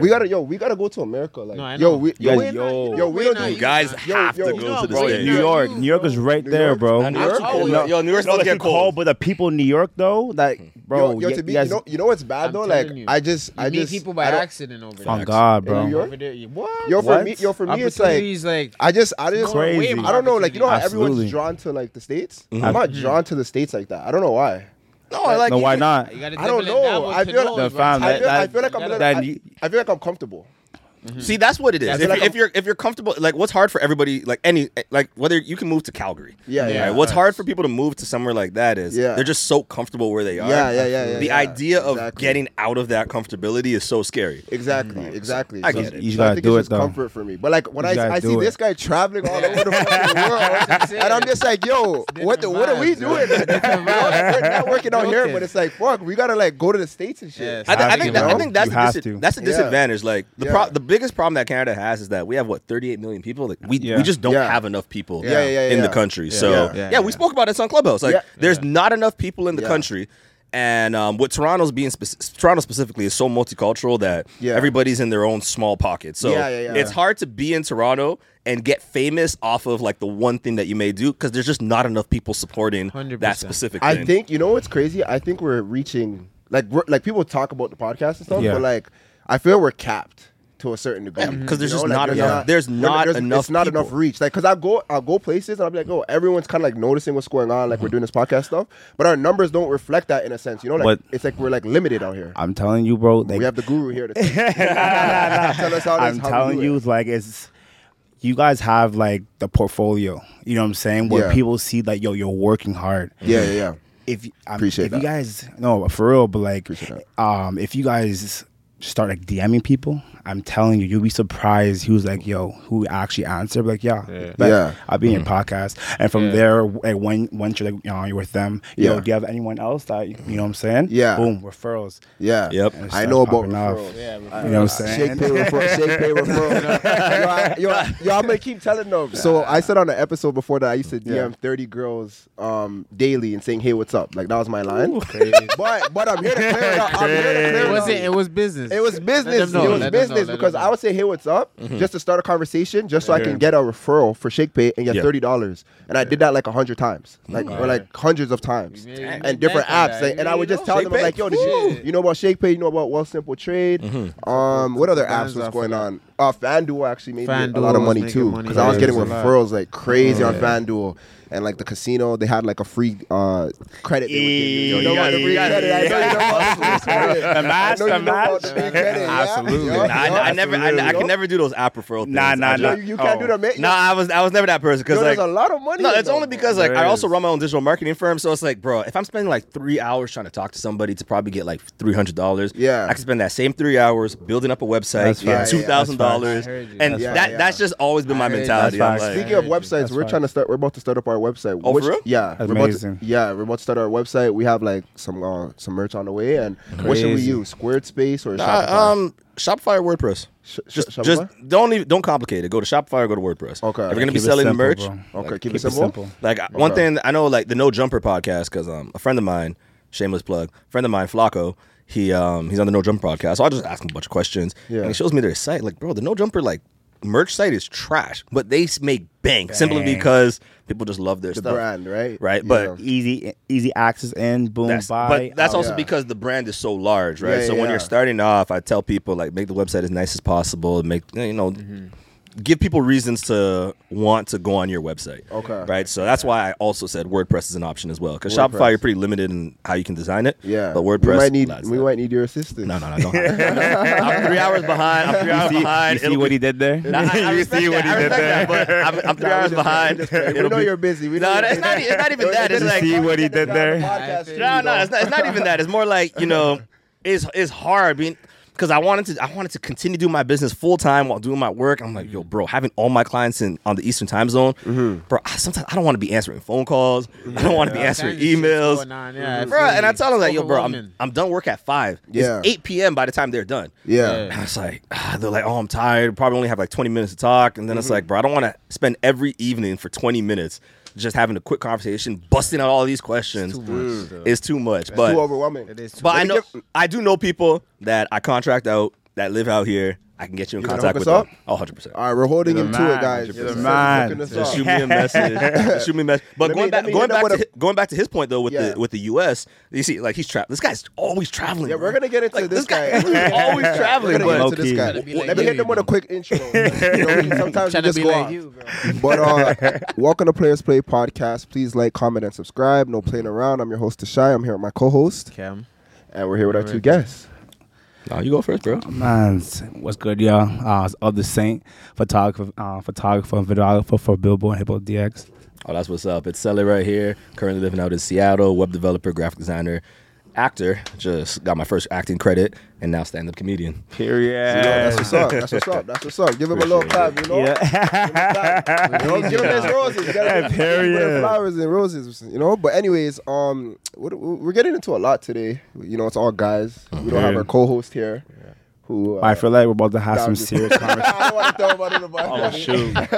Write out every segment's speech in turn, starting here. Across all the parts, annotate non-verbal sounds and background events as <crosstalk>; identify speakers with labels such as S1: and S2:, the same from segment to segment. S1: We gotta, yo, we gotta go to America. Like,
S2: No, I
S1: yo,
S2: know.
S1: we,
S3: Yo,
S1: yo, we-
S3: yo,
S1: yo, we
S2: we're
S1: don't
S2: not-
S1: do
S3: You guys
S2: Yo,
S3: have
S1: yo,
S3: to
S1: you
S3: go
S2: know
S3: to the
S2: how
S3: state.
S2: great
S3: New
S2: that
S3: York.
S2: is.
S4: New York is right
S1: New
S4: there,
S1: York-
S4: bro.
S3: Nah, New York's
S1: Yo,
S3: cold.
S1: yo,
S3: No,
S1: New York's
S3: no,
S1: not
S3: it's
S1: getting
S3: cold,
S1: cold.
S3: but the people in New York though, like, bro,
S1: yo, yo, to
S3: you
S1: be,
S3: guys,
S1: you know, you know what's bad
S2: I'm
S1: though. Like,
S2: telling you.
S1: I just, I
S2: You meet
S1: just,
S2: people
S1: I
S2: by
S1: don't-
S2: accident over
S3: Oh,
S2: there.
S3: on God,
S1: In New
S3: bro.
S1: York?
S2: Over there, you- what?
S1: Yo, for
S3: What?
S1: me, yo, for me, it's like,
S2: Opportunities, like
S1: I just, I just,
S2: Way
S3: Crazy.
S2: more
S1: I don't know. Like, you know how
S3: Absolutely.
S1: everyone's drawn to like the states. I'm not
S3: Mhm.
S1: drawn to the states like that. I don't know why. No, I like.
S3: no, why not?
S2: Mm-hmm. You gotta
S1: I don't
S2: dip in and
S1: know.
S2: dabble to
S1: I feel
S2: know,
S1: like-
S3: The
S2: bro.
S3: fam,
S1: I
S3: that,
S1: feel, I
S3: that,
S1: feel like I'm
S2: that-
S1: a little-
S3: that-
S1: I, I feel like I'm comfortable.
S4: See, that's what it is.
S1: Mm-hmm. That's
S4: If,
S1: like
S4: you're, if
S1: a-
S4: you're if you're comfortable, like what's hard for everybody, like any, like whether you can move to Calgary,
S1: Yeah,
S4: right?
S1: yeah.
S4: What's hard for people to move to somewhere like that is
S1: Yeah.
S4: they're just so comfortable where they are.
S1: Yeah, yeah, yeah, yeah,
S4: The
S1: yeah.
S4: idea of
S1: Exactly.
S4: getting out of that comfortability is so scary.
S1: Exactly, exactly.
S4: I
S1: So-
S4: get it.
S1: so
S3: Mm-hmm. You gotta
S1: I think
S3: do
S1: it's
S3: it,
S1: just
S3: though.
S1: comfort for me. But like when
S3: You
S1: I,
S3: gotta
S1: I
S3: do
S1: see
S3: it.
S1: this guy traveling all over the fucking
S3: <laughs>
S1: world, and I'm just like, yo, what the what are we doing?
S2: Different
S1: We're not working out here,
S2: Joking.
S1: but it's like, fuck, we gotta like go to the states and shit.
S2: Yes.
S4: I, thi- I
S3: Have
S4: think
S1: to,
S4: that, I
S1: bro.
S4: think that's
S3: You
S4: a
S3: have
S4: dis-
S3: to.
S4: that's a
S1: Yeah.
S4: disadvantage. Like the pro-
S1: Yeah.
S4: the biggest problem that Canada has is that we have what 38 million people. Like we
S3: Yeah.
S4: we just don't
S1: Yeah.
S4: have enough people
S1: Yeah, yeah, yeah,
S4: in the
S1: yeah.
S4: country. So yeah,
S1: Yeah.
S3: Yeah,
S4: we
S3: yeah.
S4: spoke about this on Clubhouse. Like
S1: Yeah.
S4: there's not enough people in the
S1: Yeah.
S4: country. And um, with Toronto's being spec- Toronto specifically is so multicultural that
S1: Yeah.
S4: everybody's in their own small pocket. So
S1: Yeah, yeah, yeah.
S4: it's hard to be in Toronto and get famous off of like the one thing that you may do because there's just not enough people supporting that
S2: 100%.
S4: specific.
S1: I
S4: thing.
S1: think you know what's crazy. I think we're reaching like we're, like people talk about the podcast and stuff,
S3: Yeah.
S1: but like I feel we're capped to a certain degree
S4: Yeah, 'cause there's
S1: You
S4: just not enough- there's
S1: we're
S4: not enough
S1: It's not enough
S4: people.
S1: reach. Like because I go I go places and I'll be like, oh, everyone's kind of like noticing what's going on,
S3: Mm-hmm.
S1: like we're doing this podcast stuff, but our numbers don't reflect that in a sense. You know, like
S3: But-
S1: it's like we're like limited out here.
S3: I'm telling you, bro. Like,
S1: we have the guru
S3: <laughs>
S1: here to tell us how. this-
S3: I'm
S1: how we
S3: telling
S1: do
S3: you,
S1: it.
S3: like it's you guys have like the portfolio. You know what I'm saying? Where
S1: Yeah.
S3: people see like, yo, you're working hard.
S1: Yeah, yeah, yeah.
S3: If um,
S1: Appreciate
S3: if
S1: that.
S3: you guys no for real, but like
S1: Appreciate
S3: um if you guys start like DMing people, I'm telling you, you'll be surprised who's like, yo, who actually answered. Like, yeah,
S2: Yeah.
S3: like,
S1: Yeah. Mm.
S3: I'll be in your podcast. And from
S2: Yeah.
S3: there, like when once you're like, you know, you're with them, you
S1: Yeah.
S3: know, do you have anyone else that you know what I'm saying?
S1: Yeah.
S3: Boom, referrals.
S1: Yeah.
S4: Yep.
S3: And it
S1: I
S3: starts
S1: know about
S3: popping off.
S1: referrals.
S2: Yeah,
S4: Uh,
S2: bro.
S3: You know what I'm saying?
S1: Shake pay referral. <laughs> Shake pay referral. yo, I, yo, I- yo, I'm gonna keep telling them. So I said on an episode before that I used to DM 30 girls um, daily and saying, "Hey, what's up?" Like that was my line. but but I'm here to clear it up. I'm here to clear
S2: It
S1: it
S2: wasn't.
S1: up.
S2: It was business.
S1: It was business.
S2: know,
S1: it
S2: let them
S1: was
S2: know,
S1: business
S2: let them
S1: because
S2: know. Mm-hmm.
S1: I would say, "Hey, what's up?" just to start a conversation, just so I can get a referral for Shake Pay and get
S4: Yeah.
S1: thirty dollars. And I did that like hundred times, like or like hundreds of times,
S2: You made- you made
S1: and different
S2: bank on
S1: apps.
S2: that.
S1: And,
S2: You
S1: and I would
S2: made
S1: just tell
S4: it
S1: them,
S4: all.
S1: I'm like, "Yo, did you,
S2: Shit.
S1: you know about Shake Pay? You know about Well Simple Trade? Um, what other apps
S2: Mm-hmm. Fans
S1: was
S2: off
S1: going
S2: of that.
S1: on? Uh, FanDuel actually made me a
S2: FanDuel
S1: lot of
S2: was
S1: money
S2: making
S1: too
S2: money.
S1: because I was getting
S2: Crazy.
S1: referrals like crazy on FanDuel." And like the casino, they had like a free uh, credit. They would give you.
S3: Yo,
S1: You know
S3: you
S1: about
S3: gotta-
S1: the
S3: you
S1: free
S3: gotta-
S1: credit. I know you
S2: <laughs>
S1: know about the free credit.
S3: The match,
S1: I know
S3: the
S1: you know about
S3: match.
S1: the free credit, yeah?
S3: Absolutely.
S1: Yeah,
S4: Nah, I,
S1: yeah.
S4: I never, I, I can never do those app referral
S3: <laughs>
S4: things.
S3: Nah, nah,
S4: I
S3: nah.
S1: You, you can't do
S3: Oh.
S1: that, man.
S4: No, I was I was never that person
S1: Yo,
S4: because like
S1: there's a lot of money.
S4: no,
S1: in
S4: it's
S1: that,
S4: only
S1: bro.
S4: because like
S3: There
S4: I also
S3: is.
S4: run my own digital marketing firm, so it's like, bro, if I'm spending like three hours trying to talk to somebody to probably get like three hundred dollars,
S1: Yeah.
S4: I can spend that same three hours building up a website,
S3: That's
S4: yeah,
S1: facts. Yeah,
S4: two
S1: yeah,
S4: thousand
S2: that's
S4: dollars,
S2: facts. I heard you.
S4: and
S1: That's
S4: that
S1: facts.
S4: that's just always been
S2: I
S4: my
S2: heard you.
S4: mentality.
S3: That's
S4: I'm
S3: facts.
S4: like,
S1: Speaking of
S2: That's
S1: websites, we're
S3: fine.
S1: trying to start. We're about to start up our website.
S4: Oh, for real?
S1: Yeah,
S3: That's
S1: we're about to-
S3: amazing.
S1: yeah, we're about to start our website. We have like some uh, some merch on the way, and what should we
S3: Crazy.
S1: use? Squared Space or
S4: nah,
S1: Shopify?
S4: um, Shopify or WordPress.
S1: Sh- sh-
S4: Just,
S1: Shopify?
S4: just don't even, don't complicate it. Go to Shopify or go to WordPress.
S1: Okay.
S4: if you're gonna
S3: Keep
S4: be
S3: it
S4: selling
S3: simple,
S4: merch,
S3: bro.
S1: okay, keep,
S3: keep
S1: it
S3: it
S1: simple.
S3: simple.
S4: Like one
S1: Okay.
S4: thing I know, like the No Jumper podcast, because um, a friend of mine, shameless plug, friend of mine, Flacco, he um, he's on the No Jumper podcast. So I just ask him a bunch of questions,
S1: Yeah.
S4: and he shows me their site. Like, bro, the No Jumper like merch site is trash, but they s- make bank, simply
S3: Bang.
S4: because people just love their
S1: The
S4: stuff,
S1: brand, right?
S4: Right,
S1: Yeah.
S4: but
S3: Oh. easy easy access in boom
S4: That's,
S3: buy
S4: but that's
S3: out.
S4: also
S1: Yeah.
S4: because the brand is so large, right?
S1: Yeah,
S4: so when
S1: yeah.
S4: you're starting off, I tell people like make the website as nice as possible, make you know,
S1: Mm-hmm.
S4: give people reasons to want to go on your website.
S1: Okay.
S4: right. So that's why I also said WordPress is an option as well because
S1: WordPress.
S4: Shopify you're pretty limited in how you can design it.
S1: yeah,
S4: but WordPress
S1: We might need
S4: allows
S1: we
S4: that.
S1: might need your assistance.
S4: No, no, no,
S1: <laughs>
S4: don't hire me. I'm three hours behind. I'm three hours
S3: you see,
S4: behind.
S3: you see
S4: <laughs> It'll
S3: what
S4: be-
S3: he did there
S4: Nah, I, I respect that. I respect that, but I'm, I'm three
S1: Nah, we
S4: hours
S1: just-
S4: behind.
S1: we just- <laughs> we
S4: It'll
S1: know
S4: be-
S1: you're busy. We know
S4: No,
S1: you're
S4: it's not. e-,
S1: busy.
S4: It's not even that. It's
S3: You
S4: like
S3: see what he did there?
S4: no, no, it's not, it's not even that. It's more like you know, it's it's hard being because I wanted to I wanted to continue doing my business full time while doing my work. I'm like, yo, bro, having all my clients in on the Eastern time zone, bro. I, sometimes I don't want to be answering phone calls. I don't want to be answering
S2: Sometimes shit's
S4: emails.
S2: going on, yeah,
S4: Bro, and I tell them like,
S2: absolutely.
S4: yo, bro, I'm,
S2: Overwhelming.
S4: I'm done work at five.
S1: Yeah.
S4: It's eight p.m. by the time they're done.
S1: Yeah.
S4: And <clears throat> I was like, ah, they're like, oh, I'm tired. Probably only have like 20 minutes to talk. And then
S1: Mm-hmm.
S4: it's like, bro, I don't want to spend every evening for 20 minutes just having a quick conversation, busting out all these questions. It's too much. but
S1: Too overwhelming.
S2: It is.
S4: but
S2: Let
S4: I
S2: me
S4: know I do know people that I contract out that live out here. I can get you in
S1: You gonna
S4: contact
S1: hook us
S4: with them. Oh, 100%.
S1: All right, we're holding
S3: You're
S1: him
S3: the
S1: to it,
S3: man.
S1: guys.
S3: You're the
S1: He's
S3: man.
S1: hooking us
S3: Just
S1: up.
S4: shoot me a message. Just <laughs> shoot me a message. But
S1: Let
S4: going
S1: me- let
S4: back,
S1: me
S4: going
S1: hit up
S4: back, to,
S1: with
S4: hi- going back to his point though, with
S1: Yeah.
S4: the with the U.S., you see, like he's trapped. This guy's always traveling.
S1: Yeah,
S4: bro.
S1: we're gonna get into
S4: Like,
S1: this guy. <laughs>
S4: He's always traveling.
S1: We're gonna
S4: But
S1: get into this
S3: Low-key.
S1: guy.
S2: Tryna be
S1: Well,
S2: like
S1: Let me
S2: you,
S1: hit them
S2: you
S1: with a
S2: know.
S1: quick intro. You know,
S3: <laughs>
S1: we- sometimes you
S2: Trying to
S1: just
S2: be
S1: go
S2: like
S1: on.
S2: you, bro.
S1: But uh, welcome to Players Play Podcast. Please like, comment, and subscribe. No playing around. I'm your host, Tashai. I'm here with my co-host,
S5: Cam.
S1: and we're here with our two guests.
S4: no, you go first, bro.
S3: Man, what's good, y'all? Uh, it's of the Saint, photographer, uh, photographer, and videographer for Billboard Hip Hop DX.
S4: Oh, that's what's up. It's Sally right here. Currently living out in Seattle. Web developer, graphic designer, actor. Just got my first acting credit, and now stand up
S1: <laughs>
S4: comedian.
S1: You know,
S5: Period.
S1: that's what's up. That's what's up. That's what's up. Give him a little
S4: Appreciate
S1: clap. You know. You know, give him his roses. You gotta give him
S3: Period.
S1: flowers and roses. You know. But anyways, um, what, we're getting into a lot today. You know, it's all guys. We don't have our co-host here. Who? Uh,
S3: <laughs> I feel like we're about to have
S1: nah,
S3: some
S1: I'm just-
S3: serious conversation.
S1: <laughs> I don't want to talk about it. <laughs>
S3: Oh,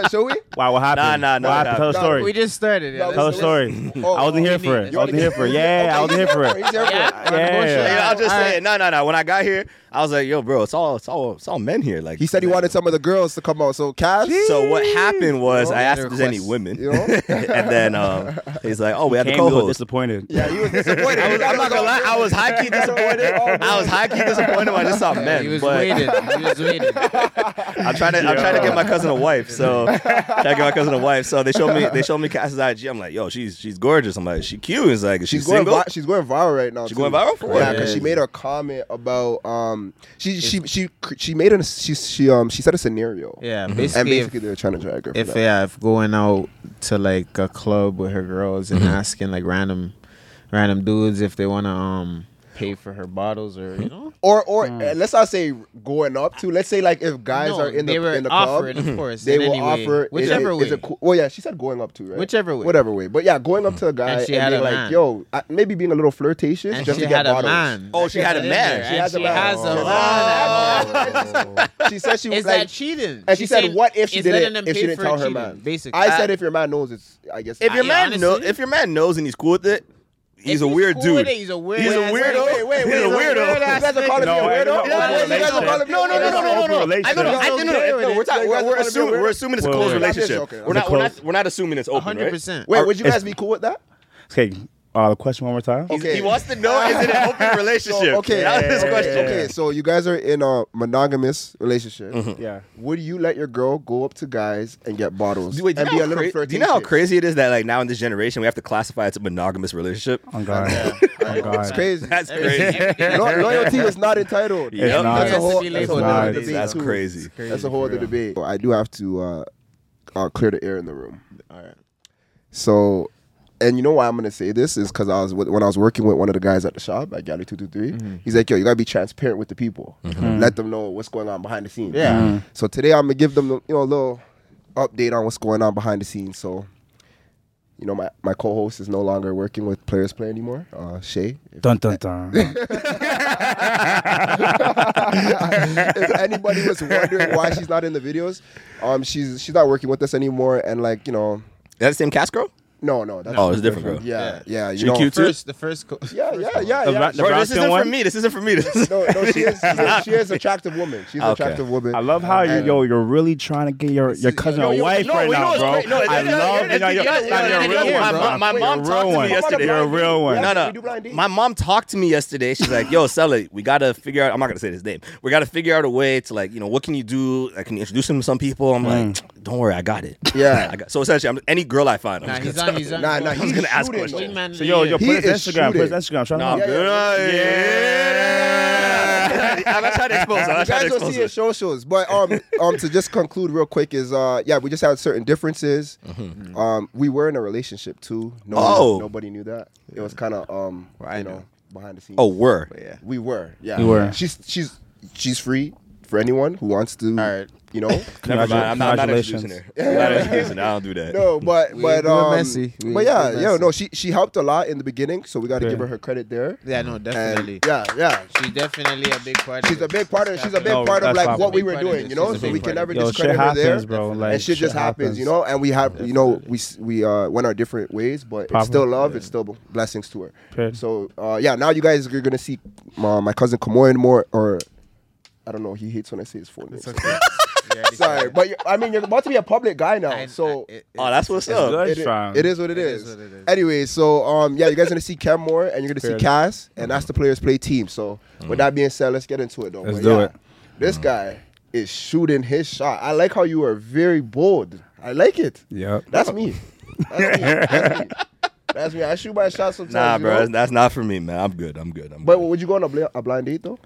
S3: shoot.
S1: Shall we?
S3: <laughs> Wow, what happened?
S4: Nah, nah, nah,
S3: What happened?
S4: nah.
S3: Tell a
S1: Nah,
S3: story.
S2: We just started. Yeah,
S1: No,
S3: Tell a
S1: Listen,
S3: story.
S1: Oh,
S3: I wasn't
S1: oh,
S3: here
S2: we
S3: for
S2: need-
S3: it.
S2: you
S3: I wasn't
S1: <laughs>
S3: here for it. Yeah,
S1: Okay,
S3: I wasn't here
S1: he's <laughs>
S3: for it.
S1: He's here for
S2: <laughs> Yeah.
S1: it.
S2: Yeah.
S4: Yeah, I
S2: Yeah.
S4: was just
S2: All right.
S4: saying, no, no, no. When I got here, I was like, yo, bro, it's all, it's all, it's all men here. Like
S1: He said he wanted some of the girls to come out. So Cash,
S4: So what happened was
S1: You know,
S4: I asked if there's any
S2: requests,
S4: women,
S1: you know?
S4: <laughs> and then um, he's like, "Oh, we had the
S3: Cam, you were
S4: co-host."
S3: disappointed.
S1: yeah, he was disappointed.
S4: I am not gonna lie, I was
S1: <laughs>
S4: high key disappointed. I was high key disappointed when I just saw
S2: <laughs> Yeah,
S4: men,
S2: he was
S4: but
S2: waiting. He was waiting.
S4: I'm trying to I'm trying to get my cousin a wife. So trying to get my cousin a wife. So they showed me they showed me Cass's IG. I'm like, yo, she's she's gorgeous. I'm like, she cute. It's like, is she
S1: She's going,
S4: single?
S1: vi- she's going viral right now.
S4: She
S1: She's
S4: going viral for
S1: Yeah,
S4: what?
S1: because she made a comment about um, she she she she made an she she um she said a scenario.
S5: Yeah,
S1: and
S5: basically,
S1: basically they're trying to drag her. for
S5: if, if
S1: that.
S5: yeah, if going out to like a club with her girls
S1: Mm-hmm.
S5: and asking like random, random dudes if they wanna um pay for her bottles or you know.
S1: or or uh, let's not say going up to. Let's say like if guys
S5: Mm. No,
S1: are in the
S5: they were
S1: in the
S5: offered,
S1: club, Mm-hmm.
S5: of course,
S1: they
S5: in
S1: will
S5: any way.
S1: offer is
S5: Whichever
S1: it-
S5: way.
S1: Is it, cool- well, yeah, she said going up to right.
S5: Whichever way.
S1: whatever way. But yeah, going up to a guy and,
S5: she had
S1: being
S5: a
S1: like,
S5: man.
S1: yo, I, maybe being a little flirtatious
S5: And
S1: just
S5: she
S1: to get
S5: had a
S1: bottles.
S5: man.
S4: Oh, she had a
S5: in
S4: man.
S5: there,
S1: She
S5: and
S1: has a man.
S5: has
S1: Oh.
S5: a man. <laughs>
S1: She said she was
S2: Is
S1: like.
S2: that cheating?
S1: and she, said,
S2: said,
S1: "What if she
S2: is letting
S1: didn't?
S2: them
S1: If she
S2: pay
S1: didn't
S2: for
S1: tell her
S2: cheating,
S1: man,
S2: basically.
S1: I
S2: I-
S1: said if your man knows, it's I guess.
S4: If your
S2: I-
S4: man
S2: honestly-
S4: know, if your man knows and he's cool with it, he's
S2: If
S4: a
S2: he's
S4: weird
S2: cool with
S4: dude.
S2: it, he's a weird-
S4: He's a
S2: wait,
S4: weirdo.
S1: wait, wait,
S4: he's
S1: wait,
S4: a
S1: wait,
S4: weirdo.
S1: wait, wait, You guys are calling me a
S3: No, I-
S1: weirdo? Yeah,
S3: no,
S1: you guys are calling me- No, no, no, no, no, no, no.
S4: I don't know. I don't know.
S1: Okay,
S4: No, we're, talking,
S1: okay,
S4: we're,
S1: okay,
S4: we're,
S1: okay,
S4: assuming,
S1: okay.
S4: we're assuming it's a
S3: Wait,
S4: closed
S3: wait, wait.
S4: relationship.
S1: Okay, okay.
S4: We're, not, we're, not,
S3: Closed.
S4: we're not assuming it's open, right?
S5: 100%.
S1: Wait, would you
S3: It's-
S1: guys be cool with that?
S3: Okay, uh, the question one more time.
S1: Okay.
S4: He wants to know is <laughs> it an open
S1: So,
S4: relationship?
S1: okay,
S4: That was his
S1: okay,
S4: question.
S1: okay. So you guys are in a monogamous relationship.
S3: Yeah.
S1: Would you let your girl go up to guys and get bottles
S4: Do, wait, do,
S1: and
S4: you
S1: be
S4: know
S1: a
S4: how
S1: little
S4: cra-
S1: flirtatious?
S4: do you know how crazy it is that like now in this generation we have to classify it's a monogamous relationship?
S3: Oh God. Oh God.
S1: It's crazy.
S4: That's crazy.
S1: Lo- loyalty is not entitled.
S4: Yep.
S3: not.
S1: That's a
S3: It has to
S1: whole,
S2: be
S1: that's a whole
S3: labeled.
S1: other
S3: It's
S1: debate.
S4: That's
S1: too.
S4: crazy.
S1: That's a whole other debate. But I do have to uh, uh, clear the air in the room.
S5: All right.
S1: So, and you know why I'm gonna say this is because I was with, when I was working with one of the guys at the shop at Gallery Two Two Three.
S5: Mm-hmm.
S1: He's like, "Yo, you gotta be transparent with the people. Let them know what's going on behind the scenes."
S5: Yeah. Mhm.
S1: So today I'm gonna give them you know a little update on what's going on behind the scenes. So. You know, my, my co-host is no longer working with Players Play anymore. Uh, Shay, if,
S3: Dun dun dun.
S1: if anybody was wondering why she's not in the videos, um, she's she's not working with us anymore. And like you know,
S4: That's the same cast girl?
S1: no, no, that's
S4: Oh, it's different girl.
S1: yeah, yeah, you
S4: She
S1: know,
S4: cute too?
S5: First, the first. Co-
S1: <laughs> yeah, yeah,
S5: first one.
S1: yeah,
S3: The
S1: yeah.
S3: brown- the
S4: Bro, this
S3: brown
S4: isn't for
S3: one?
S4: me. This isn't for
S1: <laughs>
S4: me. This is-
S1: No, no, she is. She is an attractive woman. She's an
S4: Okay.
S1: attractive woman.
S3: I love how you
S1: And-
S3: yo you're really trying to get your, your cousin
S1: yo,
S3: a
S1: yo,
S3: wife
S4: no,
S3: right
S4: you know
S3: now,
S4: what's
S3: bro.
S4: great? No,
S3: I
S4: you're-
S3: love
S4: you're-
S3: you. You're,
S4: you're-
S3: you're,
S4: you're-
S3: you're a
S4: you're-
S3: real one,
S4: my-
S3: bro.
S4: my- my mom
S3: You're a
S4: talked to
S3: real
S4: me
S3: one.
S4: yesterday.
S3: You're a real one.
S1: Yeah. We
S4: <laughs> No,
S1: do
S4: no.
S1: blind dates.
S4: My mom talked to me yesterday. She's like, "Yo, Sally, we gotta figure out. I'm not gonna say his name. We gotta figure out a way to like, you know, what can you do? Like, can you introduce him to some people?" I'm like, "Don't worry, I got it.
S1: Mm.
S4: <laughs>
S1: Yeah.
S4: I got, so essentially, I'm, any girl I find, I'm
S2: Nah,
S4: just
S2: he's on.
S4: gonna
S2: He's on.
S1: Nah, nah,
S2: he's
S1: he's
S4: gonna ask
S1: shooting.
S4: questions.
S2: Wingman of
S3: So
S2: the
S3: yo,
S2: year.
S3: yo,
S1: He
S3: put his
S1: is
S3: Instagram. Put his
S1: shooting.
S3: Instagram.
S4: <laughs>
S3: Try
S4: tell
S3: to
S4: him.
S1: Yeah, yeah.
S4: Yeah. <laughs> I'm not trying to expose her. I'm
S1: You
S4: not trying to
S1: guys will
S4: expose
S1: see
S4: her.
S1: his show shows, but um, um, to just conclude real quick is uh, yeah, we just had certain differences. Um, we were in a relationship too. No,
S4: Mm-hmm. Oh.
S1: nobody knew that. It was kind of um, you know, behind the scenes.
S4: Oh, were.
S5: Yeah.
S1: we were. Yeah,
S3: We were.
S1: She's she's she's free for anyone who wants to.
S5: All right.
S1: you know. <laughs>
S4: Never mind. I'm not, I'm not
S3: Congratulations.
S4: introducing her. I'm not introducing her. I don't do that.
S1: <laughs> No, but
S5: We
S1: but
S5: do it
S1: um,
S5: messy. We
S1: but
S5: do it
S1: yeah, yeah,
S5: messy.
S1: no, she she helped a lot in the beginning, so we got to
S3: Yeah.
S1: give her her credit there.
S5: Yeah, no,
S1: And
S5: definitely.
S1: yeah, yeah,
S5: She's definitely a big part.
S1: She's
S5: of
S1: a
S5: it.
S1: big part of. She's a big
S3: No,
S1: part of
S3: that's
S1: like
S3: not-
S1: what we
S5: Big
S1: were
S5: part of
S1: doing,
S5: it.
S1: you know.
S5: She's a
S1: So
S5: big
S1: we can
S5: part of
S1: never
S5: it.
S3: Yo, shit
S1: discredit her
S3: happens,
S1: there.
S3: bro. Like
S1: and shit, just happens, you know. And we have, you know, we s- we uh, went our different ways, but it's
S3: Proper.
S1: still love. It's still b- blessings to her.
S3: Period.
S1: uh, So uh, yeah, now you guys are gonna see my, my cousin Kamoy more, or I don't know. He hates when I say his phone. name.
S5: <laughs> You already said
S1: Sorry,
S5: it.
S1: but you- I mean, you're about to be a public guy now,
S5: I-
S1: so uh,
S5: I- it-
S4: Oh, that's what's up.
S3: good.
S1: it,
S3: Fam.
S1: it is what
S5: It
S1: is.
S5: is what it is.
S1: Anyway, so um, yeah, you guys gonna see Cam Moore and you're gonna see
S3: Fair. Mm-hmm.
S1: Cass, and that's the players play team. So with that being said, let's get into it though.
S3: Let's
S1: But
S3: do
S1: yeah,
S3: it. Mm-hmm.
S1: This guy is shooting his shot. I like how you are very bold. I like it.
S3: Yep.
S1: That's me. That's me.
S3: <laughs>
S1: That's me. That's me. I shoot my shot sometimes.
S4: Nah,
S1: you
S4: bro,
S1: know?
S4: that's not for me, man. I'm good. I'm good. I'm
S1: But
S4: good.
S1: would you go on a, bl- a blind date though?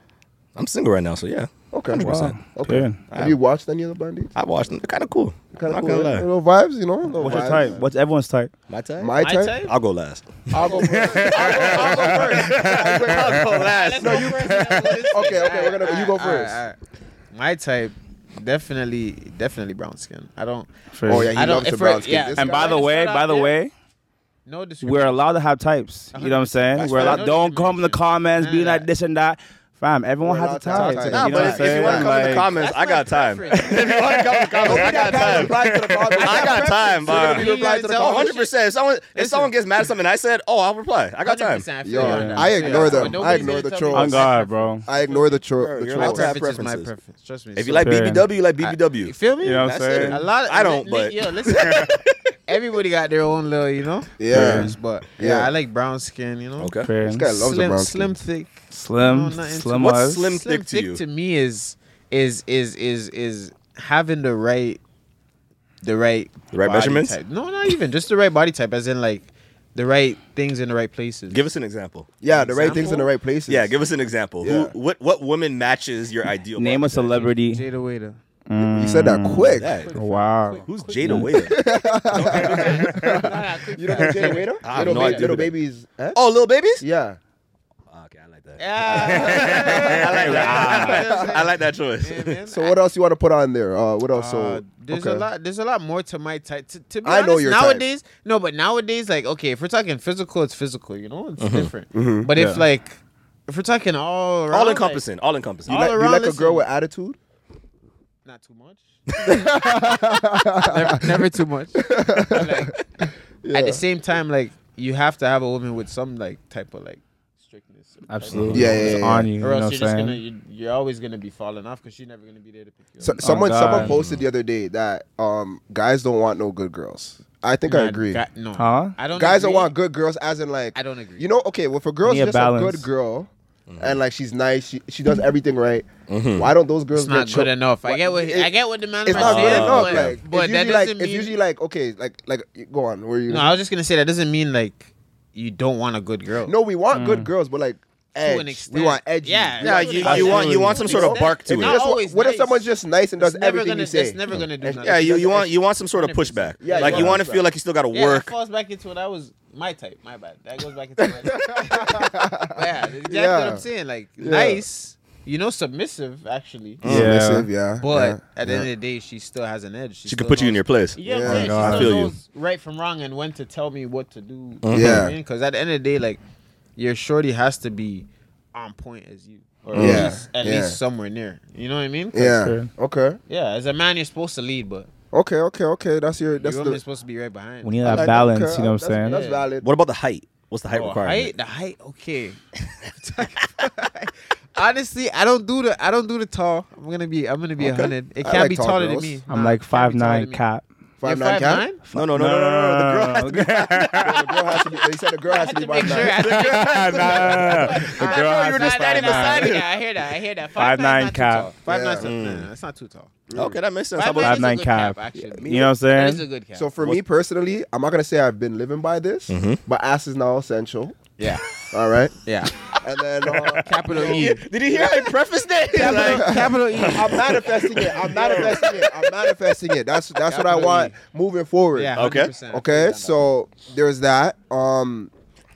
S4: I'm single right now, so yeah.
S1: Okay.
S4: 100%.
S1: Okay.
S3: Period.
S1: Have you watched any other blind dates?
S4: I watched them. They're kind of cool.
S1: Kind
S4: not
S1: of cool.
S4: gonna
S1: right?
S4: lie.
S1: Little vibes, you know. Little
S3: What's your
S1: vibes.
S3: type? What's everyone's type?
S4: My time?
S1: My type.
S5: type?
S4: I'll go last.
S1: I'll go first. I'll go, I'll go first. I'll go first.
S4: I'll go last.
S5: No,
S3: <laughs>
S5: you.
S1: Okay, okay, we're gonna you go first.
S5: My type, definitely, definitely brown skin. I don't.
S1: Oh yeah, he
S5: I don't-
S1: loves the
S5: if we're-
S1: brown skin.
S5: yeah,
S1: This
S3: And
S1: guy-
S3: by the
S5: Let's
S3: way,
S5: start
S3: by
S5: out
S3: the
S5: there.
S3: way,
S5: No
S3: we're
S5: discrimination.
S3: allowed to have types. You know what I'm saying?
S1: That's
S3: We're
S1: fine.
S3: allowed.
S5: No
S3: Don't come in the
S5: discrimination.
S3: comments being
S5: Nah.
S3: like this and that. Fam, everyone
S1: We're
S3: has a
S1: allowed to have
S3: type.
S1: types.
S3: You
S1: Nah,
S3: know what
S4: but if,
S3: I'm
S4: if
S3: saying?
S4: you want to come in the
S3: Like,
S4: comments, I got time. if
S5: preference.
S4: you want to come in the
S1: Oh,
S4: comments, I got time.
S1: Reply to the comment.
S4: I got time,
S1: You're gonna be replying to
S4: bro.
S1: the
S5: You gotta tell
S1: comment.
S5: me.
S4: hundred percent. If someone if someone gets mad at something, I said, "Oh, I'll reply. I got time."
S5: 100% I feel
S1: Yo,
S5: you
S3: Yeah.
S5: on that.
S1: I
S5: feel you
S1: ignore
S5: on that.
S1: them. I
S5: But nobody's
S1: ignore
S5: gonna
S1: the
S5: tell me
S1: trolls.
S5: what
S3: On
S1: I'm
S5: my
S3: God,
S5: preference
S3: bro.
S1: I ignore the
S4: Bro,
S1: troll. The
S5: My
S4: you're allowed
S1: trolls.
S4: to have
S5: preference is my
S4: preferences.
S5: preference. Trust me.
S4: If
S5: So
S4: you like
S3: Fair.
S4: BBW, you like BBW.
S5: you feel me?
S3: You know what I'm
S5: That's it.
S3: saying?
S5: A lot. Of,
S4: I don't,
S5: li-
S4: but-
S5: yo, listen.
S1: <laughs>
S5: Everybody got their own little, you know.
S1: Yeah.
S5: preference, but yeah,
S1: Yeah.
S5: I like brown skin. You know.
S4: Okay.
S3: Fair.
S1: This guy loves the
S5: Slim,
S1: brown
S5: slim,
S1: skin.
S5: thick.
S3: Slim,
S5: No, not into-
S3: slim
S4: What's
S3: was.
S4: slim?
S5: Slim
S4: thick to
S5: thick
S4: you.
S5: to me is is is is is having the right the right
S4: The right
S5: body
S4: measurements?
S5: type. No, not even just the right body type, as in like the right things in the right places.
S4: Give us an example.
S1: Yeah, the right things in the
S5: Example?
S1: right places.
S4: Yeah, give us an example.
S1: Yeah.
S4: Who, what, what woman matches your ideal?
S3: Name a
S4: body type?
S3: celebrity.
S5: Jada Waiter.
S1: You said that quick.
S4: That-
S3: Wow.
S4: Who's Jada Waiter?
S5: <laughs>
S1: You don't know Jada Waiter?
S4: I have
S1: Little
S4: no
S1: Baby-
S4: idea
S1: Little
S4: who that-
S1: babies. eh?
S4: oh, little babies.
S1: Yeah.
S4: Oh, okay, I like that.
S5: Yeah.
S4: <laughs> I
S5: <laughs>
S4: like that. I like that choice.
S5: man.
S1: So what else you want to put on there? Uh, what else?
S5: Uh,
S1: so
S5: there's a
S1: okay.
S5: lot. There's a lot more to my type. To, to be
S1: I
S5: honest,
S1: know your type.
S5: nowadays, no, but nowadays, like, okay, if we're talking physical, it's physical. You know, it's different. But if
S3: Yeah.
S5: like, if we're talking all around,
S4: All
S5: like,
S4: encompassing. All encompassing.
S1: You
S5: All
S1: like, you
S5: around,
S1: like a
S5: listen.
S1: girl with attitude?
S5: not
S1: <laughs>
S5: too much. never, never too much. Like, At the same time, like, you have to have a woman with some like type of like strictness.
S3: Absolutely.
S1: Yeah, yeah,
S3: It's
S1: yeah.
S3: on you. You know
S5: Or
S3: what
S5: else
S3: I'm
S5: you're just
S3: saying?
S5: gonna you're, you're always gonna be falling off because you're never gonna be there to pick you up.
S1: So, someone someone
S3: God.
S1: posted the other day that um guys don't want no good girls. I think I
S5: Nah,
S1: agree.
S5: guy- no,
S3: Huh?
S5: I don't.
S1: guys don't
S5: agree.
S1: want good girls as in like
S5: I don't agree.
S1: You know, okay, well if a girl's
S3: Need a
S1: just a
S3: balance.
S1: good girl
S4: Mm-hmm.
S1: and like she's nice, she, she does everything right. Why don't those girls
S5: It's not
S1: get
S5: good
S1: cho-
S5: enough. I
S1: What-
S5: get what
S1: it-
S5: I get what the man
S1: It's
S5: was
S1: not good
S4: Oh,
S5: saying,
S1: enough.
S5: but-
S1: Like,
S5: but
S1: it's
S5: that
S1: usually
S5: doesn't
S1: like
S5: mean
S1: it's usually like okay, like like go on. Where you?
S5: no.
S1: No,
S5: I was just gonna say that doesn't mean like you don't want a good girl.
S1: we want
S3: Mm.
S1: good girls, but like edge.
S5: an
S1: we
S5: extent.
S1: want edgy.
S5: Yeah,
S1: We
S4: Yeah,
S1: want-
S4: you, you want you want some sort of bark to
S1: If you
S5: Not
S4: it.
S1: just want-
S5: always
S1: what if
S5: nice.
S1: someone's just nice and does
S5: It's never
S1: everything
S5: gonna.
S1: you say?
S5: It's never gonna do. nothing.
S4: Yeah, you, you want you want some sort of
S5: 100%.
S4: pushback.
S1: Yeah,
S4: like
S1: yeah.
S4: you want to feel like you still got to
S5: Yeah,
S4: work.
S5: that falls back into what I was my type. My bad. That goes back into my type.
S1: <laughs>
S5: yeah, that's exactly what
S1: Yeah.
S5: I'm saying. Like nice, you know, submissive actually.
S3: Yeah.
S1: Submissive, yeah.
S5: But
S1: yeah,
S5: at the
S1: yeah.
S5: end of the day, she still has an edge.
S4: She
S5: still
S4: could put you in
S5: knows-
S4: your
S5: <laughs>
S4: place.
S5: Yeah,
S1: Yeah.
S5: yeah. She still
S3: God.
S4: I feel you.
S5: knows right from wrong and when to tell me what to do.
S1: Yeah.
S5: Because at the end of the day, like your shorty has to be on point as you, or
S1: Yeah.
S5: at least, at
S1: Yeah.
S5: least somewhere near. You know what I mean? 'Cause,
S1: yeah. Okay.
S5: Yeah. As a man, you're supposed to lead, but
S1: Okay. Okay. Okay. That's your. That's
S5: your
S1: the.
S5: woman's supposed to be right behind.
S3: We need
S1: I
S3: that
S1: like that.
S3: balance.
S1: Okay,
S3: You know what I'm
S1: that's-
S3: saying?
S1: That's
S5: Yeah.
S1: valid.
S4: What about the height? What's the height
S5: Oh,
S4: requirement?
S5: height, the height, okay. <laughs> Honestly, I don't do the I don't do the tall. I'm gonna be I'm gonna be a
S1: Okay.
S5: hundred. It
S1: I
S5: can't
S1: like
S5: be
S1: tall
S5: taller
S1: girls.
S5: than me.
S3: I'm
S5: Nah, it
S3: like
S5: can't
S3: five
S5: be taller
S3: nine
S5: than me.
S3: cap.
S5: You're
S1: Five nine cat.
S5: nine?
S4: No, no, no, no, no, no. The girl has to
S3: be.
S1: The girl has to be. They said the girl has
S5: <laughs>
S1: to be
S5: Make
S1: five
S5: sure. I had
S1: nine.
S5: to make sure.
S3: The
S5: I
S3: girl
S5: know
S3: has
S5: you were
S3: to
S5: just
S3: be
S5: standing beside
S3: five nine.
S5: me. Yeah, I hear that. I hear that.
S3: Five nine cap.
S5: Five
S1: Yeah.
S5: nine. That's not too tall.
S4: <laughs> Okay, that makes sense. How
S5: Five nine,
S3: Five
S4: about
S3: nine
S5: is a good cap.
S3: cap.
S5: Actually,
S3: You know what I'm
S5: that is a
S3: saying?
S5: good cap.
S1: So for me personally, I'm not gonna say I've been living by this, but ass is now essential.
S5: yeah,
S1: All right,
S5: yeah.
S1: and then uh,
S5: <laughs> Capital E.
S4: <laughs> Did you hear how he prefaced that?
S3: <laughs>
S4: Like,
S5: Capital E.
S1: I'm manifesting it. I'm manifesting it. I'm manifesting it. That's that's what I
S5: Capital E.
S1: want moving forward.
S5: Yeah.
S4: Okay.
S5: 100%.
S1: Okay. So there's that. Um,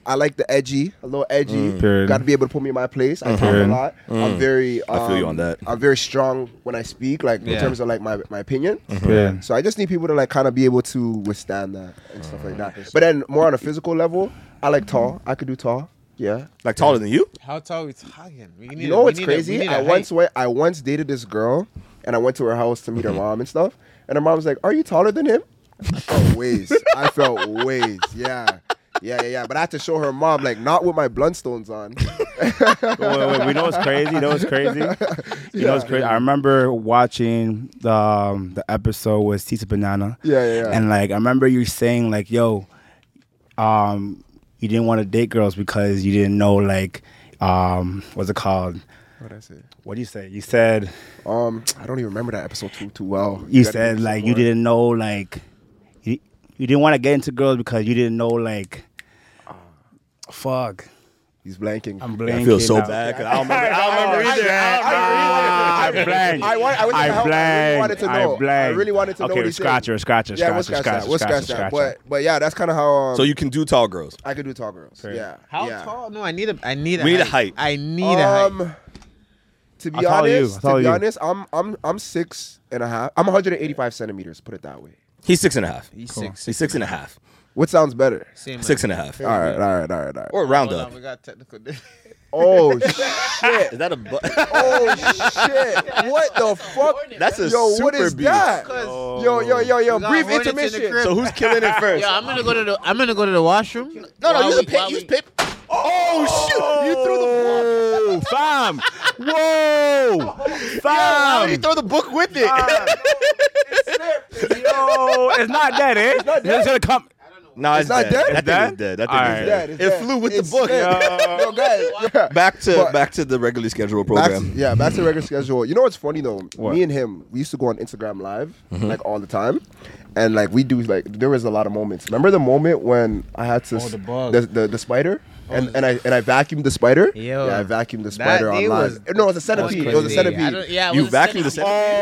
S1: I like the edgy, a little edgy.
S3: Period.
S1: Got to be able to put me in my place. I talk a
S3: Period.
S1: lot. I'm very. Um,
S4: I feel you on that.
S1: I'm very strong when I speak, like in
S5: Yeah.
S1: terms of like my my opinion.
S3: Period.
S1: So I just need people to like kind of be able to withstand that and stuff like that. But then more on a physical level, I like tall. I could do tall. Yeah.
S4: like taller than you?
S5: How tall we talking? We need
S1: You
S5: a-
S1: know
S5: we
S1: what's
S5: need a- we
S1: crazy?
S5: need a
S1: I
S5: height.
S1: once went. I once dated this girl, and I went to her house to meet
S5: Mm-hmm.
S1: her mom and
S5: <laughs>
S1: stuff. And her mom was like, "Are you taller than him?" I felt ways. I felt ways. Yeah. Yeah, yeah, yeah. But I had to show her mom, like, not with my Blundstones
S5: <laughs>
S1: on.
S3: wait, wait, wait. We know it's crazy. You know it's crazy. You know it's crazy. I remember watching the um, the episode with Tita Banana.
S1: Yeah, yeah, yeah.
S3: And like, I remember you saying like, "Yo, um, you didn't want to date girls because you didn't know like, um, what's it called?
S1: what I say?
S3: What do you say? You said
S1: Um, I don't even remember that episode too too well.
S3: you
S1: gotta give
S3: said
S1: me some
S3: like you
S1: more.
S3: didn't know like, you you didn't want to get into girls because you didn't know like, fuck."
S1: He's blanking.
S3: I'm blanking.
S4: I feel so
S3: now.
S4: bad <laughs> 'cause I don't remember. I don't remember either.
S3: I blanked.
S1: I want- I was
S3: I
S1: like, I really wanted
S3: blanked.
S1: to know.
S3: I blanked.
S1: I really wanted to know what
S3: Okay,
S1: he said.
S3: scratcher, scratcher,
S1: yeah, we'll
S3: scratcher,
S1: scratch that.
S3: scratcher,
S1: We'll scratch
S3: scratcher,
S1: that.
S3: scratcher.
S1: But but yeah, that's kind of how um,
S4: So you can do tall girls.
S1: I could do tall girls. Yeah.
S5: How
S1: yeah.
S5: tall? No, I need a. I need. A
S4: We need a height.
S5: I need a height.
S1: Um, to be
S3: I'll tell you,
S1: honest,
S3: I'll tell
S1: to be
S3: you.
S1: honest, I'm I'm I'm six and a half. I'm 185 centimeters. Put it that way.
S4: He's six and a half.
S5: He's six.
S4: He's six and a half.
S1: What sounds better?
S5: Same like-
S4: Six and a half.
S1: All right, all right, all right, all right.
S4: Or round
S5: Hold
S4: up.
S5: on, we got technical. <laughs>
S1: Oh <laughs> shit!
S4: Is that a bu- <laughs>
S1: Oh shit! What the fuck?
S4: That's a
S1: yo. What
S4: super
S1: is
S4: beat.
S1: that?
S5: Yo.
S1: Yo, yo, yo, yo!
S5: We got
S1: Brief
S5: Hornets in the
S1: intermission.
S5: crib.
S4: So who's <laughs> killing it first?
S5: I'm gonna go to the. I'm gonna go to the washroom.
S4: no, no, use a pip. Use pip.
S1: Oh shoot! You threw the ball.
S3: Whoa, fam! Whoa, Oh, fam!
S4: throw the book with it.
S3: Yo, it's not dead, eh? It's not dead. It's gonna come.
S4: no, it's,
S1: It's not dead?
S3: It's
S4: That thing is
S3: dead?
S4: dead. That thing
S3: All
S4: is
S1: Dead,
S3: right.
S4: dead.
S1: it's
S4: It
S1: dead.
S4: flew with
S1: It's
S4: the book.
S1: dead. Yo, guys. yeah.
S4: Back to
S1: But-
S4: back to the regularly scheduled
S1: Back
S4: program.
S1: to, yeah, back to regular schedule. You know what's funny though?
S3: What? Mm-hmm.
S1: Me and him, we used to go on Instagram Live like all the time, and like we do like there was a lot of moments. Remember the moment when I had to
S5: Oh, the bug. Oh,
S1: the, the, the spider. And, and I and I vacuumed the spider.
S5: Yo.
S1: yeah, I vacuumed the
S5: That
S1: spider on
S5: day
S1: live.
S5: was-
S1: no, it was a
S5: was
S1: centipede. It was a
S5: crazy. I
S1: centipede.
S5: don't- yeah, it
S4: You
S5: was a
S4: vacuumed the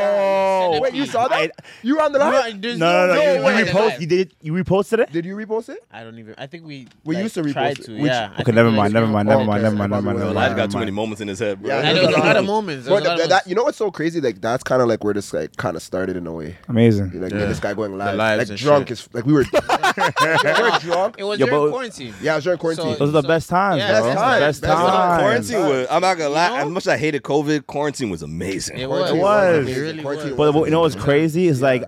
S3: Oh.
S1: Wait, you saw that?
S3: I-
S1: you were on the
S5: No,
S1: live.
S5: there's
S3: No, no, no!
S1: no
S3: you,
S1: way.
S3: you repost. You did. You reposted it.
S1: Did you repost it?
S5: I don't even. I think we.
S1: We
S5: like,
S1: used to repost
S5: tried
S1: it.
S5: to.
S1: We-
S5: Yeah. I
S3: Okay,
S5: think
S3: never
S5: we
S3: mind.
S5: just-
S3: Never mind. Never
S1: okay,
S3: mind. Never
S1: so
S3: mind.
S1: I
S3: Never
S1: probably
S3: mind. Never
S1: would've
S4: Yo,
S1: lied.
S3: mind.
S4: Elijah
S1: Wow,
S4: got too
S3: never
S4: many
S3: mind.
S4: moments in his head, bro.
S1: Yeah,
S5: I know,
S1: There's
S5: there's
S1: a
S5: a
S1: lot
S5: lot of
S1: of-
S5: moments.
S1: Bro,
S5: There's a lot
S1: that,
S5: of
S1: that-
S5: moments.
S1: you know what's so crazy? Like that's kind of like where this like kind of started in a way. You're
S3: Amazing.
S1: Like
S5: Yeah.
S1: man, this guy going live,
S5: lives
S1: like
S5: and
S1: drunk
S5: shit.
S1: is like we
S5: <laughs>
S1: were, <laughs> we were drunk.
S5: It was
S3: Yo,
S5: during
S3: but-
S5: quarantine.
S1: Yeah, it was during quarantine.
S5: So-
S3: Those are the best times,
S5: Yeah,
S3: bro.
S5: best
S1: times,
S3: Best
S1: best times.
S3: times.
S4: Quarantine was. I'm not gonna lie.
S5: You know?
S4: As much as I hated COVID, quarantine was amazing.
S5: It
S1: Quarantine
S3: was.
S1: amazing.
S5: It really
S1: Quarantine
S5: was.
S3: But
S1: was
S3: you know what's
S1: amazing.
S3: crazy is like,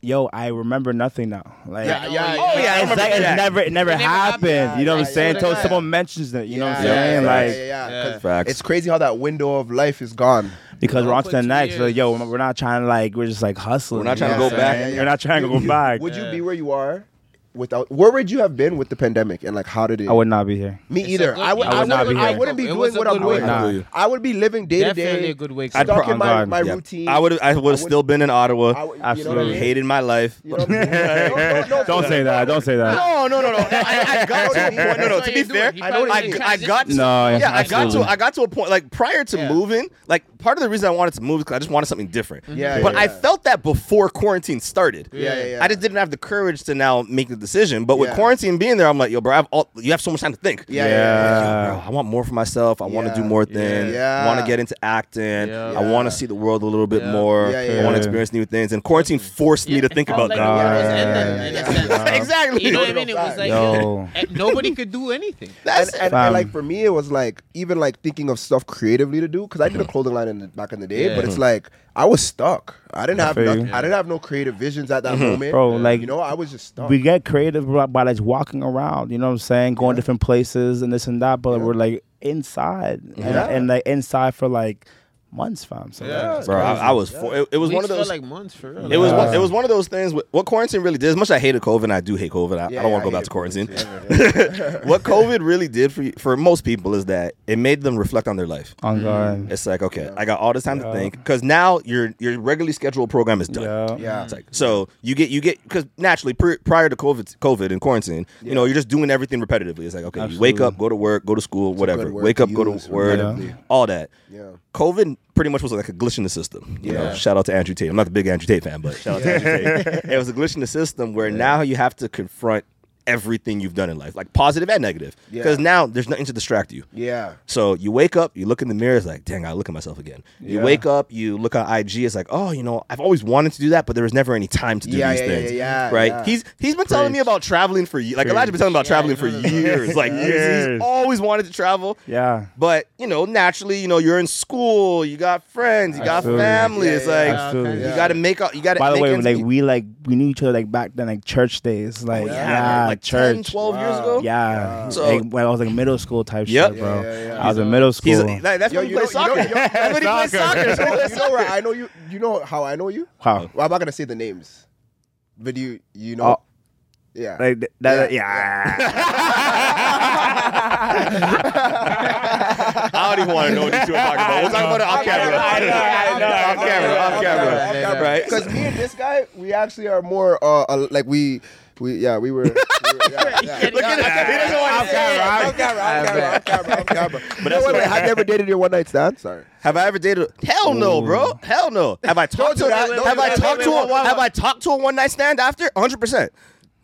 S3: yo, I remember nothing now. Like,
S5: Yeah, yeah, yeah.
S3: Oh yeah, it's
S5: I
S3: like it's
S4: that.
S3: never it never
S5: It never
S3: happened.
S5: happened.
S3: You know what I'm
S1: Yeah,
S3: saying?
S1: yeah,
S3: Until
S1: yeah.
S3: someone mentions it. You know what I'm
S1: Yeah,
S3: saying?
S1: yeah,
S3: like
S1: yeah, yeah, yeah. 'Cause
S4: Facts.
S1: it's crazy how that window of life is gone.
S3: because we're on to
S5: Quick
S3: the
S5: two
S3: next.
S5: years.
S3: Like, yo, we're not trying to like we're just like hustling.
S4: We're not
S3: you know
S4: trying to
S3: what
S4: go
S3: I'm
S4: back.
S3: saying? We're not trying to go back.
S1: Would you be where you are without? Where would you have been with the pandemic? And like, how did it?
S3: I would not be here.
S1: Me either.
S5: good-
S1: I would.
S5: I
S1: I,
S5: would
S3: not
S1: would,
S3: be
S1: I
S3: here.
S1: wouldn't be
S5: It
S1: doing
S5: was a
S1: what I'm
S5: good wake
S1: doing.
S3: up.
S1: Nah. I would be living day to
S5: Definitely
S1: day.
S5: a good wake
S3: I'd
S5: up.
S1: Stuck
S3: pro-
S1: in
S3: I'm
S1: my,
S3: gone.
S1: my
S4: Yeah.
S1: routine.
S4: I would. I would have still been in Ottawa.
S1: I would- you know what I
S3: Absolutely.
S1: mean?
S4: hated my life.
S1: You know what I'm saying? No, no, no,
S3: Don't
S1: no.
S3: say that. Don't say
S4: <laughs>
S3: that.
S4: No, no, no, no. I, I got to a point. No, no. To be fair,
S5: He
S4: I,
S5: probably
S4: I,
S5: didn't
S4: I got to.
S3: No,
S4: yeah, I got to.
S3: absolutely.
S4: I got to a point. Like prior to
S5: Yeah.
S4: moving, like part of the reason I wanted to move is because I just wanted something different.
S1: Mm-hmm. Yeah,
S4: But
S1: yeah,
S4: I
S1: yeah.
S4: felt that before quarantine started.
S1: Yeah, yeah, yeah.
S4: I just didn't have the courage to now make the decision. But with
S1: Yeah.
S4: quarantine being there, I'm like, yo, bro, I have all, you have so much time to think.
S1: Yeah, yeah, yeah.
S4: Yo, bro, I want more for myself. I want
S1: Yeah.
S4: to do more things.
S1: Yeah.
S4: I want to get into acting.
S5: Yeah.
S4: I want to see the world a little bit
S5: Yeah.
S4: more.
S1: Yeah, yeah,
S4: I want
S3: yeah.
S4: to experience new things. And quarantine forced me to think about
S5: like
S4: that.
S5: it was
S3: Yeah,
S5: ended in a
S1: yeah,
S3: <laughs>
S5: sense.
S1: yeah.
S4: Exactly.
S5: You know what I mean? It was like
S3: Yo.
S5: eh, nobody could do anything.
S1: and, and, and
S3: Fam.
S1: like for me, it was like even like thinking of stuff creatively to do because I did a clothing line in the, back in the day,
S5: Yeah.
S1: but it's like I was stuck. I didn't have
S3: feel
S1: nothing,
S3: you. Mm-hmm.
S1: I didn't have no creative visions at that moment,
S3: Bro, like,
S1: you know, I was just stuck.
S3: We get creative by by, like walking around. You know what I'm saying? Going different places and this and that. But we're like inside and,
S1: Yeah.
S3: and like inside for like months, fam. So, like,
S5: Yeah.
S4: Bro, I, I was. For, it, it was
S5: Weeks
S4: one of
S5: felt
S4: those.
S5: like months for real.
S4: it was. One,
S3: Yeah.
S4: it was one of those things. With, what quarantine really did. As much as I hated COVID, and I do hate COVID. I,
S1: Yeah,
S4: I
S1: yeah,
S4: don't want
S1: I
S4: to go back
S1: hate
S4: to quarantine. <laughs> what COVID really did for you- for most people is that it made them reflect on their life.
S3: on God.
S4: It's like okay, I got all this time to think because now your your regularly scheduled program is done.
S3: Yeah.
S1: yeah, Mm-hmm.
S4: It's like so you get you get because naturally pr- prior to COVID COVID and quarantine, you know you're just doing everything repetitively. It's like okay, you wake
S3: Absolutely.
S4: up, go to work, go to school, whatever.
S1: good word
S4: Wake
S1: to
S4: up, go
S1: use,
S4: to work,
S1: repetitively.
S4: all that.
S1: Yeah.
S4: COVID pretty much was like a glitch in the system. You
S1: Yeah.
S4: know, shout out to Andrew Tate. I'm not the big Andrew Tate fan, but shout out to Andrew Tate. <laughs> It was a glitch in the system where now you have to confront everything you've done in life, like positive and negative,
S1: Yeah.
S4: because now there's nothing to distract you.
S1: yeah.
S4: So you wake up, you look in the mirror, it's like, dang, I look at myself again. You
S3: Yeah.
S4: wake up, you look on IG, it's like, oh, you know, I've always wanted to do that, but there was never any time to do
S1: Yeah,
S4: these
S1: yeah, yeah,
S4: things.
S1: yeah,
S4: right?
S1: yeah.
S4: He's he's been telling me
S3: Preach.
S4: about traveling for years. Like Elijah been telling me about traveling for
S1: <laughs>
S4: years. Like years. He's
S3: Years.
S4: always wanted to travel.
S3: Yeah.
S4: But you know, naturally, you know, you're in school, you got friends, you got
S3: Absolutely.
S4: family.
S1: Yeah,
S4: it's
S1: yeah,
S4: like
S5: uh,
S3: Absolutely.
S4: you gotta make out you gotta
S3: By the
S4: make
S3: way,
S4: ends
S3: like
S4: meet.
S3: we like we knew each other like back then, like church days, like
S4: yeah,
S3: yeah,
S4: like
S3: at church.
S4: 10, 12 years ago.
S3: Yeah,
S4: So-
S3: like, when I was like middle school type
S4: Yep.
S3: shit, bro.
S1: Yeah, yeah, yeah.
S3: I was in middle school.
S4: He's, like, that's
S1: Yo,
S4: when he
S1: you know-
S4: plays
S1: you know-
S4: soccer.
S1: you know-
S4: That's when he plays
S3: <laughs>
S4: soccer.
S1: <laughs> you know, you know where I know you. You know how I know you.
S3: How?
S1: Well, I'm not gonna say the names, but you you know.
S3: Oh.
S1: yeah.
S3: Like th- that?
S1: Yeah.
S3: Yeah.
S4: I don't even want to know what you two are talking about. We'll talk about it off camera.
S3: I know,
S4: <laughs>
S3: I know, I
S4: Off
S3: know.
S4: camera, off camera.
S5: camera.
S4: Right.
S1: Because me and this guy, we actually are more uh, uh like we we yeah we were. we
S4: <laughs>
S1: were- yeah, yeah.
S4: Look at that. He doesn't want to say it.
S1: Off camera, off camera, off camera, off camera. But
S4: that's
S1: wait, wait,
S4: what-
S1: I never dated your one night stand. Sorry.
S4: Have I ever dated? Hell no, bro. Hell no. Have I talked
S1: do
S4: to?
S1: that.
S4: Have
S1: Don't do
S4: I
S1: that.
S4: talked
S1: Wait,
S4: to?
S1: wait,
S4: a- Have I talked to a one night stand after? 100. percent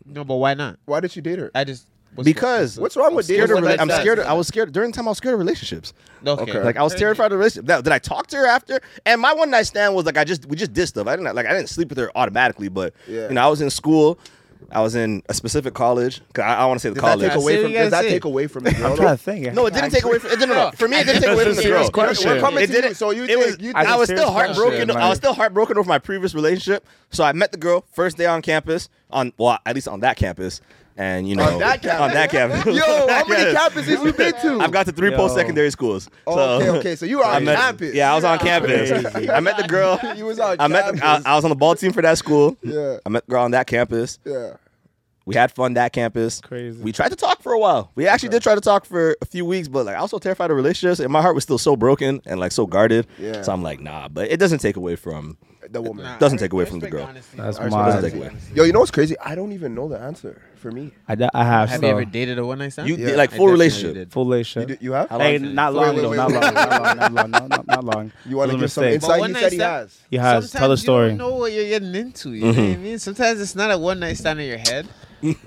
S5: No, but why not?
S1: Why did you date her?
S5: I just what's-
S4: Because
S1: What's wrong with
S4: scared
S1: dating? one
S4: of rela-
S1: night
S4: I'm
S1: stands?
S4: scared. of- I was scared during the time. I was scared of relationships.
S5: Okay.
S1: Okay.
S4: Like I was terrified of the relationship. Now, did I talk to her after? And my one night stand was like I just we just did stuff. I didn't like I didn't sleep with her automatically, but
S1: Yeah.
S4: you know I was in school. I was in a specific college. 'cause I, I want to say the
S1: Does that
S4: college.
S1: take
S5: I see
S1: away
S5: what
S1: from?
S5: you
S1: Does
S5: guys
S1: that
S5: say.
S1: take away from? the
S3: I'm
S1: girl,
S3: trying
S1: though?
S3: to think.
S4: No, it didn't take away. From, it didn't. No, for me, it didn't take away from the girl.
S1: question.
S4: It
S1: Coming to you,
S4: didn't-
S1: so you
S4: it was.
S1: think- you think-
S4: I was still
S3: Serious question,
S4: heartbroken. I was
S3: like-
S4: still heartbroken over my previous relationship. So I met the girl first day on campus. On well, at least on that campus, and you know, on
S1: that campus?
S4: on that
S1: <laughs>
S4: campus.
S1: Yo,
S4: <laughs>
S1: how many
S4: Yes.
S1: campuses you been to?
S4: I've got to three
S3: Yo.
S4: post-secondary schools.
S1: Oh,
S4: so
S1: okay, okay. So you were
S4: <laughs> I
S1: on
S4: met-
S1: campus.
S4: Yeah, I was on campus.
S3: Crazy.
S4: I met the girl.
S1: <laughs> You was on
S4: I met. The, I,
S1: campus.
S4: I was on the ball team for that school.
S1: Yeah.
S4: I met the girl on that campus.
S1: Yeah.
S4: We had fun that campus. <laughs>
S3: Crazy.
S4: We tried to talk for a while. We actually did try to talk for a few weeks, but like I was so terrified of relationships, and my heart was still so broken and like so guarded.
S1: Yeah.
S4: So I'm like, nah. But it doesn't take away from.
S1: The woman.
S5: Nah,
S4: Doesn't
S5: I
S4: take away from the
S5: respect
S4: girl.
S5: honesty.
S3: That's
S1: Ours
S3: my.
S4: doesn't take away.
S1: Yo, you know what's crazy? I don't even know the answer for me.
S3: I, d- I have.
S5: Have
S3: so.
S5: you ever dated a one night stand?
S4: You
S1: Yeah,
S4: like
S5: I
S4: full
S5: definitely
S4: relationship.
S5: did.
S3: Full
S1: You,
S3: late
S1: do, you have?
S3: Hey, not
S1: Wait,
S3: long
S1: wait,
S3: though.
S1: wait,
S3: Not
S1: wait,
S3: long. Not long. Not long. Not not- not long.
S1: You want to
S3: It was a
S1: give some
S3: mistake.
S5: But
S1: insight?
S5: one
S1: He
S5: night
S1: said he
S5: stand-
S1: has.
S3: He has. Tell the
S5: Sometimes
S3: story.
S5: You don't know what you're getting into. You know what I mean? Sometimes it's not a one night stand in your head,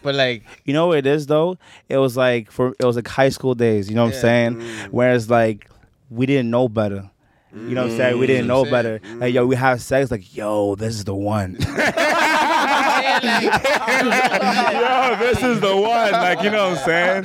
S5: but like
S3: You know what it is though? It was like for it was like high school days, you know what
S5: Yeah.
S3: I'm saying? Whereas like we didn't know better. You know what I'm saying? We didn't know
S5: That's what I'm
S3: better. Like yo, we have sex, like, yo, this is the one.
S5: Yeah,
S3: yo, this is the one. Like, you know
S5: <laughs>
S3: what I'm saying?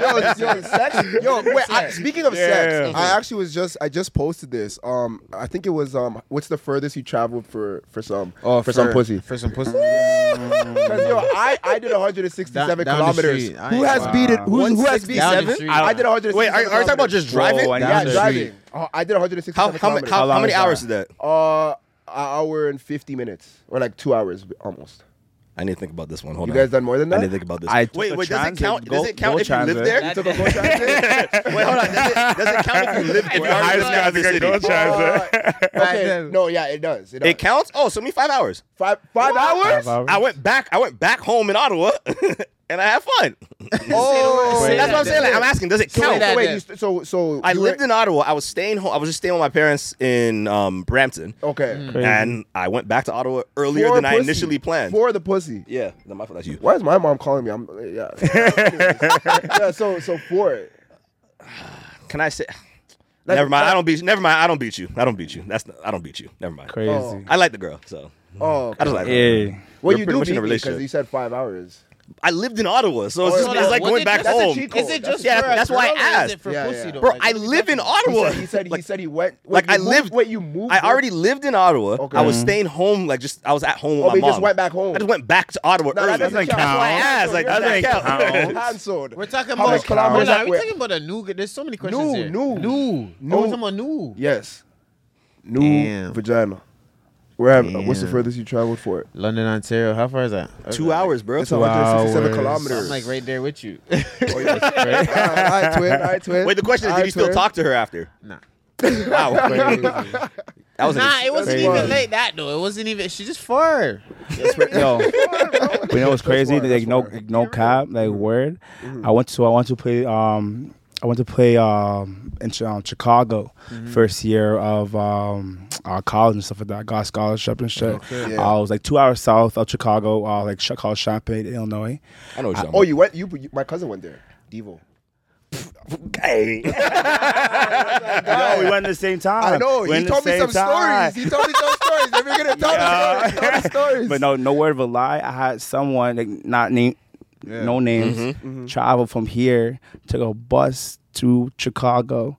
S1: yo, yo, sex. Yo, wait. I, speaking of
S3: Yeah,
S1: sex,
S3: yeah.
S1: I actually was just I just posted this. Um, I think it was um, what's the furthest you traveled for for some
S5: Oh,
S1: for, some pussy?
S5: For some pussy.
S1: 'Cause, yo, I I did 167
S5: Down- down the
S1: kilometers.
S5: street. I
S1: Who
S5: ain't-
S1: has
S5: Wow.
S1: beat it? Who's, who has beat?
S4: 167?
S5: Down the street.
S1: I did 167.
S4: <laughs> Wait, are, are you talking about
S1: kilometers.
S4: just driving?
S3: Whoa, I-
S1: Yeah,
S3: Down the
S1: driving. Oh, I did 167.
S4: how how, many-
S1: kilometers.
S4: how,
S3: How
S4: how
S3: long
S4: many
S3: is
S4: hours is
S3: that?
S4: that?
S1: Uh, an hour and 50 minutes, or like two hours almost.
S4: I need to think about this one. Hold
S1: You
S4: on.
S1: guys done more than
S4: I
S1: that?
S4: need to think about this.
S3: I took
S4: wait,
S3: a
S4: wait. Does it
S3: transit,
S4: count? does
S3: Go-
S4: it count
S3: Go
S4: if you live
S3: Transit.
S4: there?
S1: You took a go transit?
S4: <laughs> Wait, hold on. Does it, does it count if you live? If you already live in the city?
S1: Uh,
S4: <laughs>
S1: okay.
S5: then.
S1: No, yeah, it does. It does.
S4: It counts. Oh, so me five hours.
S1: Five five hours?
S3: Five hours.
S4: I went back. I went back home in Ottawa, <laughs> and I had fun.
S1: Oh,
S5: Say
S4: That's
S5: that
S4: what I'm saying. Like, I'm asking, does it
S1: So
S4: count?
S1: wait,
S5: that
S1: wait,
S5: then.
S1: you st- so so
S4: I
S1: you
S4: lived
S1: were-
S4: in Ottawa. I was staying home. I was just staying with my parents in um, Brampton,
S1: okay
S4: and I went back to Ottawa earlier
S1: For
S4: than I
S1: pussy.
S4: initially planned.
S1: for the pussy.
S4: yeah, no, my fault. That's you.
S1: Why is my mom calling me? I'm
S4: <laughs>
S1: yeah. yeah. So so for it.
S4: Can I say? never mind. I don't beat. You. Never mind. I don't beat you. I don't beat you. That's. I don't beat you. Never mind.
S3: Crazy.
S4: I like the girl, so
S1: Oh, okay.
S4: I just like. Her.
S3: Yeah.
S1: well,
S4: We're
S1: you
S4: pretty
S1: do
S4: much in
S1: beat because
S4: a relationship.
S1: you said five hours.
S4: I lived in Ottawa, so it's,
S1: Oh,
S4: just,
S1: hold
S4: it's
S1: on.
S4: like
S5: Was
S4: going
S5: it
S4: back
S5: just-
S1: that's a
S4: home.
S1: cheat code.
S5: Is it just
S4: Yeah,
S5: for
S4: that's
S5: a
S4: why I
S5: girl or is
S4: asked.
S5: it for
S1: Yeah,
S5: pussy
S1: yeah.
S5: though?
S4: Bro,
S5: Like,
S4: I
S5: what are we
S4: live in
S5: talking about?
S1: He
S4: Ottawa.
S1: said he said, he,
S4: Like-
S1: said he went. wait,
S4: like
S1: you
S4: I
S1: moved-
S4: lived-
S1: Wait, you moved.
S4: I
S1: there?
S4: already lived in Ottawa.
S1: Okay.
S4: I was staying home, like just I was at home with
S1: Oh,
S4: my
S1: but you
S4: mom.
S1: just went back home.
S4: I just went back to Ottawa
S1: No,
S4: early.
S1: that doesn't
S3: That's like
S1: count.
S3: how I
S4: asked, like,
S1: You're
S4: that doesn't
S1: canceled.
S4: <laughs> count.
S1: You're Canceled.
S5: We're talking
S1: How
S5: about
S1: much kilometers
S5: Hold on,
S1: that
S5: We're
S1: way-
S5: talking about a new. There's so many questions
S1: New,
S5: here.
S1: new,
S5: new,
S1: new.
S5: Oh, we're talking about new.
S1: Yes. New
S5: Damn.
S1: vagina. Where have, uh, what's the
S5: Damn.
S1: furthest you traveled for it?
S5: London, Ontario. How far is that?
S4: Two hours, bro.
S1: It's 167
S3: hours.
S5: So I'm
S1: kilometers.
S5: like right there with you.
S1: Oh, yeah. <laughs> all right, twin. All right, twin.
S4: Wait, the question is,
S1: All
S4: did
S1: right,
S4: you still
S1: twin.
S4: talk to her after?
S5: nah.
S4: <laughs> Wow, that was
S5: <laughs>
S4: an
S5: Nah,
S4: ex-
S5: it wasn't
S1: That's
S5: even
S1: wild.
S5: like that though. It wasn't even. She's just far.
S3: Yo, <laughs> you know what's crazy?
S1: why, that's
S3: Like no,
S1: why.
S3: like, no cap, like
S1: Mm-hmm.
S3: word. I went to I went to play um I went to play um in Chi- um, Chicago
S1: Mm-hmm.
S3: first year of um uh, college and stuff like that. I got scholarship and shit.
S1: Yeah.
S3: I was like two hours south of Chicago, uh, like Ch- called Champaign, Illinois.
S4: I know what you're
S1: Oh,
S4: talking
S1: you went. You, you my cousin went there. Devo.
S4: about.
S1: <laughs>
S4: Hey.
S3: No, we went at the same time.
S1: Oh I know.
S3: We
S1: He
S3: went at the
S1: told me
S3: same
S1: some
S3: time.
S1: stories. He told me some stories. If you're gonna tell me stories, tell me stories.
S3: But no, no word of a lie. I had someone like not name, no Mm-hmm. names, travel from here, took a bus to Chicago.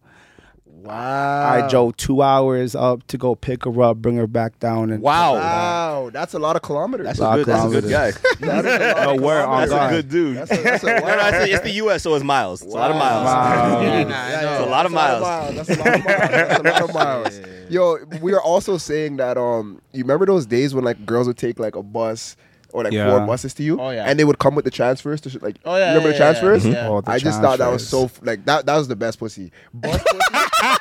S1: Wow.
S3: I drove two hours up to go pick her up, bring her back down, and
S4: Wow.
S1: Wow, that's a lot of kilometers.
S4: That's
S3: Wow,
S4: a good, that's a good guy.
S3: kilometers.
S1: That is a lot
S3: No,
S1: of
S3: word on
S1: kilometers.
S4: Oh That's a
S3: God.
S4: good dude.
S1: That's a, that's a
S4: no, <laughs> no,
S1: lot.
S4: it's, it's the U.S., so it's miles. It's a lot of miles. <laughs>
S3: Wow.
S5: Yeah,
S3: Wow.
S5: nah,
S1: <laughs>
S5: I
S1: Yeah,
S5: know.
S1: yeah,
S4: It's a lot of miles.
S1: That's a lot of miles. That's a lot of miles. Yo, we are also saying that um, you remember those days when like girls would take like a bus or like
S3: Yeah.
S1: four buses to you,
S5: Oh, yeah.
S1: and they would come with the transfers to sh- like.
S5: Oh, yeah,
S1: remember
S5: yeah,
S1: the
S5: yeah, yeah.
S1: transfers?
S3: <laughs>
S5: Mhm. Yeah.
S3: Oh, the
S1: I just thought that was so
S3: transfers.
S1: f- like that. That was the best pussy. Bus pussy.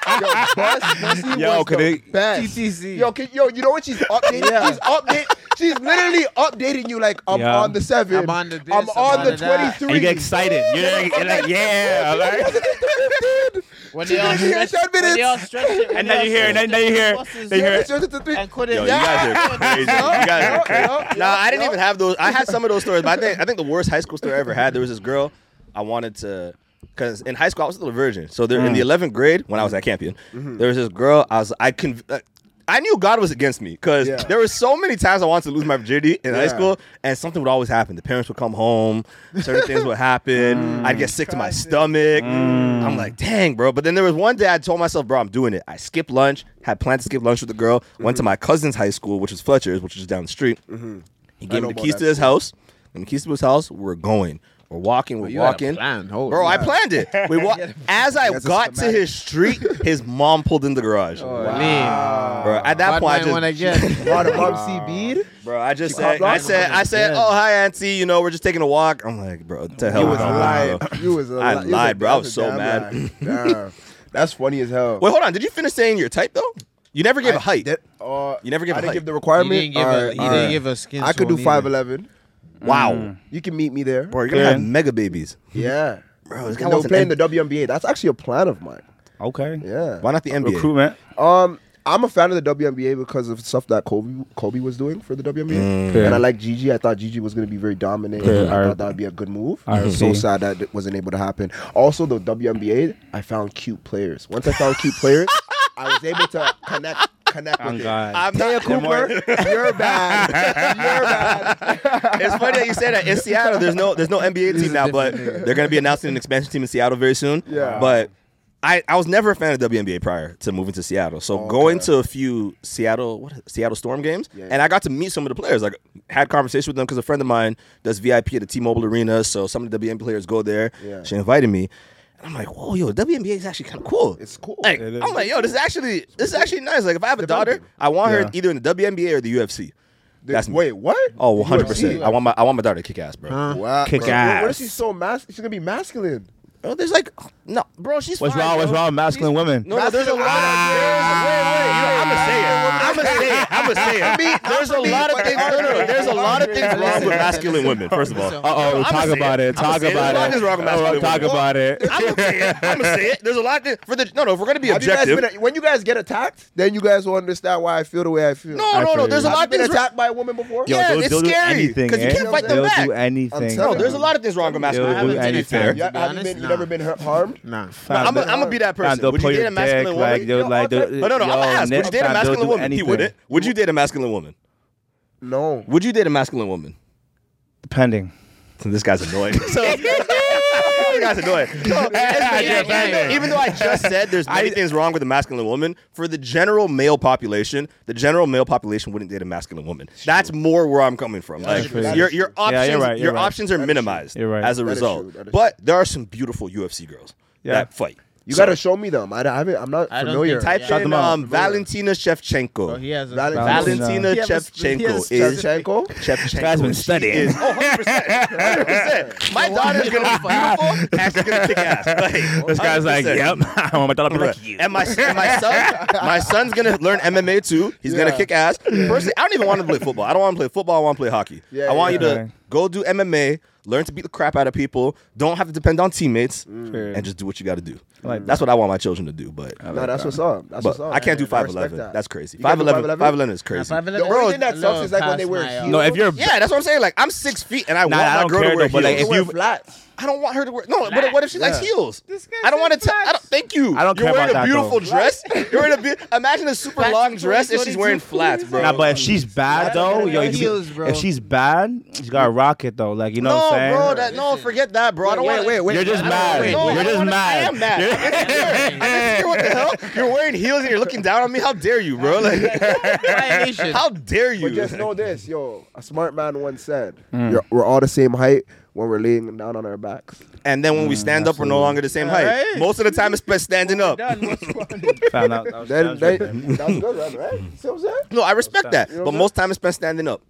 S1: yo, bus pussy
S3: Yo,
S1: was
S3: could
S1: the
S3: they-
S1: best.
S5: TTC.
S1: Yo, can, yo, you know what she's updating? She's update. She's literally updating you like I'm
S3: Yeah.
S1: on the seven.
S5: I'm on the this,
S1: I'm
S5: I'm
S1: on
S5: on
S1: the
S5: the that.
S1: twenty-three.
S4: And you
S1: <laughs>
S4: get excited. You're like, you're like yeah. all right.
S5: When they all
S1: She didn't
S5: stretch,
S1: hear ten
S5: when they
S1: minutes.
S5: all stretch it, when
S3: And
S5: they
S3: then
S5: all
S3: you hear,
S5: stretch
S3: and then you
S5: it,
S3: hear,
S5: buses
S3: then you hear.
S1: Just the three-
S5: And couldn't.
S4: Yo, you guys <laughs> are crazy. You guys are crazy.
S1: Yup, yup,
S4: <laughs> Nah, I didn't
S1: yup.
S4: even have those. I had some of those stories, but I think I think the worst high school story I ever had. There was this girl I wanted to, because in high school I was still a virgin. So there in
S1: Mm.
S4: the eleventh grade when I was at
S1: Mm-hmm.
S4: Campion, there was this girl. I was I can. I knew God was against me because
S1: Yeah.
S4: there were so many times I wanted to lose my virginity in high
S1: Yeah.
S4: school, and something would always happen. The parents would come home, certain things would
S1: Mm.
S4: happen. I'd get sick to my stomach. I'm like, dang, bro. But then there was one day I told myself, bro, I'm doing it. I skipped lunch, had planned to skip lunch with the girl,
S1: Mm-hmm.
S4: went to my cousin's high school, which is Fletcher's, which is down the street. He gave
S1: know
S4: me the
S1: about
S4: keys
S1: that
S4: to his house. And the keys to his house, we're going. We're walking,
S5: <laughs>
S4: we're
S5: You had a
S4: walking.
S5: plan. Hold
S4: Bro, I
S5: on.
S1: <laughs>
S4: planned it. We wa- as I
S1: That's a
S4: got to
S1: schematic.
S4: his street, his mom pulled in the garage. Bro, at that
S5: Bad
S4: point, I
S5: man
S4: just,
S5: wanna get.
S1: Brought a Bubsy bead.
S4: bro, I just
S1: She
S4: said,
S1: called
S4: I
S1: off?
S4: said, I said, oh hi, auntie. You know, we're just taking a walk. I'm like, bro, to hell
S1: You was
S4: with that,
S1: lying.
S4: bro.
S1: You was a
S4: I
S1: li- you
S4: lied, bro. I was
S1: a
S4: so
S1: damn
S4: mad.
S1: lie. Damn. That's funny as hell.
S4: Wait, hold on. Did you finish saying your type though? You never gave a height.
S1: That- uh,
S4: You never give
S1: I
S4: a
S1: didn't
S4: height.
S1: give the requirement.
S5: You didn't give a-
S1: Alright,
S5: you didn't
S1: alright.
S5: give a skin
S1: I could do
S5: tone either.
S1: five eleven.
S4: wow,
S1: You can meet me there.
S4: bro, you're gonna have
S3: Yeah.
S4: mega babies.
S1: Yeah,
S4: Bro, this guy
S1: And we're
S4: wants an
S1: playing the
S4: N-
S1: WNBA. That's actually a plan of mine.
S3: Okay.
S1: Yeah.
S4: Why not the NBA?
S3: Recruitment.
S1: Um, I'm a fan of the WNBA because of stuff that Kobe Kobe was doing for the WNBA,
S3: Mm. Yeah.
S1: and I like Gigi. I thought Gigi was going to be very dominant.
S3: Yeah,
S1: I
S3: I-
S1: thought that would be a good move.
S3: I
S1: I'm so
S3: see.
S1: sad that it wasn't able to happen. Also, the WNBA, I found cute players. Once I found cute players, I was able to connect connect with
S3: I'm
S1: it.
S3: God.
S4: I'm
S1: Taya
S4: not
S1: Cooper, you're bad. You're bad.
S4: It's funny that you say that in Seattle. There's no there's no NBA team now, but they're gonna be announcing an expansion team in Seattle very soon.
S1: Yeah.
S4: But I, I was never a fan of WNBA prior to moving to Seattle. So going to a few Seattle what Seattle Storm games,
S1: Yeah.
S4: and I got to meet some of the players. Like had conversation with them because a friend of mine does VIP at the T-Mobile Arena, so some of the WNBA players go there.
S1: Yeah.
S4: She invited me. And I'm like, whoa, yo, WNBA is actually kind of cool.
S1: It's cool.
S4: Like,
S3: It is.
S4: I'm like, yo, this is actually this is actually nice. Like, if I have a daughter,
S1: Developing.
S4: I want
S3: Yeah.
S4: her either in the WNBA or the UFC. That's me.
S1: Wait, what?
S4: Oh, 100 percent.
S1: UFC.
S4: I want my I want my daughter to kick ass, bro.
S1: Wow,
S3: Kick
S1: bro. What
S3: ass.
S1: if she's so mas? She's gonna be masculine.
S4: Bro, there's like no, bro. She's
S3: What's
S4: fine,
S3: wrong?
S4: Bro.
S3: What's wrong? with Masculine women.
S4: No, no, there's a lot. Of,
S3: Ah.
S4: there's, wait, wait, wait,
S3: <laughs>
S4: I'm gonna say it. I'm gonna say it. I'm gonna say it. There's a lot of things. No, no, no. There's a lot of things wrong with masculine
S5: <laughs>
S4: women. First of all,
S5: Listen.
S3: Uh oh,
S4: I'ma
S3: talk
S4: say
S3: about
S4: it.
S3: it.
S4: I'ma
S3: Talk
S4: say it. There's a lot
S3: about it.
S4: of things wrong with
S3: Oh,
S4: masculine
S3: Talk
S4: women.
S3: about it.
S4: I'm gonna say it. I'm gonna say it. There's a lot. Of, for the no, no. If we're gonna be
S1: Have you guys
S4: objective,
S1: been, when you guys get attacked, then you guys will understand why I feel the way I feel.
S4: no, no, no. There's a
S1: Have
S4: lot
S1: you
S4: of
S1: been
S4: things.
S1: attacked by a woman before?
S4: Yo,
S3: Yeah,
S4: they'll-
S3: it's
S4: they'll do
S3: scary,
S4: anything,
S3: 'cause you
S4: eh?
S3: can't fight them
S4: They'll
S3: back.
S4: do
S1: anything.
S4: No, there's a lot of things wrong with masculine.
S3: They'll do
S4: women.
S3: anything.
S4: Fair.
S5: Yeah,
S1: Yeah,
S5: To be
S1: have you,
S5: honest,
S1: been, you
S5: nah.
S1: never been hurt, harmed?
S5: Nah.
S4: I'm gonna be that person.
S3: they'll
S4: Would you
S3: pull
S4: date
S3: your
S4: a masculine
S3: dick,
S4: woman?
S3: Like, they'll, like, they'll,
S4: No, no, no. I'm
S3: yo,
S4: gonna ask. Would
S3: next
S4: you date a
S3: time they'll
S4: masculine
S3: do
S4: woman? He
S3: anything.
S4: wouldn't. Would you date a masculine woman?
S1: No.
S4: Would you date a masculine woman?
S3: Depending.
S4: This guy's annoying. <laughs> so, this guy's <laughs> annoying. So, even, though- even though I just said there's many things wrong with a masculine woman, for the general male population, the general male population wouldn't date a masculine woman. That's more where I'm coming from. Like
S3: true.
S4: your your
S3: Yeah, you're
S4: options,
S3: right, you're
S4: your
S3: right.
S4: options are minimized
S3: You're right.
S4: as a
S1: That is true,
S4: result.
S1: that is
S4: But there are some beautiful UFC girls
S3: Yeah.
S4: that fight.
S1: You
S4: So,
S1: gotta show me them. I, I haven't, I'm not
S5: I don't
S1: familiar.
S5: think-
S4: type
S5: Shout
S4: in
S3: them out.
S4: um, Valentina Shevchenko.
S5: Bro, Oh, he has a
S1: Valentina.
S3: Valentina.
S4: Valentina
S5: He has a sp- he has
S4: Shevchenko
S5: a
S4: is
S1: Shevchenko?
S4: Shevchenko.
S3: Guy's been
S4: She
S3: studying. <laughs>
S4: is- Oh, 100%. 100%. My daughter's going to be beautiful and she's going to kick ass.
S3: <laughs>
S4: Like,
S3: This guy's like,
S4: 100%.
S3: yep. <laughs> I want my daughter to be like you.
S4: And my and my son, my son's gonna learn MMA too. He's
S1: Yeah.
S4: gonna kick ass. Personally, I don't even want to play football. I don't want to play football. I want to play hockey.
S1: Yeah,
S4: I want
S1: yeah.
S4: you to
S3: Okay.
S4: go do MMA, learn to beat the crap out of people. Don't have to depend on teammates,
S1: Mm.
S3: Sure.
S4: and just do what you got to do.
S3: like
S4: That's what I want my children to do. But
S1: No, that's what's up. That's
S4: but
S1: what's up.
S4: I can't do
S1: respect
S4: five eleven.
S1: that.
S4: That's crazy.
S1: You can't
S4: Five
S1: do
S4: eleven.
S1: 5'11"?
S4: Five eleven is crazy.
S1: The only thing that sucks is like when they wear heels.
S5: uh,
S3: No, if you're
S4: Yeah, that's what I'm saying. Like I'm six feet and I
S3: Nah, I
S4: want my
S3: don't
S4: girl
S3: care
S4: to wear
S3: though, but, like,
S4: heels.
S1: if
S3: if
S1: you
S3: you-
S1: flats.
S4: I don't want her to wear. No, but what if she likes heels?
S5: This guy
S4: I don't want to
S5: said
S4: tell. I don't.
S5: flats.
S4: Thank you.
S3: I don't
S4: You're
S3: care
S4: wearing
S3: about
S4: a
S3: that,
S4: beautiful
S3: though.
S4: dress. You're wearing a be- imagine a super
S5: Flats
S4: long
S5: is
S4: dress and she's wearing
S5: 22,
S4: flats, bro.
S3: Nah, but if she's bad though, yo, you be-
S5: Heels, bro.
S3: if she's bad, she gotta rock it though. Like you know
S4: no,
S3: what I'm saying?
S4: bro. That, no, forget that, bro. I don't want.
S1: wait, wait.
S3: You're just
S1: I don't-
S3: mad.
S1: wait,
S4: No,
S1: wait.
S4: I
S3: You're
S4: don't
S3: just
S4: wanna- I
S3: mad.
S4: am mad.
S3: You're-
S4: I'm
S3: <laughs>
S4: insecure. I'm insecure. What the hell? You're wearing heels and you're looking down on me. How dare you, bro? <laughs> Like,
S2: Violation.
S4: how dare you?
S1: But just know this, yo. A smart man once said, "You're- "We're all the same height when we're laying down on our backs."
S4: And then when we stand up, we're no longer the same height.
S5: Alright.
S4: Most of the time, it's spent standing up.
S3: Found out. That was- that
S1: Then,
S3: was right there.
S1: then that's good, right? right? See what I'm saying?
S4: No, I respect that,
S1: You know
S4: but
S1: what I'm
S4: most time it's spent standing up.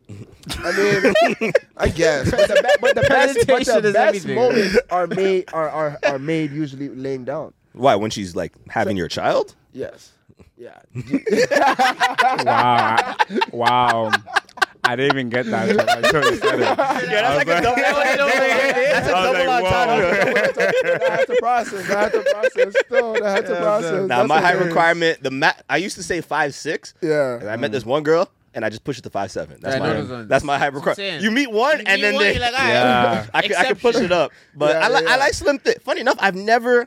S1: I
S4: <laughs>
S1: mean, I guess, but the, be- but <laughs> the best, but
S2: Presentation
S1: the
S2: is
S1: best
S2: everything.
S1: moments are made are, are are made usually laying down.
S4: Why? When she's like having your child?
S1: Yes. Yeah.
S3: <laughs> Wow, I- wow. I didn't even get that. until I- until you said it.
S4: Yeah, that's like a
S1: <laughs>
S4: double. <laughs> That's a
S3: I was
S4: double
S3: like, whoa.
S4: entendre.
S1: I had to process. I had to process. Still, I had to process.
S4: Now
S1: That's
S4: my height
S1: okay.
S4: requirement, the mat. I used to say five six.
S1: Yeah.
S4: And I met this one girl, and I just pushed it to five seven. That's
S2: Yeah, I know those
S4: my
S2: ones.
S4: that's my height
S2: That's what I'm
S4: requirement.
S2: saying.
S4: You meet one, and then they,
S2: "Ah,
S3: Yeah.
S4: I, could, I could push
S1: <laughs>
S4: it up, but
S1: Yeah,
S4: I, li-
S1: yeah, yeah.
S4: I like slim thick. Funny enough, I've never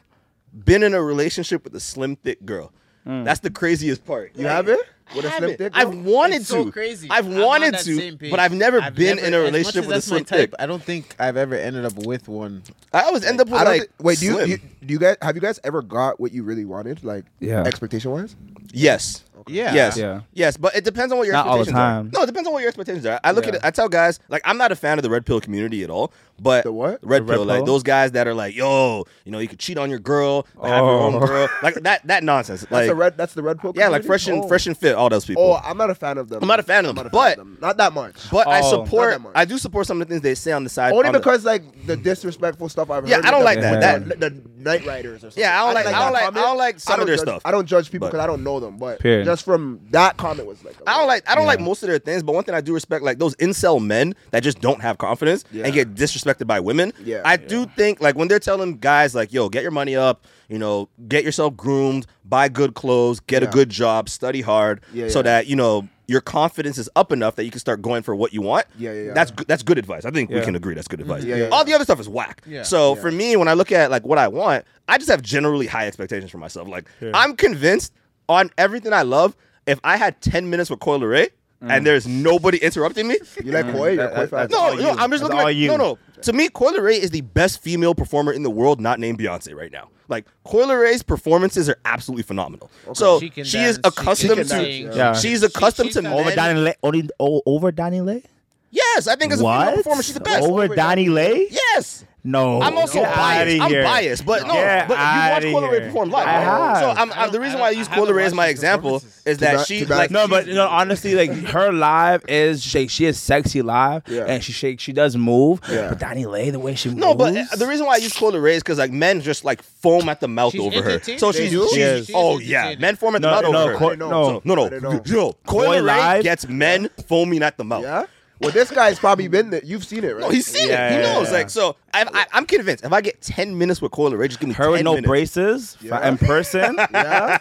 S4: been in a relationship with a slim thick girl. That's the craziest part.
S1: Hmm. You have it? With a
S4: I
S1: slim dick?
S4: I've wanted
S2: It's
S4: to.
S2: so crazy.
S4: I've
S2: I'm on
S4: wanted
S2: that
S4: to,
S2: same page.
S4: but I've never
S2: I've
S4: been
S2: never-
S4: in a
S2: as much
S4: relationship
S2: as
S4: with a
S2: that's my
S4: slim
S2: type,
S4: thick.
S5: I don't think I've ever ended up with one.
S4: I always end up with
S1: I don't
S4: like.
S1: thi- wait, do you,
S4: slim.
S1: you do you guys have you guys ever got what you really wanted, like
S3: Yeah.
S1: expectation wise?
S4: Yes.
S5: Yeah.
S4: Yes.
S3: Yeah.
S4: Yes, but it depends on what your
S3: Not all the
S4: expectations
S3: time.
S4: are. No, it depends on what your expectations are. I look at
S3: Yeah.
S4: it. I tell guys like I'm not a fan of the red pill community at all. But
S1: The what?
S4: Red,
S3: The red
S4: pill, like
S3: pill?
S4: those guys that are like, yo, you know, you could cheat on your girl, have your own
S3: Oh.
S4: girl, like that that nonsense. Like
S1: That's the red. That's the red pill.
S4: yeah, like
S1: community?
S4: fresh and
S1: oh.
S4: fresh and fit, all those people.
S1: Oh, I'm not a fan of them.
S4: I'm not a fan of them,
S1: I'm not a
S4: but-
S1: fan of them. not that much.
S4: but I
S3: Oh.
S1: Not
S4: support.
S1: that much.
S4: I do support some of the things they say on the side.
S1: only
S4: on the-
S1: because like the disrespectful stuff I've
S4: Yeah,
S1: heard.
S4: I don't
S1: with
S4: like
S1: them,
S3: that.
S1: like, The, the night riders or something.
S4: Yeah, I don't like- I don't
S1: that
S4: like-
S1: comment.
S4: I don't like some
S1: I
S4: of
S1: don't
S4: their
S1: judge-
S4: stuff.
S1: I don't judge people
S4: But-
S1: because I don't know them, but
S3: Period.
S1: just from that comment was like.
S4: I don't like I don't like most of their things, but one thing I do respect, like those incel men that just don't have confidence
S1: Yeah.
S4: and get disrespected by women.
S1: Yeah.
S4: I do think like when they're telling guys like, "Yo, get your money up, you know, get yourself groomed, buy good clothes, get
S1: Yeah.
S4: a good job, study hard,
S1: Yeah,
S4: so
S1: yeah.
S4: that you know your confidence is up enough that you can start going for what you want."
S1: Yeah, yeah, yeah.
S4: That's good. That's good advice. I think we
S3: Yeah.
S4: can agree that's good advice. Oh,
S1: Yeah, yeah,
S4: All
S1: yeah.
S4: the other stuff is whack.
S2: Yeah.
S4: So for me, when I look at like what I want, I just have generally high expectations for myself. Like I'm convinced on everything I love. If I had 10 minutes with Coil Ray and there's nobody interrupting me,
S1: You like Koi? You're a Koi
S3: Mm, that-
S1: fan.
S3: that's
S4: no,
S3: all
S4: no,
S3: you.
S4: I'm just
S3: That's
S4: looking
S3: all
S4: at
S3: you.
S4: no, no. To me, Coil Ray is the best female performer in the world, not named Beyonce right now. Like Coil Ray's performances are absolutely phenomenal. So she,
S2: She can dance,
S4: is
S2: she can
S4: accustomed
S1: sing.
S4: to.
S3: Yeah.
S4: She's
S2: She-
S4: accustomed
S2: she's
S4: to
S2: the
S4: men.
S3: Over Donnie Lay, only- o- over Donnie Lay.
S4: Yes, I think as a female
S3: What?
S4: performer, she's the best.
S3: Over Donnie Lay?
S4: Yes.
S3: No,
S4: I'm also
S3: Get
S4: biased.
S3: outta
S4: I'm
S3: here.
S4: biased, but no,
S3: Get
S4: but you watch
S3: outta
S4: Coil Ray
S3: here.
S4: perform live.
S3: I
S4: right?
S3: have.
S4: So I'm,
S2: I
S4: I, the
S2: don't-
S4: reason
S2: I
S4: why I
S2: don't-
S4: use
S2: I haven't
S4: Coil Ray as
S2: watched
S4: my
S2: these
S4: example
S2: performances.
S4: is that
S1: bad-
S4: she
S1: too bad.
S4: like
S3: No, but no, honestly, like her live is she, she is sexy live,
S1: Yeah.
S3: and she shake, she does move.
S1: Yeah.
S3: But Donnie Lay, the way she moves,
S4: No, but uh, the reason why I use Cola Ray is because like men just like foam at the mouth
S2: She's
S4: over her.
S2: entertaining.
S4: So
S2: They
S4: she's,
S1: do?
S4: she's
S3: Yes.
S2: She's
S4: oh yeah,
S2: entertaining.
S4: men foam at the
S3: No,
S4: mouth
S3: no,
S4: over
S3: Coil-
S4: her.
S1: no,
S4: So, no,
S1: I
S4: no,
S1: didn't know.
S4: yo, Coil
S3: Coil
S4: Ray
S3: Live?
S4: gets men foaming at the mouth.
S1: Yeah. Well, this guy's probably been there. You've seen it, right?
S4: No, he's seen
S3: Yeah,
S4: it. He
S3: yeah,
S4: knows.
S3: yeah.
S4: Like so, I, I, I'm convinced. If I get ten minutes with Coil Ray, just give me
S3: her
S4: 10
S3: with no
S4: minutes.
S3: braces fi-
S1: Yeah.
S3: in person.
S1: Yeah.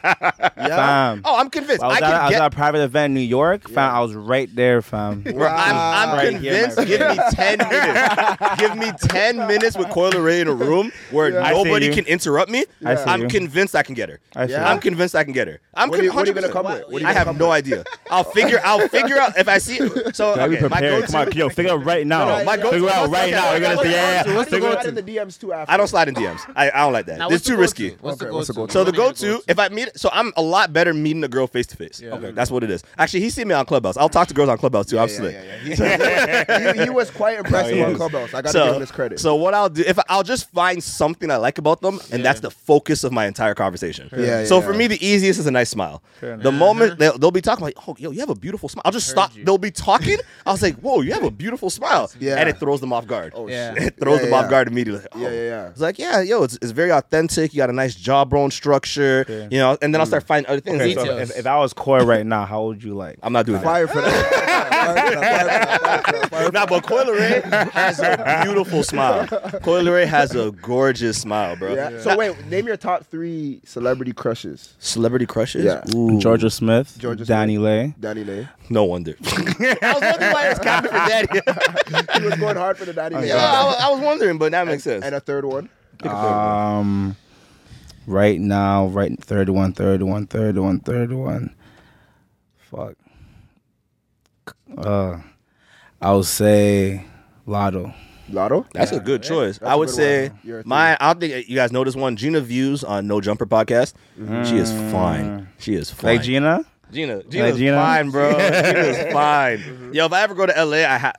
S1: Yeah.
S3: Fam,
S4: Oh, I'm convinced.
S3: I, was
S4: I
S3: at,
S4: can
S3: I was
S4: get.
S3: at a private event in New York. Fam,
S1: Yeah.
S3: I was right there, fam.
S4: Bro, I'm, I'm
S1: Wow.
S3: Right here, my
S4: convinced. Give me ten minutes. Give me ten
S3: <laughs>
S4: minutes with Coil Ray in a room where
S3: I see
S4: nobody
S3: you.
S4: can interrupt me.
S3: I see
S4: I'm
S3: you.
S4: convinced I can get her.
S3: I see
S1: Yeah.
S3: you.
S4: I'm convinced I can get her. I'm
S1: What are you- what are you gonna
S4: 100%.
S1: come with? What are you
S4: I
S1: gonna
S4: have no idea. I'll figure. I'll figure out if I see. So
S3: Gotta be
S4: okay, my
S3: prepared.
S4: go-to.
S3: Come on, yo, figure out right now.
S4: No, no, my go-to-
S3: figure out
S4: what's-
S3: right
S4: okay,
S3: now. We're
S4: okay,
S3: gonna
S4: what's
S3: say,
S4: the
S3: yeah, yeah.
S1: What's the
S3: Figure
S1: go
S3: out-
S1: in the DMs too after?
S4: I don't slide in DMs. I, I don't like that.
S2: Now,
S4: It's
S2: what's
S4: too
S2: the go-to?
S4: risky.
S2: What's
S1: Okay,
S2: the
S1: what's the
S2: go to?
S4: So the go-to, if I meet, so I'm a lot better meeting a girl face to face. Okay, that's what it is. Actually, he's seen me on Clubhouse. I'll talk to girls on Clubhouse too. I'm slick. <laughs>
S1: he, he was quite impressive
S3: Oh,
S1: on
S3: yes.
S1: Clubhouse. I got to give him
S4: So,
S1: his credit.
S4: so what I'll do if I, I'll just find something I like about them, and that's the focus of my entire conversation.
S1: Yeah,
S4: so
S1: yeah.
S4: for me, the easiest is a nice smile. The moment they'll, they'll be talking like, "Oh, yo, you have a beautiful smile," I'll just stop. They'll be talking. I was like, "Whoa, you have a beautiful smile,"
S1: <laughs> Yeah.
S4: and it throws them off guard.
S1: Oh,
S2: Yeah.
S1: shit.
S4: <laughs> it throws
S1: Yeah,
S4: them
S1: yeah,
S4: off
S1: yeah.
S4: guard immediately. Like, oh.
S1: Yeah, yeah, yeah.
S4: It's like, yeah, yo, it's, it's very authentic. You got a nice jawbone structure, you know.
S1: Mm.
S4: And then I'll start finding other things.
S3: Okay,
S2: Details.
S3: so if, if I was Corey right now, how would you like?
S4: I'm not doing that.
S1: Fire for that.
S4: nah, but Coil Ray has a beautiful smile.
S1: <laughs>
S4: Coil Ray has a gorgeous smile, bro.
S1: Yeah. So wait, name your top three celebrity crushes.
S4: Celebrity crushes?
S1: Yeah.
S4: Ooh.
S3: Georgia Smith,
S1: Georgia
S3: Danny
S1: Smith.
S3: Lay.
S1: Danny Lay. <laughs>
S4: No wonder. I was wondering why it's coming for Daddy.
S1: He was going hard for the Danny Lay.
S4: <laughs> yeah, I, was- I was wondering, but that makes sense.
S1: And a third one.
S3: Um, right now, right third one, third one, third one, third one. Fuck. Uh, I would say Lotto.
S1: Lotto.
S4: That's a good choice.
S1: That's
S4: I
S1: a
S4: would
S1: good
S4: say
S1: one. You're a
S4: my. I don't think you guys know this one. Gina Views on No Jumper podcast. She is fine. She is fine.
S3: Like Mm. Gina.
S4: Gina. Gina's
S3: Gina?
S4: fine,
S3: <laughs>
S4: bro. Gina's
S1: Mm-hmm.
S4: fine. Yo, if I ever go to LA, I ha-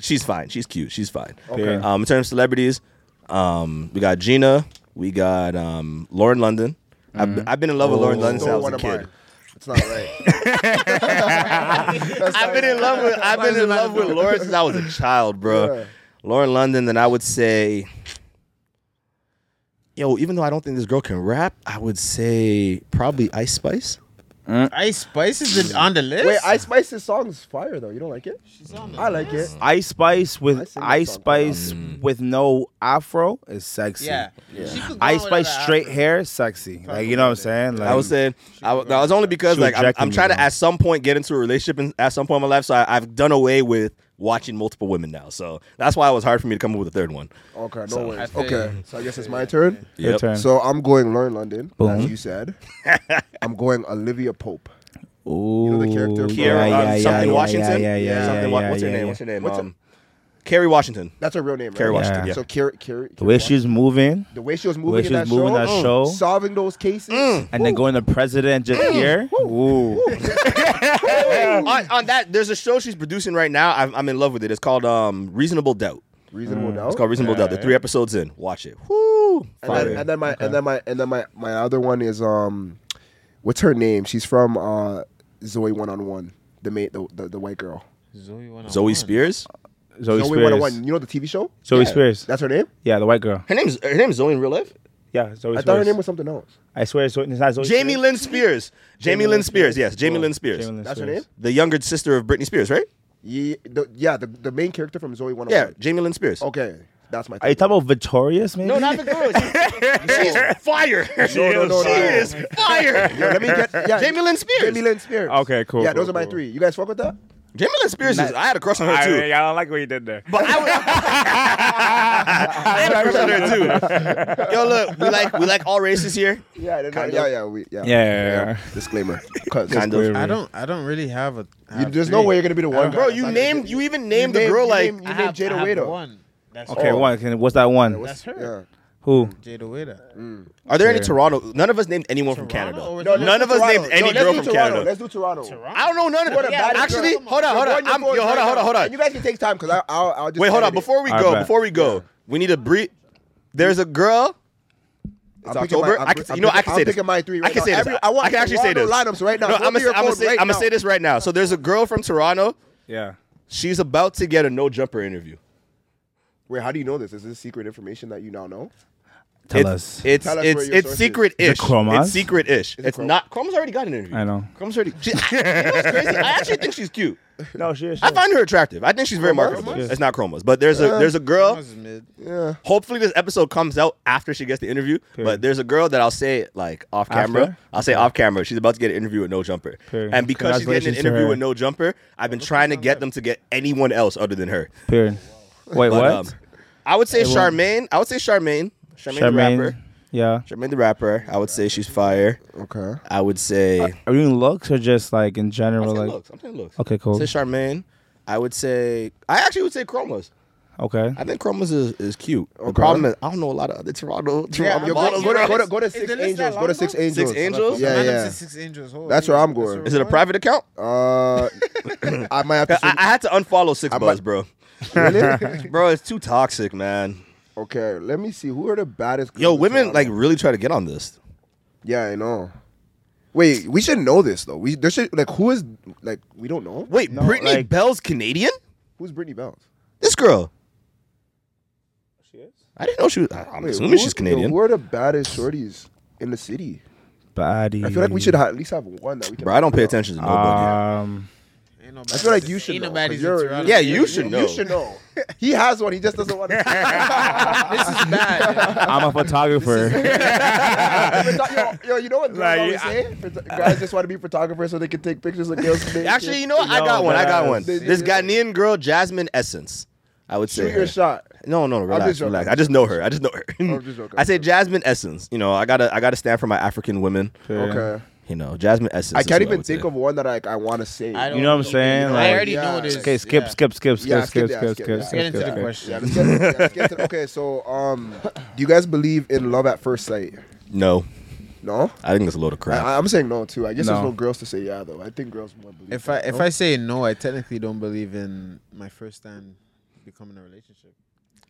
S4: she's fine. She's cute. She's fine.
S3: Okay.
S4: Um, in terms of celebrities, um, we got Gina. We got um, Lauren London.
S3: Mm.
S4: I've, I've been in love with Lauren London since I
S1: Stole one
S4: was a
S1: of
S4: kid.
S1: mine. It's not
S4: <laughs>
S1: right.
S4: I've been in love with I've been in love with Lauren since I was a child, bro.
S1: Yeah.
S4: Lauren London, then I would say, yo, even though I don't think this girl can rap, I would say probably Ice Spice.
S5: Ice Spice is on the list.
S1: Wait, Ice Spice's song's fire though. You don't like it? I like it.
S3: Ice Spice
S1: I
S3: with
S1: sing that
S3: Ice
S1: song.
S3: Spice with no afro is sexy.
S5: Yeah. She could go
S3: Ice
S5: without
S3: Spice
S5: an
S3: straight
S5: afro.
S3: hair is sexy. Like you know what I'm saying? Like
S4: I would say I, would- that was only because
S3: Um, She
S4: like I'm,
S3: rejected
S4: I'm
S3: me,
S4: trying to
S3: bro.
S4: at some point get into a relationship and at some point in my life, so I, I've done away with watching multiple women now. So that's why it was hard for me to come up with a third one.
S1: Okay, no
S4: So-
S1: worries.
S5: I feel
S1: Okay,
S5: you.
S1: so I guess it's my turn.
S3: your
S4: Yep.
S3: turn.
S1: So I'm going Lauren London,
S3: Boom.
S1: as you
S4: <laughs>
S1: said. I'm going Olivia Pope.
S3: Ooh,
S1: know the character from- Yeah,
S4: Kiera, um, something
S3: yeah,
S4: Washington.
S3: Yeah, yeah, yeah.
S4: Something
S3: yeah,
S4: Wa-
S3: yeah,
S4: what's her
S3: yeah,
S4: name?
S3: yeah.
S4: What's her name?
S1: What's
S4: um, Carrie Washington.
S1: That's her real name, right?
S4: Kerry Washington.
S3: Yeah.
S4: Yeah.
S1: So Carrie, Carrie,
S3: The way she was moving
S1: the way she was
S3: way
S1: moving,
S3: she
S1: in,
S3: was
S1: that
S3: moving
S1: show,
S3: that show.
S1: solving those cases.
S4: Mm.
S3: and then going to president just here. Ooh.
S4: on, on that, there's a show she's producing right now. I'm, I'm in love with it. It's called um, Reasonable Doubt.
S1: Reasonable doubt.
S4: It's called Reasonable Doubt. They're three episodes in. Watch it. Woo!
S1: and, then,
S4: Fire.
S1: and then my and then my and then my my other one is um, what's her name? She's from uh, Zoe One on One, the mate, the, the the white girl.
S5: Zoe, one on
S4: Zoe
S5: one.
S4: Spears.
S3: Zoe
S1: Zoe One on
S3: Spears.
S1: One. You know the TV show?
S3: Zoe Spears.
S1: That's her name.
S3: Yeah, the white girl.
S4: Her name's her name's Zoe in real life.
S3: Yeah, Zoe
S1: I
S3: Spears.
S1: thought her name was something else.
S3: I swear it's, it's not Zoe.
S4: Jamie
S3: Spears.
S4: Lynn Spears. Jamie Lynn Spears. Yes, Jamie Lynn Spears.
S3: Jamie Lynn
S1: That's her
S3: Spears.
S1: name?
S4: The younger sister of Britney Spears, right?
S1: Yeah, the, yeah, the, the main character from Zoe One on
S4: Yeah,
S1: One.
S4: Jamie Lynn Spears.
S1: Okay, that's my.
S3: Are you talking about Victorious? Maybe?
S4: No, not the <laughs> girl. She's, she's fire.
S1: no, no,
S4: she
S1: no.
S4: is fire.
S1: Yo, let me
S3: <laughs>
S1: get yeah,
S4: Jamie Lynn Spears.
S1: Jamie Lynn Spears.
S3: Okay, cool,
S1: Yeah,
S3: cool,
S1: those are my
S3: cool.
S1: three. You guys fuck with that?
S4: Jamie Lynn Spears is. I had a crush on her too.
S3: I, I don't like what you did there.
S4: But I
S1: <laughs>
S4: would. I had a crush on her too. Yo, look, we like we like all races here.
S1: Yeah, they're not-
S4: Kinda.
S1: yeah, yeah, we, yeah,
S3: Yeah, yeah, yeah.
S1: Disclaimer. 'Cause-
S4: Kind of.
S5: I don't. I don't really have a.
S1: You- there's no way you're gonna be the one.
S4: Bro, you named you even named the
S1: named-
S4: girl
S1: you
S4: like
S1: named- you named Jada Waiter.
S5: One. That's
S3: Okay,
S5: all.
S3: one. Can, Oh. what's that one?
S5: That's her.
S1: Yeah.
S3: Who?
S5: Jada Waiter.
S4: Are there any
S3: Yeah.
S4: Toronto? None of us named anyone from Canada.
S5: Toronto or-
S1: No, let's
S4: none
S1: do
S4: of us
S1: Toronto.
S4: named any
S1: No, let's
S4: girl
S1: do
S4: from
S1: Toronto.
S4: Canada.
S1: Let's do Toronto. Toronto.
S4: I don't know none of
S1: What
S4: them.
S1: a bad
S4: Actually,
S1: girl.
S4: hold on, hold
S1: You're
S4: on.
S1: going
S4: I'm, yo,
S1: your
S4: hold on,
S1: fourth
S4: hold on, hold
S1: round.
S4: on.
S1: And You guys can take time because I'll, I'll, I'll just.
S4: Wait, hold on.
S1: edit it.
S4: Before we
S3: I
S4: go,
S3: bet.
S4: before we go, we need a brief. There's a girl. It's
S1: I'm picking
S4: October.
S1: my- I'm
S4: I can,
S1: picking-
S4: you know, I
S1: I'm
S4: can say
S1: picking
S4: this.
S1: my three right
S4: I can
S1: now.
S4: say this.
S1: Every- I want
S4: I can actually say this.
S1: Toronto lineups right now.
S4: No,
S1: Go
S4: I'm
S1: to your
S4: gonna
S1: phone
S4: say,
S1: right
S4: I'm gonna
S1: now.
S4: say this right now. So there's a girl from Toronto.
S3: Yeah.
S4: She's about to get a no jumper interview.
S1: Wait, how do you know this? Is this secret information that you now know?
S3: Tell
S4: it's,
S3: us.
S4: It's
S1: Tell us where
S4: it's
S1: your
S4: it's
S1: source is.
S4: secret
S3: it
S4: ish.
S3: Chromas?
S4: It's secret ish.
S1: it
S4: It's
S1: Chrom-
S4: not. Chroma's already got an interview.
S3: I know.
S4: Chroma's already.
S1: <laughs>
S4: She, you know what's crazy? I actually think she's cute.
S3: No, she is.
S4: I find her attractive. I think she's very marketable.
S3: Chromas?
S4: It's not Chroma's, but there's a there's a girl.
S5: That was mid.
S1: Yeah.
S4: Hopefully, this episode comes out after she gets the interview. But
S3: Period.
S4: there's a girl that I'll say like off camera.
S3: After?
S4: I'll say off camera. She's about to get an interview with No Jumper,
S3: Period.
S4: and because she's getting
S3: Congratulations
S4: an
S3: to
S4: interview
S3: her.
S4: with No Jumper, I've been trying to get them to get anyone else other than her.
S3: Period. Wait,
S4: But,
S3: what?
S4: um, I would say
S3: It won't-
S4: Charmaine. I would say Charmaine. Charmaine, the
S3: Charmaine.
S4: rapper.
S3: Yeah.
S4: Charmaine the rapper. I would say she's fire.
S1: Okay.
S4: I would say.
S3: Are you in looks or just like in
S4: I'm
S3: general?
S4: saying
S3: Like,
S4: looks. I'm saying looks.
S3: okay, cool.
S4: Say Charmaine. I would say. I actually would say Chromas.
S3: Okay.
S4: I think Oh, Chromas is, is cute. The problem is I don't know a lot of other Toronto. Toronto
S1: Yo,
S4: models,
S1: go, go, to,
S4: bro.
S1: go, to, go to
S5: Is
S1: Six
S5: the list that
S1: Angels. Go to
S5: long,
S1: Six
S5: though?
S1: Angels.
S4: Six Angels.
S1: Yeah,
S5: Man, I'm
S1: yeah.
S5: just Six angels. Hold
S1: That's
S5: on.
S1: where I'm
S5: That's
S1: going.
S5: where
S4: Is it a
S5: we're
S4: private account?
S1: Uh, I might have to.
S4: I, I had to unfollow Six
S1: I'm
S4: Buzz,
S1: like-
S4: <laughs> bro.
S1: Really?
S4: Bro, it's too toxic, man.
S1: okay, let me see. Who are the baddest? girls
S4: Yo,
S1: in
S4: women
S1: Toronto?
S4: like really try to get on this.
S1: Yeah, I know. Wait, we should know this though. We there should like who is like we don't know
S4: Wait,
S3: No,
S4: Brittany
S3: like-
S4: Bell's Canadian?
S1: who's Brittany Bells.
S4: This girl.
S3: She is.
S4: I didn't know she was. I- I'm
S1: Wait,
S4: assuming
S1: who-
S4: she's
S1: yo,
S4: Canadian.
S1: who are the baddest shorties in the city?
S3: Body.
S1: I feel like we should ha- at least have one that we can.
S4: Ah. Bro, I don't pay attention to nobody.
S3: Um.
S5: going. Ain't nobody.
S1: I feel like you should
S5: Ain't
S1: know. 'cause
S5: nobody's in
S1: you're-
S5: Toronto.
S4: Yeah, you should know.
S1: You should know. <laughs> He has one. He just doesn't want to.
S5: This is bad.
S3: I'm a photographer.
S1: <laughs> yo, yo, you know what girls
S3: Like,
S1: always
S3: I-
S1: say? Phot- guys just want to be photographers so they can take pictures of
S4: <laughs>
S1: girls. naked.
S4: Actually, you know what? I got one. I got
S3: guys.
S4: one. This Ghanaian girl, Jasmine Essence. I would say
S1: shoot your
S4: her.
S1: shot.
S4: No, no, no. Relax,
S1: just joking.
S4: relax. I just know her. I just know her. <laughs>
S1: I'm just joking.
S4: I say Jasmine Essence. You know, I gotta, I gotta stand for my African women.
S1: Okay.
S4: You know, Jasmine Essence.
S1: I
S4: is
S1: can't
S4: who
S1: even
S4: would
S1: think
S4: say.
S1: of one that I, I want to say.
S5: I don't
S3: You know what I'm saying?
S5: I
S3: Like-
S5: already know
S1: Yeah.
S5: it is.
S3: okay, skip,
S5: Yeah.
S3: skip, skip, skip,
S1: Yeah,
S3: skip,
S1: that,
S3: skip, skip,
S1: that.
S3: skip,
S5: Get into
S3: skip,
S5: the
S3: skip.
S5: question.
S1: Yeah, let's get, yeah, let's get to, okay, so um, do you guys believe in love at first sight?
S4: No,
S1: No,
S4: I think it's a load of crap.
S1: I, I'm saying no too. I guess there's
S3: No.
S1: no girls to say yeah though. I think girls more believe.
S5: If I
S1: that,
S5: if
S1: no?
S5: I say no, I technically don't believe in my first time becoming a relationship.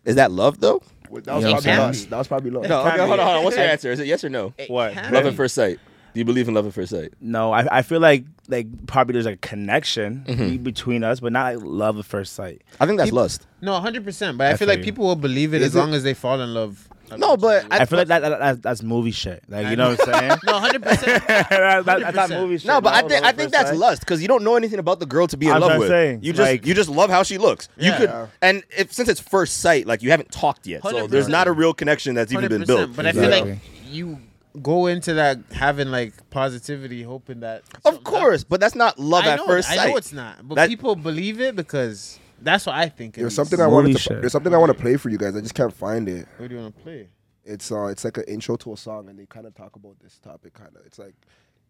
S4: is that love though?
S1: Well, that was
S3: Yeah,
S1: probably
S5: it can
S1: us.
S5: be.
S1: That was probably love.
S4: No.
S5: It
S4: Okay,
S5: can be.
S4: hold on, hold on. What's your answer? Is it yes or no?
S3: What?
S4: Love at first sight. Do you believe in love at first sight?
S3: No, I, I feel like like probably there's a connection between us, but not like love at first sight.
S4: I think that's lust.
S5: No, 100%. But I,
S3: I
S5: feel
S3: feel
S5: like
S3: you.
S5: people will believe it
S1: Is
S5: as
S1: it-
S5: long as they fall in love.
S4: No, but
S3: I, feel like that, that, that that's movie shit. Like you know what
S5: <laughs>
S3: I'm saying?
S5: No, 100%.
S3: that, that, that's not
S5: 100%.
S3: movie shit.
S4: No, but I
S3: love
S4: think I
S3: at
S4: think
S3: first
S4: that's
S3: sight.
S4: lust because you don't know anything about the girl to be in
S3: I'm
S4: love
S3: just
S4: with.
S3: saying,
S4: you just
S3: like-
S4: you just love how she looks.
S5: Yeah.
S4: You
S1: Yeah.
S4: could and if since it's first sight, like you haven't talked yet, so there's
S5: 100%.
S4: not a real connection that's even been built.
S5: But I feel like
S3: Exactly.
S5: you go into that having like positivity, hoping that.
S4: of course, but that's not love
S5: I
S4: at
S5: know,
S4: first
S5: I
S4: sight.
S5: know it's not. But
S4: That-
S5: people believe it because that's what I think. at
S1: There's
S5: least.
S1: something I wanted to.
S3: Holy shit.
S1: There's something I want to play for you guys. I just can't find it.
S5: What do you want to play?
S1: It's uh, it's like an intro to a song, and they kind of talk about this topic. Kind of, it's like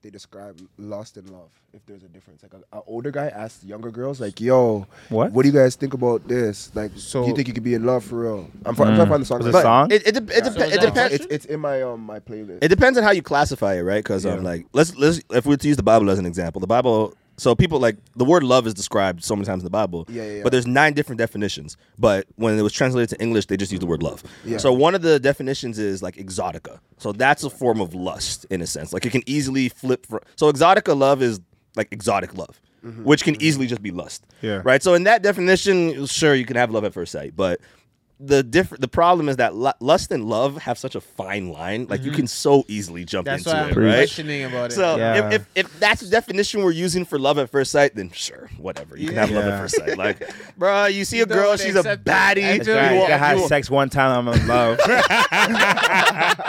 S1: they describe lust and love. If there's a difference, like an older guy asks younger girls, like, "Yo,
S3: What?
S1: What do you guys think about this? Like,
S5: So-
S1: do you think you could be in love for real?" I'm, fi- I'm trying to find the song.
S3: Mm. Was it
S1: But
S3: song?
S4: It, it, de- it, de-
S5: So
S4: it
S5: that's-
S4: depends.
S1: It's, it's in my um my playlist.
S4: It depends on how you classify it, right? Because um, like let's let's if we were to use the Bible as an example, the Bible. So people like the word love is described so many times in the Bible.
S1: Yeah, yeah, yeah.
S4: But there's nine different definitions. But when it was translated to English, they just used the word love.
S1: Yeah.
S4: So one of the definitions is like exotica. So that's a form of lust in a sense. Like it can easily flip. From, so exotica love is like exotic love.
S1: Mm-hmm.
S4: Which can easily just be lust,
S3: Yeah.
S4: right? So in that definition, sure you can have love at first sight, but the diff- the problem is that lu- lust and love have such a fine line. Like you can so easily jump
S5: Mm-hmm. That's
S4: into
S5: why I'm
S4: it, right?
S5: questioning about it.
S4: So
S3: Yeah.
S4: if, if if that's the definition we're using for love at first sight, then sure, whatever. You can have love at
S3: Yeah.
S4: first
S5: <laughs>
S4: sight. Like, bro, you see a
S5: don't
S4: girl,
S5: wanna
S4: she's a
S5: accept that.
S4: baddie.
S5: I
S3: That's right.
S4: You
S3: I
S4: want-
S3: had
S4: you want-
S3: sex one time. I'm in love.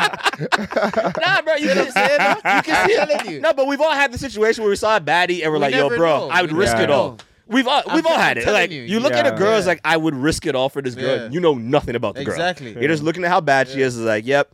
S4: Nah, bro, you
S3: <laughs>
S4: can see it.
S5: <laughs>
S4: bro. You can see it.
S5: I'm telling you.
S4: No, but we've all had the situation where we saw a baddie and we're
S5: We
S4: like, yo,
S5: never
S4: bro,
S5: know.
S4: I would
S5: We
S4: risk
S3: never
S4: it all.
S5: know.
S4: We've all we've
S5: I'm
S4: all had it.
S5: telling
S4: Like you,
S5: you.
S4: look at a
S3: Yeah.
S4: girl, it's
S5: Yeah.
S4: like I would risk it all for this girl.
S5: Yeah.
S4: You know nothing about the girl.
S5: Exactly.
S4: You're just looking at how bad she is. It's like, yep.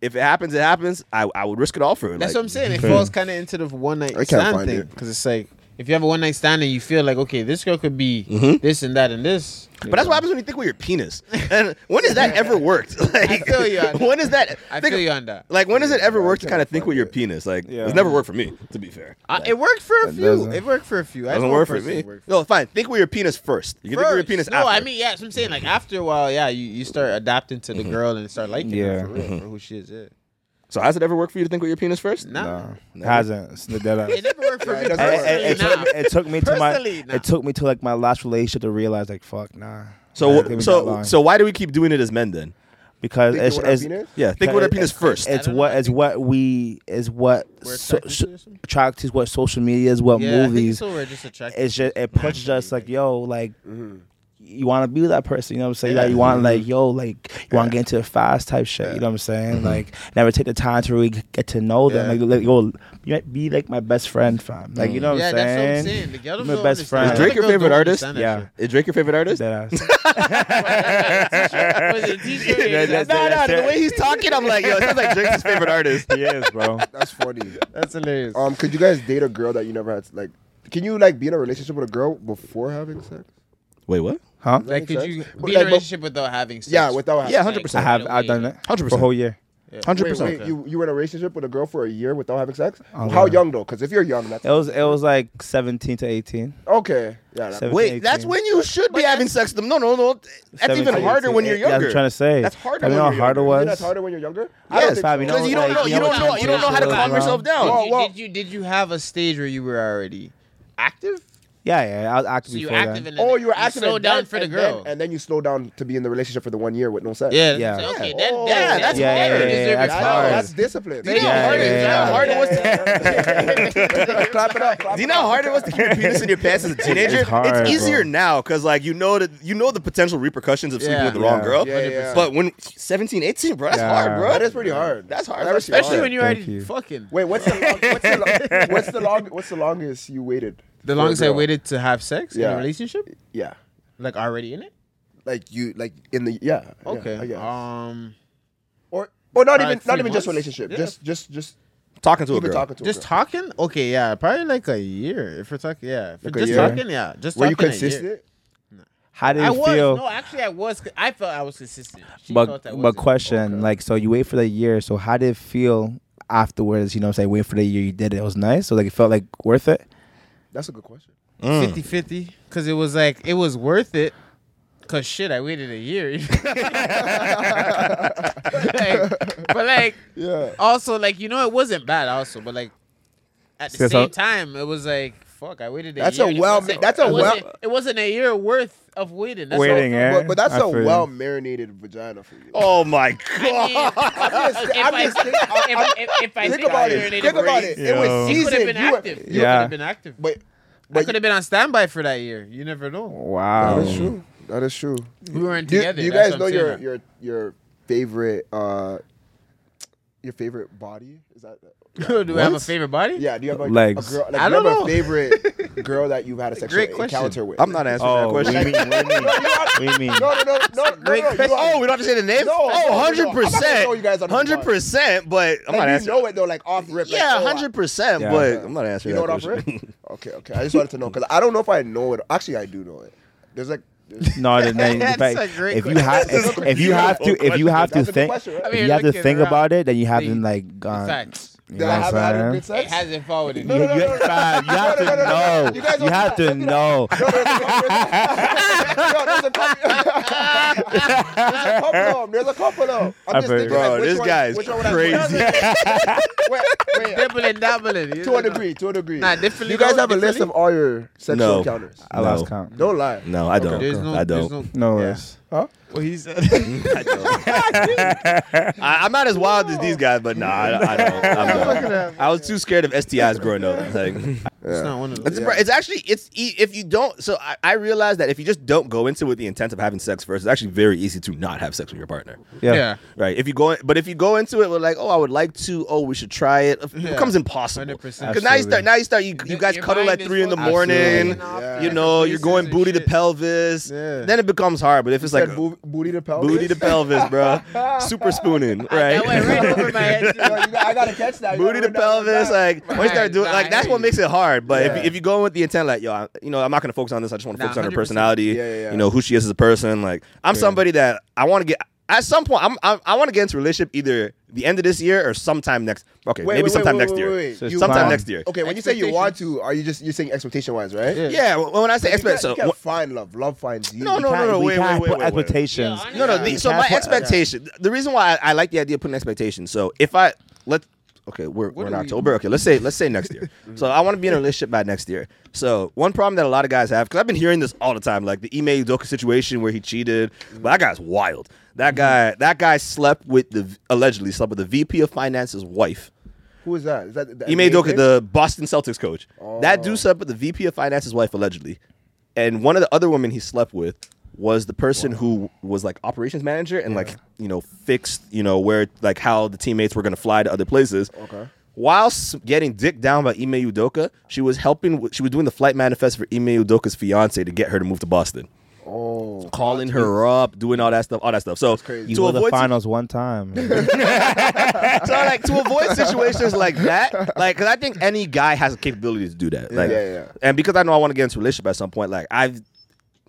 S4: If it happens, it happens. I, I would risk it all for her.
S5: That's
S4: Like,
S5: what I'm saying. It falls kind of into the one night
S1: I can't
S5: stand
S1: find
S5: thing
S1: it.
S5: because it's like if you have a one night stand and you feel like okay, this girl could be this and that and this.
S4: But that's what happens when you think with your
S5: <laughs>
S4: penis. And when has that ever worked? <laughs> Like,
S5: feel you on that.
S4: When is that?
S5: I
S4: think-
S5: feel you on that.
S4: Like, when does it ever work to
S1: I
S4: kind of
S1: can't
S4: think with
S1: find
S4: your
S1: it.
S4: penis? Like,
S3: Yeah.
S4: it's never worked for me, to be fair.
S5: I, it worked for a
S3: It
S5: few.
S3: doesn't-
S5: It worked for a few. I
S4: doesn't
S5: know
S4: work
S5: a
S4: for
S5: person
S4: me.
S5: it worked for.
S4: No, fine. Think with your penis first. You can think with your
S5: First.
S4: penis
S5: no,
S4: after.
S5: I mean, yeah, that's what I'm saying. Like after a while, yeah, you, you start adapting to the girl and start liking
S3: Yeah.
S5: her for, real, for who she is. Yeah.
S4: So has it ever worked for you to think with your penis first?
S5: Nah,
S3: It hasn't. It's the dead
S5: it
S3: ass.
S5: never worked for
S1: Yeah, it
S5: me.
S1: doesn't work.
S5: personally,
S3: It, it, it,
S5: nah.
S3: took, it took me to my.
S5: Personally, nah.
S3: It took me to like my last relationship to realize like fuck nah. Nah, it
S4: So
S3: was that
S4: so
S3: long.
S4: so why do we keep doing it as men then?
S3: because
S1: Think
S3: it's,
S1: about our
S3: it's
S1: penis?
S4: Yeah, think with our
S3: it-
S4: penis first.
S3: It's
S5: I don't know,
S3: what
S5: I
S3: it's
S5: think-
S3: what we is what
S5: We're
S3: so,
S5: attracted
S3: sh-
S5: to or something?
S3: attracted to what social media is what
S5: yeah, I think
S3: movies.
S5: so, we're just attracted.
S3: It's just it pushes us like yo like.
S4: Mm-hmm.
S3: You want to be that person, you know what I'm saying? Like, you want
S5: Mm-hmm.
S3: like yo, like you want to get into it fast type shit, you know what I'm saying?
S4: Mm-hmm.
S3: Like never take the time to really get to know them.
S5: Yeah.
S3: Like, like yo, you might be like my best friend, fam. Like
S4: Mm.
S3: you know what
S5: yeah,
S3: I'm
S5: that's
S3: saying?
S5: what I'm saying. The girls
S3: My
S5: don't
S3: best
S5: understand.
S3: friend.
S4: Is Drake
S5: Girls
S4: your
S5: don't
S4: favorite artist?
S5: understand that
S3: Yeah.
S5: shit.
S4: Is Drake your favorite artist?
S3: Deadass.
S4: <laughs>
S5: Was <laughs> it T-shirt?
S3: That- that's-
S4: no, no.
S3: that's
S4: The
S3: it.
S4: way he's talking, I'm like, yo, it sounds like Drake's favorite artist.
S3: he is, bro.
S1: That's funny.
S5: That's hilarious.
S1: Um, could you guys date a girl that you never had? Like, can you like be in a relationship with a girl before having sex?
S4: <laughs> Wait, what?
S3: Huh?
S5: Like, could you
S1: But
S5: be
S1: like,
S5: in a
S1: but-
S5: relationship without having sex?
S1: Yeah, without having
S4: Yeah,
S1: sex.
S4: hundred
S3: I
S4: percent.
S3: have I've done that for a whole year.
S4: Hundred
S1: Wait,
S4: percent.
S1: wait, you you were in a relationship with a girl for a year without having sex?
S3: Oh,
S1: How
S3: yeah.
S1: young though? Because if you're young, that's
S3: It was it was like 17 to 18.
S1: okay. Yeah, that,
S3: Seven-
S4: Wait, that's
S3: 18.
S4: when you should be having sex with them. No, no, no. That's
S3: 17,
S4: even harder when you're
S3: 18. Yeah,
S4: younger.
S3: I'm trying to say.
S4: That's harder
S3: You
S4: when
S3: know how
S4: you're
S3: hard it
S4: younger.
S1: you think
S3: was.
S1: that's harder when you're younger.
S3: Yes,
S1: think
S3: Fabi,
S4: Because you don't
S3: Like,
S4: know,
S3: you know
S4: you don't
S3: what
S4: know, you don't know how to
S3: temptation
S4: calm
S3: was
S4: yourself
S3: around.
S5: Did
S4: down.
S1: Well,
S5: you,
S1: well-
S5: did you did you have a stage where you were already active?
S3: Yeah, yeah. I was active
S2: So you
S3: before
S2: active
S3: then.
S2: in the
S1: Oh, you were active.
S2: slow
S1: and
S2: down
S1: then-
S2: for the
S1: and then-
S2: girl.
S1: and then you slow down to be in the relationship for the one year with no sex.
S2: yeah,
S3: Yeah.
S2: So, okay,
S1: Yeah.
S2: then,
S1: Oh.
S2: then, that's
S3: Yeah,
S2: better.
S3: yeah, yeah,
S2: Deserve
S3: that's
S2: it.
S1: I know,
S3: hard.
S1: that's discipline.
S2: Do you know how hard it- do you know how hard it was to <laughs>
S1: <laughs>
S3: <laughs>
S1: Clap it up. clap
S4: Do
S1: it
S4: you know how
S1: up.
S4: hard it was to keep your penis in your pants as a teenager?
S3: It's hard,
S4: easier
S3: bro.
S4: now because like you know that you know the potential repercussions of sleeping
S5: Yeah.
S4: with the wrong
S3: Yeah.
S4: girl.
S1: Yeah, yeah.
S4: But when 17, 18, bro, that's
S3: Yeah.
S4: hard, bro.
S1: That is pretty hard.
S4: That's hard.
S1: That is
S4: Especially
S5: Especially
S1: hard.
S5: when you're
S3: Thank
S5: already
S3: you.
S5: fucking.
S1: Wait, what's the long, what's the long, what's the long what's the longest you waited? for
S5: The
S1: a
S5: longest I
S1: girl?
S5: waited to have sex in
S1: Yeah.
S5: a relationship,
S1: Yeah.
S5: like already in it.
S1: Like you like in the yeah. yeah, I
S5: Okay.
S1: guess.
S2: Uh,
S5: Um,
S1: or or not
S5: probably
S1: even not
S5: three
S1: even just
S5: months?
S1: relationship.
S5: Yeah.
S1: Just just just
S4: talking to a
S1: even
S4: girl.
S1: talking to a
S5: just
S1: girl.
S5: talking. Okay, yeah, probably like a year. If we're talking, yeah, if we're
S1: Like a
S5: just
S1: year?
S5: talking, yeah, just
S1: Were you
S5: talking a year.
S1: consistent?
S3: How did
S5: I
S3: it
S5: was
S3: feel?
S5: no, actually, I was. I felt I was consistent. She
S3: but
S5: felt I
S3: but
S5: wasn't.
S3: question, like, so you wait for the year. So how did it feel afterwards? You know, what I'm saying wait for the year. You did it. It was nice. So like, it felt like worth it.
S1: That's a good question.
S5: 50 50 because it was like it was worth it because shit i waited a year <laughs> Like, but like
S1: Yeah.
S5: also like you know it wasn't bad also but like at the
S3: That's
S5: same
S3: how-
S5: time it was like fuck i waited a
S1: That's
S5: year
S1: a
S5: It
S1: well-
S5: wasn't-
S1: that's a
S5: it
S1: well-
S5: wasn't, it wasn't a year worth of waiting that's
S3: Waiting,
S5: all.
S3: eh?
S1: But, but that's
S3: I
S1: a
S3: feel you.
S1: well marinated vagina for you.
S4: Oh
S1: <laughs>
S4: my god.
S5: I mean,
S1: I'm just thinking- I'm-
S5: if, if, if
S1: <laughs>
S5: I
S1: think
S5: did
S1: about it.
S5: urinate
S1: Think about
S5: break,
S1: it.
S3: Yeah.
S1: It was
S3: It
S5: you could
S1: season.
S5: have been active you could
S3: Yeah.
S5: have been active
S1: But
S5: i
S1: but
S5: could have been on standby for that year you never know
S3: Wow.
S1: that's true. Um, That is true.
S5: we weren't
S1: Do,
S5: together
S1: do you
S5: that's
S1: guys know
S5: what I'm saying.
S1: your your your favorite uh your favorite body? Is that
S5: <laughs> do I have a
S3: What?
S5: favorite body <laughs>
S1: yeah? Do you have like
S3: Legs.
S1: a girl? Like,
S5: I don't
S1: remember
S5: know.
S1: a
S5: <laughs>
S1: favorite girl that you've had a sexual
S5: Great question.
S1: encounter with?
S4: I'm not answering
S3: Oh,
S4: that
S3: we
S4: question.
S3: mean, we mean, we mean.
S1: No, no, no, no, no, no, no.
S4: Oh, we don't have to say the name?
S1: No, no, no, no.
S4: oh,
S1: I'm not gonna
S4: 100%.
S1: show you guys on the bar.
S4: 100%, but I'm not
S1: Like, you
S4: answering.
S1: know it though, like off rip. like,
S4: Yeah,
S1: oh, I-
S4: 100%,
S3: Yeah.
S4: but I'm not answering
S1: You know
S4: that
S1: what off
S4: question.
S1: rip? Okay, okay. I just wanted to know because I don't know if I know it. Actually, I do know it. There's like. There's,
S3: No, the name.
S5: That's a
S3: fact,
S5: great
S3: if you have,
S1: question.
S3: if, if you have to, if you have to
S1: That's a good
S3: think,
S1: question, right? I
S3: if
S5: mean,
S3: you have to
S5: looking
S3: think
S5: around,
S3: about it, then you haven't
S5: the-
S3: like gone.
S5: facts.
S3: You know
S1: that I
S3: what
S1: haven't had
S3: I'm
S1: good
S3: saying?
S1: sex.
S5: It hasn't
S1: <laughs>
S5: followed
S3: You,
S5: it.
S1: No, no,
S3: you,
S1: no, no, no.
S3: fam, you have
S1: No, no, no,
S3: to
S1: no, no.
S3: know.
S1: You guys
S3: You
S1: don't
S3: have to know.
S1: No, there's a, there's a, no, there's a couple. there's a couple of them. There's a couple of them. I'm
S3: I've
S1: just
S3: heard.
S1: thinking,
S4: Bro,
S1: like, which
S4: this
S1: one,
S4: guy is
S1: which one would I put?
S4: crazy.
S1: Wait, wait.
S5: Doubling, doubling.
S1: To a degree, to a degree.
S5: Nah, differently
S1: You guys
S5: though,
S1: have a list of
S5: differently.
S1: all your sexual
S4: No.
S1: encounters.
S3: I lost
S4: <laughs> No.
S3: count.
S1: Don't lie.
S4: No, I don't.
S5: There's no,
S4: I
S5: there's
S4: don't.
S5: no.
S3: No
S1: Yeah.
S3: less.
S1: Huh?
S5: What he said.
S4: <laughs>
S5: <laughs>
S4: I
S1: <laughs>
S4: am not as wild as these guys, but nah, I, I
S1: <laughs>
S4: don't. I'm done. I was too scared of STIs growing up. Like,
S5: It's not one of
S4: it's,
S5: those.
S4: bro, it's actually it's e- if you don't. So I, I realized that if you just don't go into it with the intent of having sex first, it's actually very easy to not have sex with your partner.
S3: Yeah.
S4: Right. If you go, in, but if you go into it with like, oh, I would like to. Oh, we should try it. It
S5: Yeah.
S4: becomes impossible.
S5: 100%.
S4: Because now you
S3: Absolutely.
S4: start. Now you start. You, you
S5: Your
S4: guys
S5: mind
S4: cuddle at
S5: is
S4: three in the
S5: fucking
S4: morning.
S5: going off
S1: Yeah.
S4: You
S5: different
S4: know, you're
S5: places
S4: going
S5: and
S4: booty to
S5: shit.
S4: pelvis.
S5: Yeah.
S4: Then it becomes hard. But if it's like
S1: Said boo- booty to pelvis.
S5: <laughs>
S4: booty to pelvis, bro, super spooning, right?
S5: That went right
S4: <laughs>
S5: over my head.
S1: Yo, you got- I gotta catch that. You
S4: booty
S1: gotta
S4: to
S1: write that one
S4: pelvis.
S1: down.
S4: Like once you start
S5: Right,
S4: doing,
S5: nah,
S4: like that's
S5: I
S4: what
S5: hear
S4: makes it hard. But
S1: Yeah.
S4: if, if you go with the intent, like yo, I, you know, I'm not gonna focus on this. I just want to
S5: Nah,
S4: focus on her
S5: 100%.
S4: personality.
S1: Yeah, yeah, yeah.
S4: You know who she is as a person. Like I'm somebody that I want to get. At some point, I'm, I'm, I want to get into a relationship either the end of this year or sometime next. Okay,
S1: Wait,
S4: maybe
S1: wait,
S4: sometime
S1: wait,
S4: next
S1: wait,
S4: year.
S1: wait, wait.
S3: You
S4: Sometime
S3: want-
S4: next year.
S1: Okay, when you say you want to, are you just you're saying expectation wise, right?
S5: Yeah.
S4: Yeah, well, when I say
S1: You can't,
S4: expect,
S1: you
S4: so
S1: can't
S4: what-
S1: find love. Love finds you.
S4: No,
S1: You
S4: no,
S1: can't-
S3: Can't-
S4: no,
S3: we
S4: wait,
S3: can't
S4: wait,
S3: put
S4: wait, wait, wait.
S3: expectations.
S5: Yeah,
S4: No, no. The,
S5: You
S4: so
S3: can't
S4: my
S3: put-
S4: expectation. The reason why I, I like the idea of putting expectations. So if I let, okay, we're, we're in
S5: do we-
S4: October. Okay, let's say let's say next year. so I want to be in a relationship by next year. So one problem that a lot of guys have because I've been hearing this all the time, like the Ime Udoka situation where he cheated. But that guy's wild. That guy that guy slept with the allegedly slept with the VP of finance's wife.
S1: Who is that? Is that the
S4: Ime
S1: NBA
S4: Udoka,
S1: kid?
S4: the Boston Celtics coach. That
S1: Oh.
S4: dude slept with the VP of finance's wife allegedly, and one of the other women he slept with was the person who was like operations manager and like you know fixed you know where like how the teammates were gonna fly to other places.
S1: Okay.
S4: Whilst getting dicked down by Ime Udoka, she was helping. with- She was doing the flight manifest for Ime Udoka's fiance to get her to move to Boston,
S1: Oh,
S4: calling her up, doing all that stuff, all that stuff. So
S1: crazy.
S4: to
S3: You were the
S4: avoid si-
S3: finals one time.
S4: so like to avoid situations like that, like because I think any guy has the capability to do that. Like,
S1: Yeah, yeah.
S4: And because I know I want to get into a relationship at some point, like I've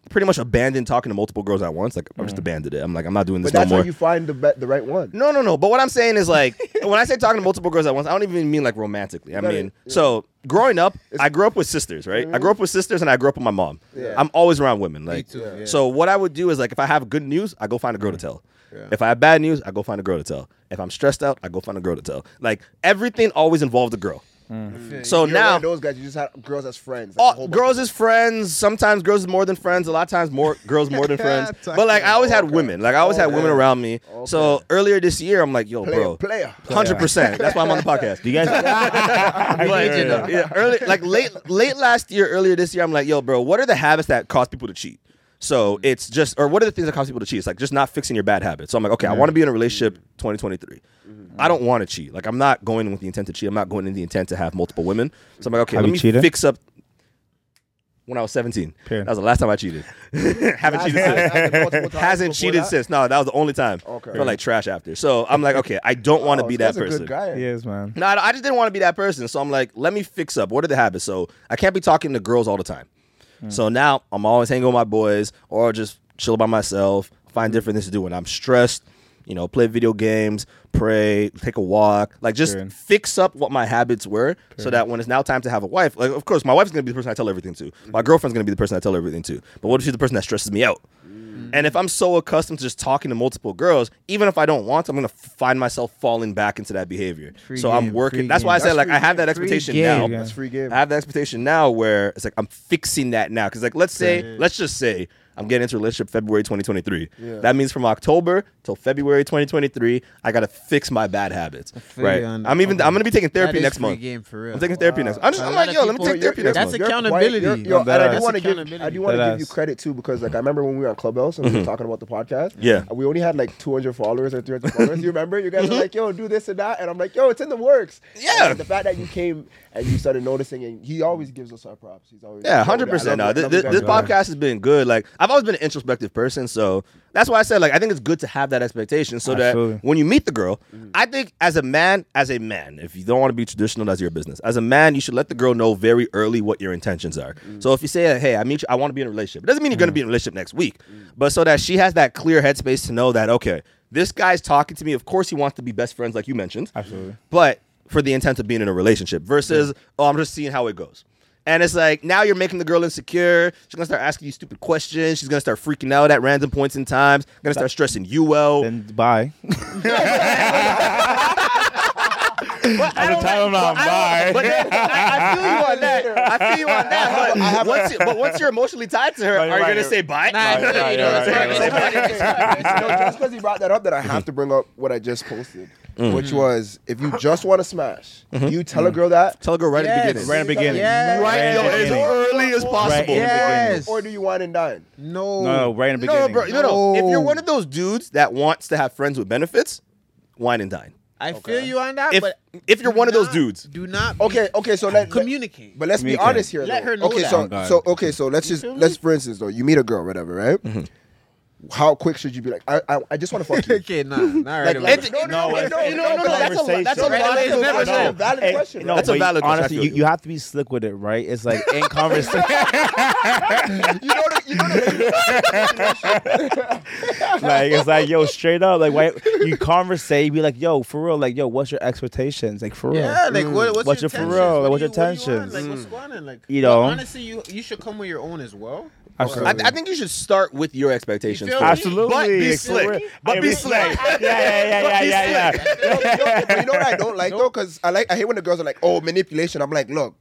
S4: pretty much abandoned talking to multiple girls at once. Like I've just abandoned it. I'm like I'm not doing this
S1: Mm. but that's
S4: no
S1: how
S4: more.
S1: you find the be- the right one.
S4: no, no, no. But what I'm saying
S1: <laughs>
S4: is like when I say talking to multiple girls at once, I don't even mean like romantically. I
S1: Got it.
S4: mean so growing up, I grew up with sisters, right? I grew up with sisters and I grew up with my mom.
S1: Yeah.
S4: I'm always around women. Like
S5: too, yeah.
S4: so what I would do is like if I have good news, I go find a girl to tell. If I have bad news, I go find a girl to tell. If I'm stressed out, I go find a girl to tell. Like everything always involved a girl. So
S1: Mm. You're one
S4: now
S1: of those guys, you just have girls as friends. like a
S4: Oh,
S1: whole bunch
S4: girls
S1: of-
S4: is friends. Sometimes girls is more than friends. A lot of times more girls more than friends. But like I always had women. Like I always had women around me. So earlier this year, I'm like, yo,
S1: player,
S4: bro,
S1: player.
S4: hundred percent. That's why I'm on the podcast.
S6: Do you
S3: <laughs>
S6: guys?
S4: Like, yeah, early, like late, late last year, earlier this year, I'm like, yo, bro, what are the habits that cause people to cheat? So
S1: Mm-hmm.
S4: it's just, or what are the things that cause people to cheat? It's like just not fixing your bad habits. So I'm like, okay, I want to be in a relationship
S1: Mm-hmm.
S4: 2023. I don't want to cheat. Like I'm not going in with the intent to cheat. I'm not going in the intent to have multiple women. So I'm like, okay,
S3: Have
S4: let
S3: you
S4: me
S3: cheated?
S4: fix up. When I was 17,
S3: Period.
S4: that was the last time I cheated. <laughs> Haven't
S1: Has-
S4: cheated since.
S1: has <laughs> happened multiple times
S4: <laughs> Hasn't
S1: before
S4: cheated
S1: that?
S4: since. No, that was the only time.
S1: Okay.
S4: Felt like trash after. So I'm like, okay, I don't want to
S1: Oh,
S4: be
S1: so
S4: that
S1: that's a good
S4: person.
S1: guy.
S3: Yes, man.
S4: No, I I just didn't want to be that person. So I'm like, let me fix up. What are the habits? So I can't be talking to girls all the time. So now I'm always hanging with my boys or just chill by myself, find different things to do when I'm stressed, you know, play video games, pray, take a walk, like just
S3: Period.
S4: fix up what my habits were so that when it's now time to have a wife, like, of course, my wife's going to be the person I tell everything to. My girlfriend's going to be the person I tell everything to. But what if she's the person that stresses me out? Mm-hmm. And if I'm so accustomed to just talking to multiple girls, even if I don't want to, I'm gonna f- find myself falling back into that behavior.
S5: Free
S4: so I'm
S5: game,
S4: working.
S5: free
S4: That's why I
S5: game.
S4: said
S5: That's
S4: like
S5: free
S4: I have that
S5: game, free
S4: expectation
S5: game.
S4: now.
S3: Yeah.
S1: That's free game.
S4: I have the expectation now where it's like I'm fixing that now because like let's say let's just say I'm getting into a relationship February 2023. That means from October till February 2023, I gotta fix my bad habits.
S5: feel
S4: Right.
S5: you on-
S4: I'm even I'm gonna be taking
S5: That
S4: therapy
S5: is
S4: next
S5: free
S4: month.
S5: Game for real.
S4: I'm taking therapy next. I'm just
S5: A
S4: I'm
S5: lot
S4: like
S5: of
S4: yo, let me
S5: people-
S4: take therapy
S5: you're-
S4: next
S5: that's
S4: month.
S5: a- accountability.
S1: You're, you're, yo, and I do
S5: That's
S1: want to give, I
S5: accountability.
S1: do want to give you
S3: Deadass.
S1: credit too because like I remember when we were on Clubhouse and we were talking about the podcast.
S4: Mm-hmm. Yeah. Mm-hmm.
S1: and we only had like 200 followers or 300 followers. You remember? You guys were like, "Yo, do this and that," and I'm like, "Yo, it's in the works."
S4: Yeah.
S1: And the fact that you came and you started noticing, and he always gives us our props. He's always
S4: Yeah, hundred percent.
S1: I
S4: No,
S1: love-
S4: this,
S1: love you
S4: this,
S1: guys,
S4: this
S1: man.
S4: podcast has been good. Like I've always been an introspective person, so that's why I said like I think it's good to have that expectation, so
S3: Absolutely.
S4: that when you meet the girl,
S1: Mm-hmm.
S4: I think as a man, as a man, if you don't want to be traditional, that's your business. As a man, you should let the girl know very early what your intentions are.
S1: Mm.
S4: So if you say, "Hey, I meet you, I want to be in a relationship," it doesn't mean you're going to be in a relationship next week,
S1: Mm.
S4: but so that she has that clear headspace to know that okay, this guy's talking to me. Of course, he wants to be best friends, like you mentioned
S3: Absolutely.
S4: but for the intent of being in a relationship versus oh i'm just seeing how it goes and it's like now you're making the girl insecure she's gonna start asking you stupid questions she's gonna start freaking out at random points in times gonna start stressing you out
S3: Then bye.
S4: But I don't
S3: tell
S4: like-
S3: him I'm
S4: but I
S3: bi.
S4: don't-
S3: <laughs>
S4: But then- I, I feel you on that. I feel you on that. But, once, you, but once you're emotionally tied to her,
S3: No,
S4: are
S3: you're right,
S4: you gonna
S3: you're-
S4: say bye?
S5: Nah,
S3: you're right, you're right,
S1: Wait,
S3: you're
S1: wait, wait, wait, wait, wait. <laughs> No, just because he brought that up, that I
S4: Mm-hmm.
S1: have to bring up what I just posted, which was if you just want to smash, you tell a girl that.
S4: Tell a girl right at the
S5: Yes.
S4: Mm-hmm. beginning.
S3: Right at the
S5: Yes.
S3: beginning.
S4: Right,
S3: at
S4: yo,
S3: the
S4: as
S3: beginning.
S4: early as possible.
S3: in the
S5: Yes.
S1: Or do you wine and
S5: <laughs>
S1: dine?
S5: No.
S3: No, right in the
S4: No,
S3: beginning. Eh,
S4: bro, no, no. If you're
S5: No.
S4: one of those dudes that wants to have friends with benefits, wine and dine.
S5: I feel you on that,
S4: If-
S5: but
S4: if you're
S5: do
S4: one of those
S5: not-
S4: dudes.
S5: do not be-
S1: Okay, okay, so let,
S5: communicate.
S1: But let's be
S3: Communicate.
S1: honest here.
S5: Let
S1: though.
S5: her know
S1: okay,
S5: that.
S1: so
S5: Oh, God.
S1: so okay, so let's just
S5: feel me?
S1: let's for instance though, you meet a girl, whatever, right?
S5: Mm-hmm.
S1: How quick should you be like? I I, I just want to
S5: <laughs>
S1: fuck you.
S5: <laughs> okay, nah, not right.
S1: Like,
S5: away.
S1: let-
S4: No, no, no,
S1: it's-
S4: no,
S1: it's
S4: no, no,
S1: a
S4: that's a that's
S1: conversation. It's
S4: a lot of
S1: a
S4: never
S1: valid-
S4: said.
S1: valid
S3: Hey,
S1: question,
S3: no,
S1: right?
S4: That's a
S3: but you-
S4: valid question, I
S3: Honestly,
S4: feel
S3: you,
S4: you.
S3: you have to be slick with it, right? It's like
S4: <laughs>
S3: in conversation.
S1: You know the, you know the,
S3: like it's like yo, straight up, like why you conversate, you be like yo, for real, like yo, what's your expectations, like for real?
S5: Yeah, like what, what's,
S3: What's
S5: your
S3: your Mm. for
S5: tensions?
S3: real?
S5: What
S3: Like,
S5: do you- what do
S3: what's your
S5: you want?
S3: tensions?
S5: Like what's going on? Like
S3: You
S5: but
S3: know?
S5: honestly, you you should come with your own as well.
S3: Absolutely.
S4: I, I think you should start with your expectations.
S5: You feel
S4: first.
S5: me?
S3: Absolutely,
S4: But be
S3: like, for
S4: slick.
S3: real.
S4: But
S3: Yeah,
S4: be
S3: we-
S4: slick.
S3: <laughs> Yeah, yeah, yeah, yeah,
S4: be
S3: yeah,
S4: slick.
S3: yeah.
S1: you know, but you know what I don't like though, because I like I hate when the girls are like, oh, manipulation. I'm like, look.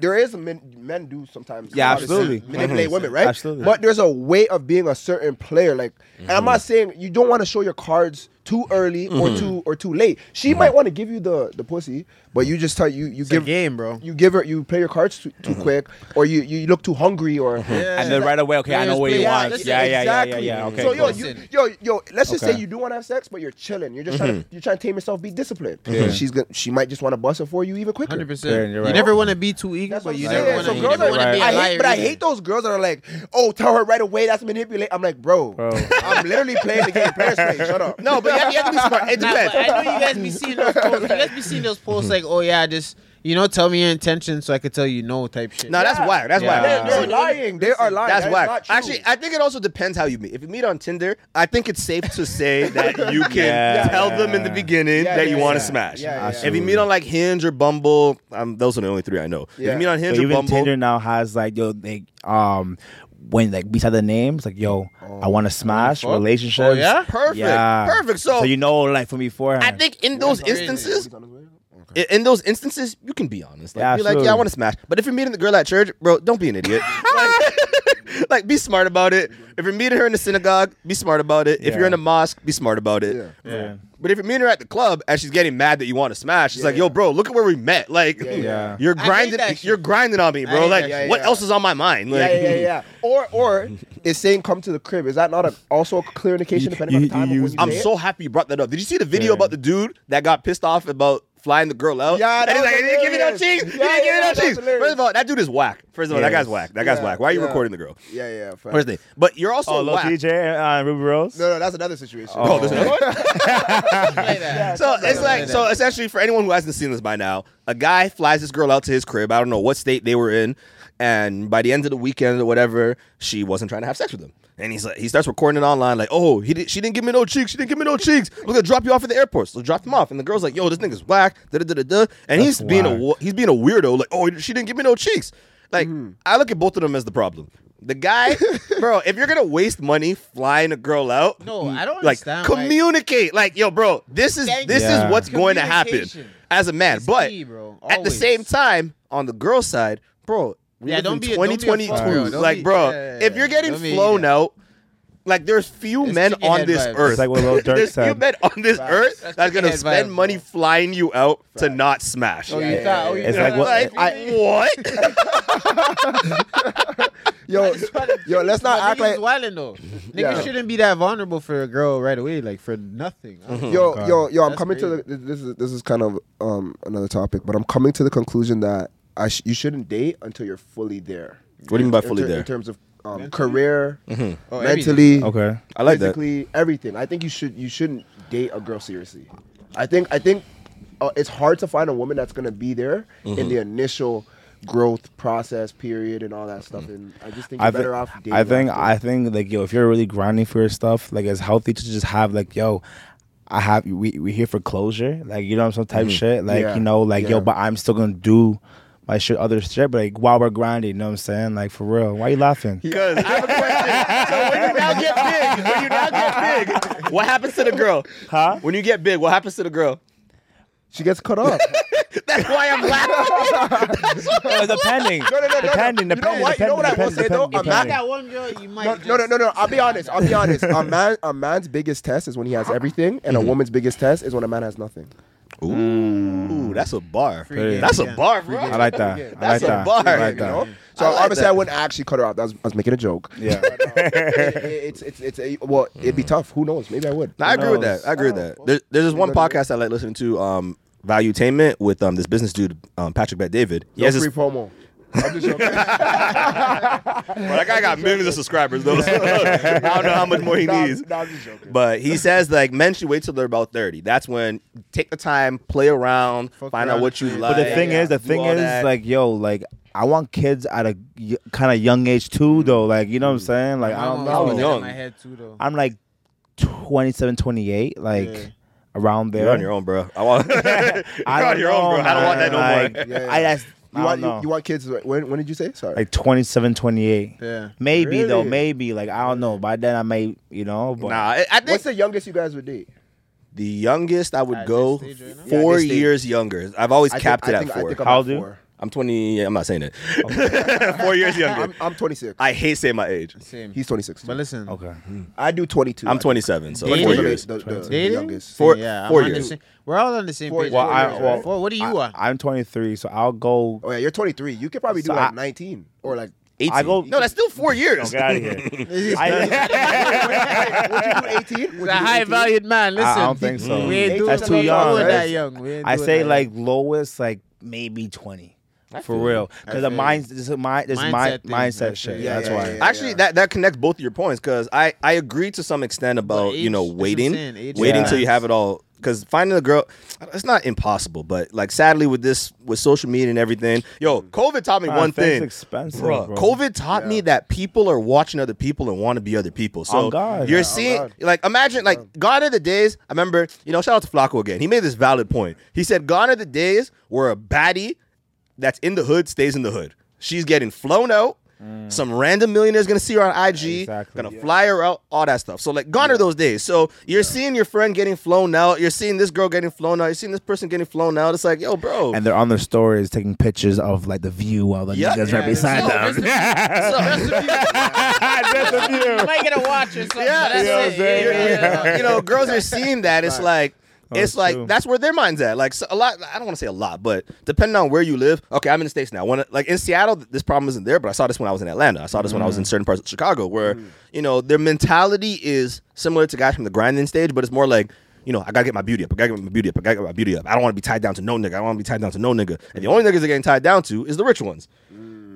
S1: There is a men, men do sometimes
S3: Yeah,
S1: obviously,
S3: absolutely.
S1: manipulate
S3: Mhm.
S1: women, right?
S3: Absolutely. Mm-hmm.
S1: But there's a way of being a certain player. Like, and I'm not saying you don't want to show your cards too early or too or too late. She
S3: Mm-hmm.
S1: might want to give you the the pussy, but you just tell you you
S5: a
S1: give
S5: game, bro.
S1: You give her you play your cards too, too
S3: Mm-hmm.
S1: quick, or you you look too hungry, or
S3: And then right away, okay, I know what he
S5: Yeah,
S3: wants.
S5: listen,
S3: Yeah, yeah, yeah, yeah,
S1: exactly.
S3: yeah. Okay,
S1: so yo,
S3: cool.
S1: you,
S5: Listen.
S1: yo, yo, let's just
S3: Okay. Mm-hmm.
S1: say you do want to have sex, but you're chilling. You're just trying to you're trying to tame yourself, be disciplined. She's gonna, she might just want to bust it for you even quicker.
S5: Hundred
S3: Yeah,
S5: percent.
S3: you're
S5: You
S3: right.
S5: never want to be too eager,
S1: That's
S5: but
S1: what
S5: you
S1: I'm
S5: never
S1: saying.
S5: want
S1: So
S5: to.
S1: girls are-
S5: be a
S1: I
S5: liar.
S1: hate, but I
S5: either.
S1: hate those girls that are like, "Oh, tell her right away." That's manipulate. I'm like, bro,
S3: Bro.
S1: I'm literally playing the game. Players play. Shut
S5: <laughs>
S1: up.
S4: No, but you have, you have to be smart. It
S5: Nah,
S4: depends.
S5: but I know you guys be seeing those posts. You guys be seeing those posts like, oh yeah, just you know, tell me your intention so I could tell you no type shit.
S4: No, that's whack. That's
S3: Yeah.
S1: <laughs> They're,
S4: whack.
S1: they're lying. They are lying.
S4: That's
S1: That is
S4: whack.
S1: not true.
S4: Actually, I think it also depends how you meet. If you meet on Tinder, I think it's safe to
S1: <laughs>
S4: say that you can
S3: Yeah.
S4: tell them in the beginning
S1: Yeah,
S4: that you
S1: yeah,
S4: want to
S1: yeah.
S4: smash.
S1: Yeah, yeah,
S4: If you meet on like Hinge or Bumble, um, those are the only three I know. If
S1: Yeah.
S4: you meet on Hinge
S3: But
S4: or
S3: even
S4: Bumble,
S3: Tinder now has like yo, they um, when like beside the names, like yo, I want to smash
S5: Oh, fuck?
S3: relationships.
S4: <laughs>
S5: Oh, yeah?
S4: perfect,
S3: Yeah.
S4: perfect. So,
S3: you know, like from beforehand.
S4: I think in those
S5: crazy.
S4: instances, I- in those instances, you can be honest. Like,
S3: Yeah,
S4: be like, yeah, I
S3: absolutely.
S4: want to smash. But if you're meeting the girl at church, bro, don't be an
S1: <laughs>
S4: idiot. like, <laughs> like, be smart about it. If you're meeting her in the synagogue, be smart about it. If you're
S3: Yeah.
S4: in a mosque, be smart about it.
S5: Yeah.
S4: But if you're meeting her at the club and she's getting mad that you want to smash, she's like, yo, bro, look at where we met. Like,
S3: yeah.
S4: <laughs> you're
S5: hate
S4: grinding,
S5: that shit.
S4: you're grinding on me, bro.
S5: hate
S4: Like,
S5: that shit.
S4: what
S1: Yeah.
S4: else is on my mind? Like,
S1: Yeah, yeah, yeah, yeah. Or, or
S3: <laughs>
S1: is saying come to the crib? Is that not a, also a clear indication
S3: You-
S1: depending on
S3: you-
S1: the time
S3: you
S1: of when
S3: use-
S1: you
S4: <laughs> I'm
S1: say it?
S4: so happy you brought that up. Did you see the video about the dude that got pissed off about flying the girl out?
S1: Yeah, that
S4: and he's
S1: was
S4: like, he didn't give me no
S1: hilarious.
S4: cheese. he
S1: Yeah,
S4: didn't give me
S1: yeah,
S4: no
S1: that's
S4: cheese.
S1: hilarious.
S4: First of all, that dude is whack. First of all, that guy's whack. That guy's
S1: Yeah,
S4: whack. Why are you
S1: yeah.
S4: recording the girl?
S1: Yeah, yeah. fact.
S4: First thing, but you're
S1: <laughs>
S4: also
S2: Oh, Lil
S4: whack.
S2: TJ, uh, Ruby Rose.
S1: No, no, that's another situation.
S5: <laughs>
S4: Oh, there's another one?
S5: Play that.
S4: So it's like so essentially for anyone who hasn't seen this by now, a guy flies this girl out to his crib. I don't know what state they were in, and by the end of the weekend or whatever, she wasn't trying to have sex with him. And he's like, he starts recording it online, like, oh, he did, she didn't give me no cheeks, she didn't give me no cheeks. We're gonna drop you off at the airport, so drop him off. And the girl's like, yo, this nigga's whack, da da da da. And he's being a wa- he's being a weirdo, like, oh, she didn't give me no cheeks. Like, I look at both of them as the problem. The guy, bro, if you're gonna waste money flying a girl out,
S5: No, I don't
S4: like
S5: understand.
S4: communicate. Like, yo, bro, this is
S5: Thank
S4: this
S3: you. Yeah.
S4: is what's going to happen
S5: Communication
S4: as a man.
S5: is
S4: But
S5: key, bro.
S4: at the
S5: Always.
S4: same time, on the girl side, bro, we
S5: Yeah,
S4: live
S5: don't
S4: in
S5: be a- don't be a
S4: 2022.
S5: fuck girl. Don't
S4: like,
S5: be- yeah,
S4: bro,
S5: yeah,
S4: if you're
S5: yeah.
S4: getting
S5: Don't be-
S4: flown
S5: yeah.
S4: out. Like there's few
S5: It's
S4: men
S5: chicken
S4: on
S5: head
S4: this
S5: vibes.
S4: earth.
S5: It's
S3: like what
S4: <laughs>
S3: Lil Durk
S4: there's few
S3: said.
S4: men on this earth that's,
S5: That's
S4: gonna
S5: chicken head
S4: spend
S5: vibes,
S4: money
S5: bro.
S4: flying you out to not smash.
S5: Oh, you
S1: Yeah,
S5: thought?
S1: yeah,
S5: Oh, you
S1: yeah.
S3: It's
S5: thought
S3: like what-
S5: that-
S4: Like,
S5: <laughs>
S4: what?
S1: yo, yo, let's not act like
S5: wilding
S3: <laughs>
S5: though. Niggas
S1: Yeah.
S5: shouldn't be that vulnerable for a girl right away, like for nothing.
S4: Mm-hmm.
S1: yo,
S3: God.
S1: yo, yo. I'm
S5: That's
S1: coming to the, this is this is kind of um another topic, but I'm coming to the conclusion that I sh- you shouldn't date until you're fully there.
S4: What do you mean by
S1: In ter-
S4: fully there?
S1: In terms of um, career,
S5: Oh,
S1: mentally,
S3: Okay.
S4: I like that.
S1: physically, everything. I think you should you shouldn't date a girl seriously. I think I think uh, it's hard to find a woman that's gonna be there in the initial growth process period and all that stuff. And I just think you're
S3: I
S1: better
S3: think,
S1: off dating.
S3: I think
S1: after.
S3: I think like yo, if you're really grinding for your stuff, like it's healthy to just have like yo, I have we we here for closure, like you know some type shit, like
S1: Mm-hmm. Yeah.
S3: you know like
S1: Yeah.
S3: yo, but I'm still gonna do my shit, other shit, but like while we're grinding, you know what I'm saying, like for real. Why you laughing?
S4: Because I <laughs> have a question. So when you now get big, when you now get big, what happens to the girl?
S3: Huh?
S4: When you get big, what happens to the girl?
S1: she gets cut off.
S4: That's why I'm laughing.
S2: Oh,
S1: <laughs>
S3: Uh, depending,
S1: no, no, no, no.
S3: depending,
S1: You know
S3: depending,
S1: what- you know what I will
S3: depending,
S1: say, though?
S3: depending,
S1: I'm not
S3: depending.
S5: that one girl, you might.
S1: No, no, no, no, no. I'll be honest. I'll be honest. A man, a man's biggest test is when he has everything,
S4: Mm-hmm.
S1: and a woman's biggest test is when a man has nothing.
S4: Ooh, that's a bar.
S5: game,
S4: That's a
S5: yeah.
S4: bar, bro.
S3: I like that. I like
S4: That's a
S3: that.
S4: bar,
S3: I
S4: you
S3: like
S1: You know?
S3: that.
S1: So
S4: I like
S1: obviously,
S4: that.
S1: I wouldn't actually cut her off. I was, I was making a
S4: <laughs>
S1: joke. uh,
S3: Yeah.
S1: It- it's it's it's a, well, it'd
S4: Mm.
S1: be tough. Who knows? Maybe I would.
S4: No, I agree with that. I agree with that.
S3: Oh.
S4: There, there's this one podcast I like listening to, um, Valuetainment, with um this business dude, um, Patrick Bet David. He
S1: No
S4: has
S1: free
S4: this,
S1: promo. I'm just
S4: <laughs>
S1: joking.
S4: Well, that guy got millions of subscribers though. <laughs> so I don't know how much more he
S1: Nah,
S4: needs.
S1: nah, I'm just joking.
S4: But he says like men should wait till they're about thirty. That's when take the time, play around, find out
S5: around.
S4: what you like.
S3: But the thing is, the
S4: do
S3: thing
S4: all
S3: is,
S4: that.
S3: like, yo, like, I want kids at a kind of young age too, though. Like, you know
S1: Mm.
S3: what I'm saying? Like, I don't
S2: Oh,
S4: How
S3: know.
S4: young?
S5: My head too, though.
S3: I'm like 27, 28, like
S5: Yeah.
S3: around there.
S4: you're on your own, bro. I want. <laughs> you're
S3: <laughs> I
S4: on
S3: don't
S4: your own,
S3: know,
S4: bro. I don't want that no
S3: man.
S4: more.
S3: Like,
S1: Yeah, yeah.
S3: I just,
S1: You want,
S3: I don't
S1: you,
S3: know.
S1: you want kids? When when did you say? Sorry.
S3: like 27, 28.
S5: Yeah.
S3: Maybe though,
S1: Really?
S3: maybe like I don't know. By then I may, you know, but
S4: Nah, I- I think
S1: What's the youngest you guys would date?
S4: the youngest I would
S5: At
S4: go
S5: this stage right now?
S4: four
S1: Yeah, this stage.
S4: years younger. I've always
S1: I think-
S4: capped
S1: I
S4: it
S1: think-
S4: at
S1: I
S4: four.
S1: think I'm
S3: How
S1: at
S3: old you?
S1: four.
S4: I'm 20. I'm not saying it. <laughs> four years younger.
S1: I'm, I'm 26.
S4: I hate saying my age.
S5: Same.
S1: He's 26.
S5: But listen,
S3: okay.
S1: I do 22.
S4: I'm 27, so
S5: Dating?
S4: four
S1: Four
S4: years.
S1: The, the, the
S5: dating?
S1: youngest.
S4: Four-
S5: yeah, I'm
S4: four
S5: on the
S4: years.
S5: same- we're all on the same
S1: Four
S5: page.
S1: years,
S3: Well, I- four well, years,
S5: Four, what do you
S3: <laughs>
S5: want?
S3: I'm 23, so I'll go.
S1: Oh yeah, you're 23. You could probably do
S3: So
S1: like
S3: I-
S1: 19 or like.
S4: 18.
S3: I go-
S4: no, that's still four years.
S3: Get out
S5: <laughs>
S3: of here. I,
S1: Would you do 18? Would
S5: He's a high valued man. Listen,
S3: I don't think so.
S5: We ain't
S1: That's too
S5: doing that- we ain't
S1: young,
S5: doing
S1: right?
S5: that young. We ain't
S3: I
S5: doing
S3: say
S5: that <laughs>
S3: like lowest, like maybe 20, for real, because the
S5: feel
S3: mind, this is my, this is
S5: Mindset
S3: my
S5: thing,
S3: mindset
S5: that
S3: shit.
S5: shit.
S1: Yeah,
S3: That's
S1: yeah,
S3: why.
S1: <laughs> yeah.
S4: Actually, that, that connects both of your points because I, I agree to some extent about you
S5: age-
S4: know
S5: that's what I'm
S4: waiting,
S5: saying, age
S4: waiting
S5: depends.
S4: till you have it all. Because finding a girl, it's not impossible, but like sadly with this with social media and everything, yo, COVID taught me
S3: Ah,
S4: one
S3: things
S4: thing.
S3: expensive,
S4: Bruh,
S3: bro.
S4: COVID taught me that people are watching other people and want to be other people. So
S3: On God.
S4: you're
S3: Yeah, on
S4: seeing,
S1: God.
S4: like, imagine, like, gone are the days. I remember, you know, shout out to Flacco again. He made this valid point. He said, "Gone are the days where a baddie that's in the hood stays in the hood. She's getting flown out. Some random millionaire's gonna see her on IG,
S3: Mm. Exactly.
S4: gonna fly her out, all that stuff. So like, gone are those days. So you're seeing your friend getting flown out, you're seeing this girl getting flown out, you're seeing this person getting flown out. It's like, yo, bro.
S3: And they're on their stories taking pictures of like the view while the
S4: Yeah.
S3: niggas
S4: Yeah,
S3: right <laughs> beside
S2: yeah.
S3: them.
S4: So-
S3: That's the
S2: You
S3: view.
S2: might get a watch or something.
S4: Yeah,
S2: but that's
S4: you know
S3: what I'm
S2: it.
S3: saying?
S2: Yeah, yeah, yeah.
S4: you know, girls are seeing that. It's like it's
S3: that's
S4: like
S3: true.
S4: that's where their mind's at. Like so a lot, I don't want to say a lot, but depending on where you live. Okay, I'm in the states now. When like in Seattle, th- this problem isn't there. But I saw this when I was in Atlanta. I saw this when I was in certain parts of Chicago, where you know their mentality is similar to guys from the grinding stage, but it's more like. You know, I gotta get my beauty up. I gotta get my beauty up. I gotta get my beauty up. I don't want to be tied down to no nigga. I don't want to be tied down to no nigga. And the only niggas they're getting tied down to is the rich ones.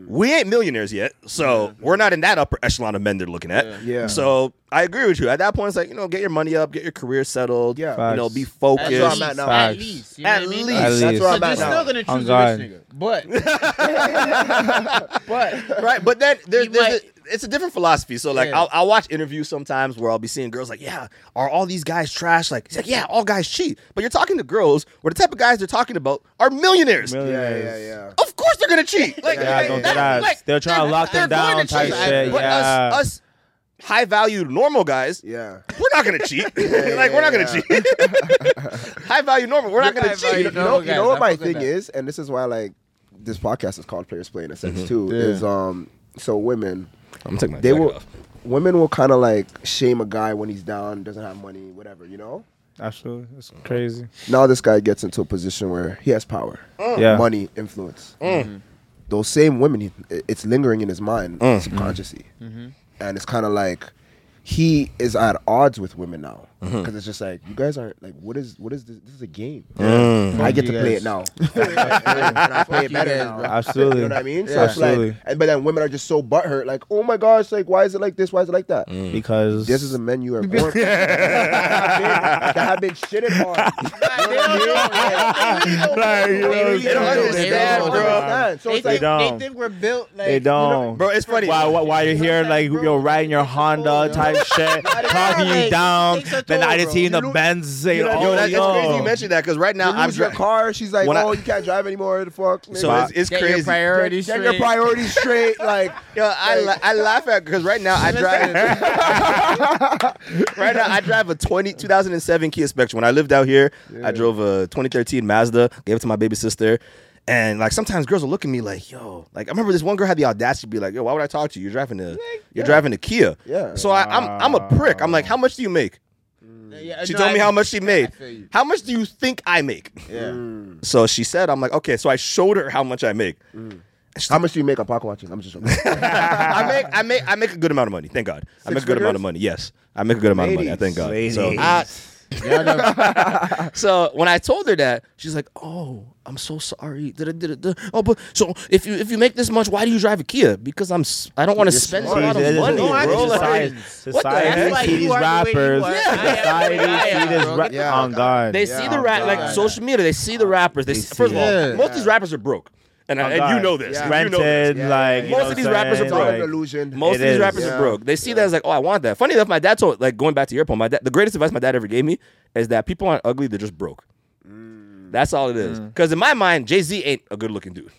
S4: We ain't millionaires yet, so we're not in that upper echelon of men they're looking at.
S1: Yeah.
S4: So I agree with you. At that point, it's like you know, get your money up, get your career settled.
S1: Yeah.
S4: You know, be
S3: Facts.
S4: focused.
S2: At
S1: That's where I'm
S2: least,
S1: at now.
S2: at
S3: Facts.
S2: least, you know
S4: At
S2: what I mean?
S4: least.
S3: At
S1: That's
S3: least.
S1: where
S2: So
S1: I'm
S2: you're
S1: at
S2: still
S1: now.
S2: gonna choose
S3: I'm
S2: the
S3: God.
S2: rich nigga,
S5: <laughs>
S2: but but
S4: <laughs> right but then there,
S2: You
S4: there's
S2: might-
S4: a- it's a different philosophy so like
S2: Yeah.
S4: I'll, I'll watch interviews sometimes where i'll be seeing girls like yeah are all these guys trash like it's like yeah all guys cheat but you're talking to girls where the type of guys they're talking about are millionaires
S1: Yeah, yeah,
S3: Millionaires.
S1: yeah.
S4: of course they're gonna cheat like,
S3: Yeah,
S4: like,
S3: don't
S4: that-
S3: get us.
S4: like,
S3: They're trying to lock them
S4: they're going
S3: down
S4: to
S3: type
S4: cheat.
S3: shit,
S4: but
S3: yeah.
S4: us, us high value normal guys
S1: Yeah.
S4: we're not gonna
S3: <laughs>
S4: cheat like we're not gonna
S1: yeah.
S4: cheat <laughs> high value normal we're not gonna
S2: high
S4: cheat
S2: value
S1: you, know,
S2: know,
S1: you know
S2: guys,
S1: what
S2: I
S1: my
S2: fuck with
S1: thing
S2: that.
S1: is, and this is why like this podcast is called Players Play in a sense too.
S5: Yeah.
S1: Is um so women
S4: i'm taking my
S1: they will women will kind of like shame a guy when he's down, doesn't have money, whatever. You know.
S3: Absolutely. It's crazy.
S1: Now this guy gets into a position where he has power,
S3: Yeah.
S1: money, influence. Those same women, he- it- it's lingering in his mind subconsciously, and it's kind of like he is at odds with women now because it's just like you guys aren't like what is what is this? This is a game. I get to
S5: you
S1: play
S5: guys.
S1: it now. <laughs> and I play it better now.
S3: Absolutely.
S1: You know what I mean? So
S3: Yeah.
S1: it's like,
S3: Absolutely.
S1: and, but then women are just so butthurt, like, oh my gosh, like, why is it like this? Why is it like that?
S3: Mm. Because
S1: This is a
S2: <laughs>
S1: men you are born for. that have been shitted on.
S2: <laughs> they don't know. They really don't
S3: Like,
S2: They
S3: you know what I'm
S4: saying?
S2: don't
S4: They
S2: understand,
S4: don't
S2: bro.
S1: understand. So
S2: They think,
S1: it's like,
S2: they
S3: don't.
S2: think we're built like
S3: they don't.
S4: bro it's funny
S3: Why, why, why you're here, like,
S2: Bro,
S3: you're riding your
S2: it's so
S3: Honda
S2: cold,
S3: type shit, talking
S2: like,
S3: you down.
S2: it's so
S3: Then I
S2: cold,
S3: just
S2: bro.
S3: seen the
S1: You lo-
S3: Benz. Say,
S1: you know,
S3: oh,
S4: Yo, that,
S3: yo.
S4: it's crazy you mentioned that because right now
S1: you
S4: I'm
S1: lose your
S4: dri-
S1: car. She's like,
S4: When I-
S1: oh, you can't drive anymore. The fuck.
S4: So
S1: Like,
S4: it's, it's
S2: Get
S4: crazy.
S2: your priorities
S1: get your
S2: straight.
S1: priorities straight. Like,
S4: Yo, I, la- I laugh at because right now
S1: <laughs>
S4: I drive. <laughs> right now I drive a 20, 2007 Kia Spectrum. When I lived out here, I drove a 2013 Mazda. Gave it to my baby sister. And like sometimes girls will look at me like, yo, like I remember this one girl had the audacity to be like, yo, why would I talk to you? You're driving a, you're driving a Kia.
S1: Yeah.
S4: So I, I'm, I'm a prick. I'm like, how much do you make?
S2: Yeah,
S4: She
S2: Uh, no,
S4: told me
S2: I-
S4: how much she made.
S2: feel you.
S4: How much do you think I make?
S1: mm.
S4: So she said, I'm like, okay. So I showed her how much I make.
S1: how much do you make on pocket watches? I'm just joking.
S4: I make I make I make a good amount of money. Thank God. I make a good amount of money. Yes, I make a good amount of money. I thank God. So,
S2: I-
S4: <laughs> so when I told her that, she's like, "Oh, I'm so sorry." Da, da, da, da, da. Oh, but so if you if you make this much, why do you drive a Kia? Because I'm s- I don't want to spend a
S2: smart.
S4: lot
S3: See,
S4: of
S2: This
S3: this
S2: is-
S4: money,
S3: is-
S2: No, I
S4: bro.
S2: just
S4: Like,
S3: society,
S4: what the heck?
S3: society
S2: Like,
S3: see
S2: you are
S3: these
S2: the way you
S3: rappers.
S2: are.
S4: Yeah.
S3: Society
S2: <laughs> Yeah,
S3: see this uh,
S2: bro.
S3: rap.
S2: Get the
S3: on God.
S4: They see the rap, like
S2: God.
S4: social media. They see the rappers. They,
S3: They
S4: see, first
S3: see
S4: of all,
S5: it. Yeah.
S4: most of these rappers are broke, and, I, and you know this.
S1: Yeah.
S4: You know this.
S3: Rented, like
S1: yeah.
S3: you
S4: Most
S3: know
S4: of these
S3: what I'm
S4: rappers are
S3: saying?
S1: It's all an
S4: like,
S1: illusion.
S4: Most
S3: It
S4: of these
S3: is.
S4: rappers
S1: Yeah.
S4: are broke. They see that as like, oh, I want that. Funny enough, my dad told like going back to your point, my dad, the greatest advice my dad ever gave me is that people aren't ugly, they're just broke. That's all it is. Because in my mind, Jay Z ain't a good looking dude.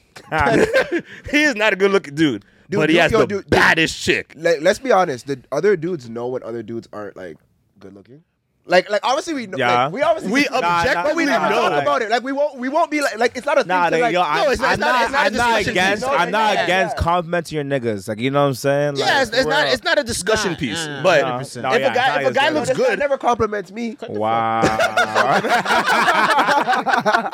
S4: <laughs> he is not a good looking dude,
S1: Dude,
S4: but he
S1: yo-
S4: has
S1: yo,
S4: the
S1: dude, dude.
S4: baddest chick.
S1: like, let's be honest. The other dudes know when other dudes aren't like good looking. Like, like obviously we know.
S3: Yeah.
S1: Like, we obviously
S4: We
S1: can-
S4: object,
S3: nah,
S1: but we
S3: nah,
S1: never
S3: nah,
S1: talk
S3: like-
S1: about it. Like we won't. We won't be like. Like it's not a thing.
S3: Nah,
S1: to,
S3: they-
S1: like,
S3: yo, I,
S4: no, it's not-
S3: I'm
S4: it's not-
S3: not,
S4: it's
S3: I'm
S4: not a
S3: not
S4: discussion piece.
S3: against,
S4: No,
S3: I'm
S4: it's
S3: not
S4: not.
S3: against
S1: Yeah.
S3: complimenting your niggas. Like you know what I'm saying?
S4: Yeah,
S3: Like,
S4: it's, it's not. It's not a discussion
S2: Nah,
S4: piece.
S2: nah, nah,
S4: but
S3: nah.
S4: if
S3: No,
S4: a
S3: yeah,
S4: guy, if
S3: nah,
S4: a guy
S3: it's-
S4: looks
S1: this guy
S4: good,
S1: Never compliments me.
S3: wow.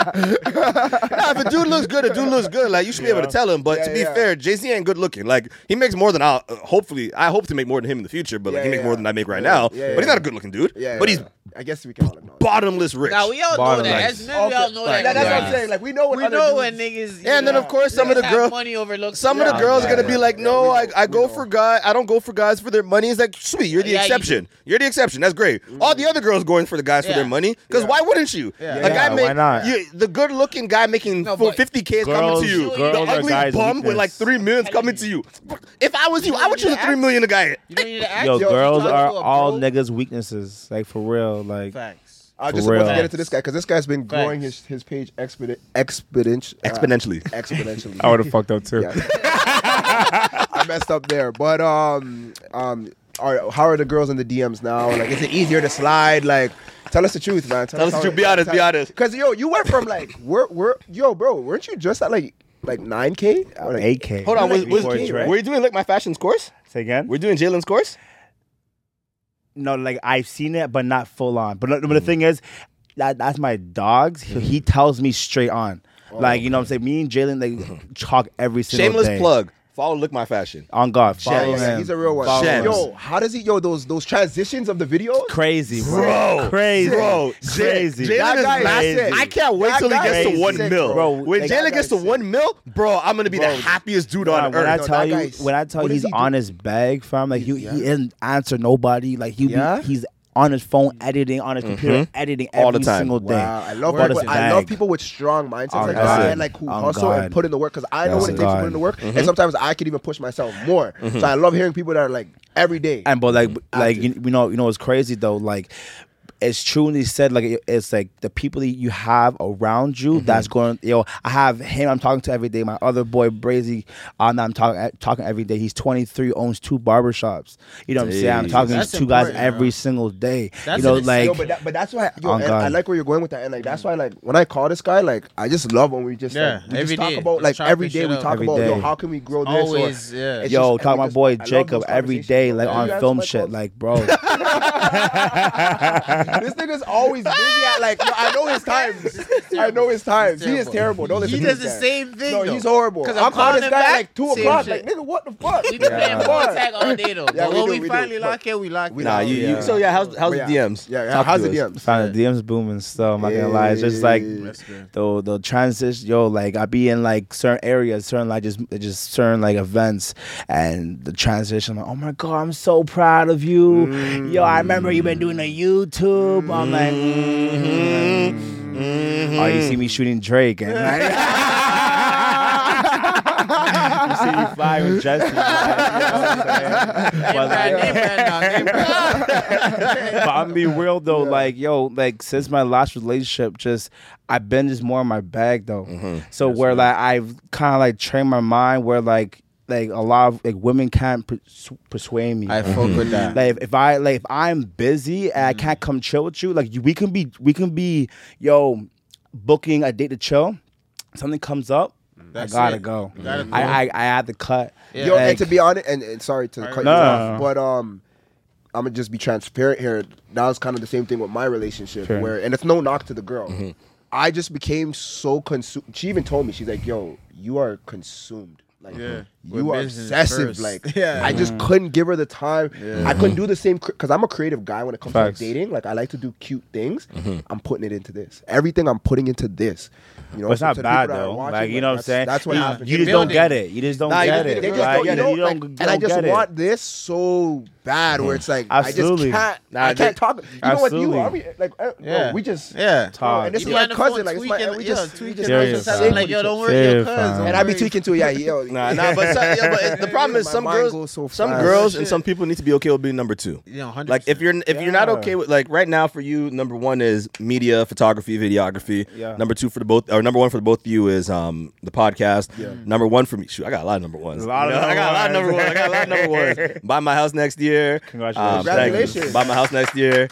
S4: nah, if a dude looks good, a dude looks good. Like you should be able to tell him. But
S1: Yeah,
S4: to be
S1: yeah.
S4: fair, Jay Z ain't good looking. Like he makes more than I. Uh, hopefully, I hope to make more than him in the future. But like,
S1: Yeah,
S4: he makes
S1: yeah.
S4: more than I make right
S1: Yeah,
S4: now.
S1: yeah,
S4: but he's
S1: yeah.
S4: not a good looking dude.
S1: Yeah,
S4: but
S1: yeah.
S4: he's
S1: I guess we can all acknowledge.
S4: bottomless rich.
S2: Nah, we all know
S3: Bottom
S2: that.
S3: line.
S2: As men, we all know that.
S1: Yeah, that's what I'm
S2: Yeah.
S1: saying. Like we know when
S2: We
S1: other
S2: know when
S1: dudes-
S2: niggas.
S4: and then of course some of the girls,
S2: money overlooks.
S4: some of the
S2: Yeah.
S4: girls
S1: yeah,
S4: are gonna
S1: yeah.
S4: be like,
S1: Yeah,
S4: no, I,
S1: we know,
S4: I
S1: we
S4: go
S1: know.
S4: for guy. I don't go for guys for their money. It's like sweet, you're the
S2: Yeah, you
S4: exception. You are the exception. That's great. All the other girls going for the guys for
S2: Yeah.
S4: their money. Because why wouldn't you? A
S3: Yeah,
S4: guy make,
S3: why not?
S4: You, the good looking guy making
S2: No, but
S4: 50 k is coming
S3: girls-
S4: to you.
S2: girls
S4: The
S2: are
S4: ugly
S3: guys'
S4: bum with
S3: weakness.
S4: like three millions coming to you. If I was you, I would
S2: You
S4: choose
S2: need
S4: a
S2: to
S4: three
S2: ask-
S4: million guy.
S2: You don't need to ask.
S3: Yo,
S2: you
S3: girls
S2: talk
S3: are
S2: to a
S3: all
S2: bro.
S3: niggas' weaknesses. Like for real. Like
S2: Facts.
S1: I was
S3: For
S1: just supposed to
S3: real.
S1: get into this guy because this guy's been growing
S2: Facts.
S1: his his page expedit exponentially.
S4: Exponentially.
S1: Exponentially.
S3: <laughs> I would have fucked up too.
S1: Yeah. I messed up there. But um, um, are how are the girls in the DMs now? Like, is it easier to slide? Like, tell us the truth, man.
S4: Tell us the truth. Be honest, be honest.
S1: Because yo, you went from like, we're, we're, yo, bro, weren't you just at like like nine k?
S3: Eight K.
S4: Hold on, was, was,
S3: Before it's right.
S4: were you doing like my fashion's course?
S3: Say again.
S4: We're doing Jalen's course.
S3: No, like I've seen it, but not full on. But, but the thing is, that that's my dogs. He, he tells me straight on.
S1: Oh,
S3: like you know, what I'm saying me and Jalen like talk every single
S4: Shameless
S3: day.
S4: plug. Follow look my fashion.
S3: on God. Follow
S1: Yeah,
S3: him.
S1: he's a real one.
S3: Follow
S4: Shams.
S3: him.
S1: Yo, how does he? Yo, those those transitions of the video.
S3: crazy, bro. crazy,
S4: bro,
S3: crazy.
S4: Oh, Jalen
S1: Oh, That
S4: is
S1: guy is
S4: massive.
S1: sick.
S4: I can't wait
S1: That
S4: till he
S1: guy
S4: gets
S1: is
S4: to one
S1: sick,
S4: mil.
S1: bro.
S4: When
S1: That guy
S4: Jalen
S1: is
S4: gets to
S1: sick.
S4: one mil, bro, I'm gonna be
S1: Bro.
S4: the happiest dude
S3: Nah,
S4: on
S3: when I
S4: earth.
S1: No,
S3: tell
S1: that
S3: you,
S1: guy's-
S3: when I tell
S1: what
S3: you,
S1: does
S3: he's
S1: he do?
S3: on his bag, fam. Like he, he didn't answer nobody. Like he, be-
S1: Yeah? Mm-hmm.
S3: he's on his phone editing, on his computer editing
S4: All
S3: every
S4: the time.
S3: single day.
S1: Wow, I love
S3: Brought
S1: people,
S3: his
S1: I love
S3: bag.
S1: people with strong mindsets
S3: Oh,
S1: like
S3: God.
S1: that, and like who
S3: Oh,
S1: hustle and
S3: God.
S1: put in the work. Because I know what it
S3: Oh,
S1: takes to put in
S3: God.
S1: the work, and sometimes I could even push myself more.
S3: Mm-hmm.
S1: So I love hearing people that are like every day.
S3: And but like
S1: Mm-hmm.
S3: like you, you know you know it's crazy though like it's truly said like it- it's like the people that you have around you
S1: Mm-hmm.
S3: that's going you know I have him I'm talking to every day my other boy Brazy um, I'm talking talking every day he's 23 owns two barbershops you know what I'm saying I'm
S4: Jeez.
S3: talking
S5: That's
S3: to two guys
S5: important, bro.
S3: every single day
S5: That's
S3: you know
S5: an
S3: like
S1: yo, but, that, but that's why yo,
S3: Oh,
S1: and
S3: God.
S1: I like where you're going with that, and like that's why like when I call this guy, like I just love when we just like,
S5: Yeah,
S1: we
S5: every
S1: just talk
S5: day.
S1: about like
S5: Chopping
S1: every day
S5: shit
S1: we
S5: up.
S1: talk
S3: Every
S1: about yo
S3: day.
S1: how can we grow this
S5: Always,
S1: or,
S5: yeah.
S1: it's
S3: yo
S1: just-
S3: talk
S1: and we
S3: my
S1: just- I
S3: boy
S1: love
S3: Jacob
S1: those
S3: every
S1: conversations.
S3: day like
S1: Yeah, you
S3: on
S1: guys
S3: film
S1: like
S3: shit
S1: those-
S3: like
S1: <laughs>
S3: bro
S1: <laughs> this nigga's always busy at like no, I know his
S5: <laughs>
S1: times. I know his times. He is terrible. Don't listen
S5: He
S1: to
S5: does
S1: this
S5: the
S1: guy.
S5: same thing,
S1: No,
S5: though.
S1: he's horrible.
S5: 'Cause
S1: I'm,
S5: I'm
S1: calling
S5: calling
S1: this
S5: him
S1: guy
S5: back,
S1: like two
S5: same
S1: o'clock.
S5: shit.
S1: Like nigga, what the fuck?
S5: We be playing
S1: Come
S5: ball
S1: on.
S5: tag all day though.
S1: Yeah,
S5: but
S1: we
S5: when
S1: do,
S5: we,
S1: we do.
S5: finally
S1: Look.
S5: lock in, we lock
S1: We
S5: in.
S4: Nah,
S1: lock
S4: you,
S1: in.
S4: you. So yeah, how's how's
S1: Yeah.
S4: the DMs?
S1: Yeah,
S4: Talk
S1: how's
S4: to
S1: the
S4: us.
S1: DMs?
S3: Found the DMs booming still. I'm not gonna lie. It's just like
S1: Hey.
S3: the the transition. Yo, like I be in like certain areas, certain like just just certain like events, and the transition. I'm like, oh my god, I'm so proud of you.
S1: Mm-hmm.
S3: Yo, I remember you been doing a YouTube. I'm like,
S1: Mm-hmm.
S3: oh,
S4: Mm-hmm.
S3: you see me shooting Drake and.
S1: <laughs>
S3: Like, <laughs> you see me flying with Jesse. like, you
S5: <laughs>
S3: know what I'm saying? But, like, but I'm be real though, like yo, like since my last relationship, just I've been just more in my bag though. So where like I've kind of like trained my mind where like like a lot of like women can't persu- persuade me.
S5: I fuck with that.
S3: Like if, if I like if I'm busy and I can't come chill with you, like you, we can be we can be yo booking a date to chill. Something comes up,
S5: That's
S3: I gotta
S5: it.
S3: go.
S5: You gotta go.
S3: I, I I had to cut.
S1: Yo,
S3: Like,
S1: and to be honest, and, and sorry to cut you
S3: No,
S1: off,
S3: no,
S1: but um, I'm gonna just be transparent here. That was kind of the same thing with my relationship,
S3: Fair.
S1: where and it's no knock to the girl. I just became so consumed. She even told me, she's like, "Yo, you are consumed." Like
S5: Yeah.
S1: you
S5: With
S1: are
S5: business
S1: obsessive.
S5: first.
S1: Like
S5: <laughs> Yeah.
S1: I just couldn't give her the time. I couldn't do the same because I'm a creative guy when it comes
S3: Facts.
S1: to dating. Like I like to do cute things. I'm putting it into this. Everything I'm putting into this. You know,
S3: But it's
S1: so
S3: not
S1: to the people
S3: bad
S1: that are
S3: though.
S1: watching,
S3: Like you know what I'm
S1: that's-
S3: saying.
S1: That's what
S3: you,
S1: happens.
S3: You
S5: You're
S3: just don't
S5: building.
S3: get it. You just don't
S4: Nah, you
S3: get
S4: just-
S3: it.
S1: They just
S3: right?
S1: don't,
S3: You
S1: you know,
S3: you don't-
S1: like,
S3: you
S1: and I
S3: don't
S1: just
S3: get it.
S1: want this so bad where it's like
S3: Absolutely.
S1: I just can't.
S4: Nah,
S1: I can't
S4: they-
S1: talk. Even with
S3: Absolutely.
S1: you, I mean, like, uh, bro,
S5: Yeah.
S1: we just
S5: Yeah.
S1: Bro, and this
S5: You
S1: is
S5: be
S1: my
S5: on the
S1: cousin.
S5: phone
S1: Like, it's my,
S5: tweaking,
S1: we
S5: yo,
S1: just, we
S5: tweaking,
S1: just,
S3: like,
S1: we just
S3: serious,
S1: sick
S5: like,
S1: with
S5: yo,
S1: each
S5: don't
S1: other.
S5: worry, yo,
S3: Serious,
S5: cuz.
S3: fam.
S5: don't
S1: And I be
S5: worry.
S1: tweaking too. Yeah, yo.
S3: <laughs>
S4: Nah, nah, <laughs> but, some, yeah, but the problem is
S1: My
S4: some
S1: mind
S4: girls,
S1: goes so
S4: some
S1: fast.
S4: girls, and some people need to be okay with being number two.
S5: Yeah, 100%.
S4: Like if you're if you're not
S3: Yeah.
S4: okay with like right now for you, number one is media, photography, videography.
S3: Yeah.
S4: Number two for the both or number one for the both of you is um the podcast. Number one for me, shoot, I got a lot of number ones.
S3: A lot of
S4: You know, <laughs> I got a lot of number
S3: number ones.
S4: ones. I got a lot of number
S3: <laughs>
S4: ones. Buy my house next year. Um,
S3: Congratulations.
S4: thank you.
S1: Congratulations.
S4: Buy my house next year.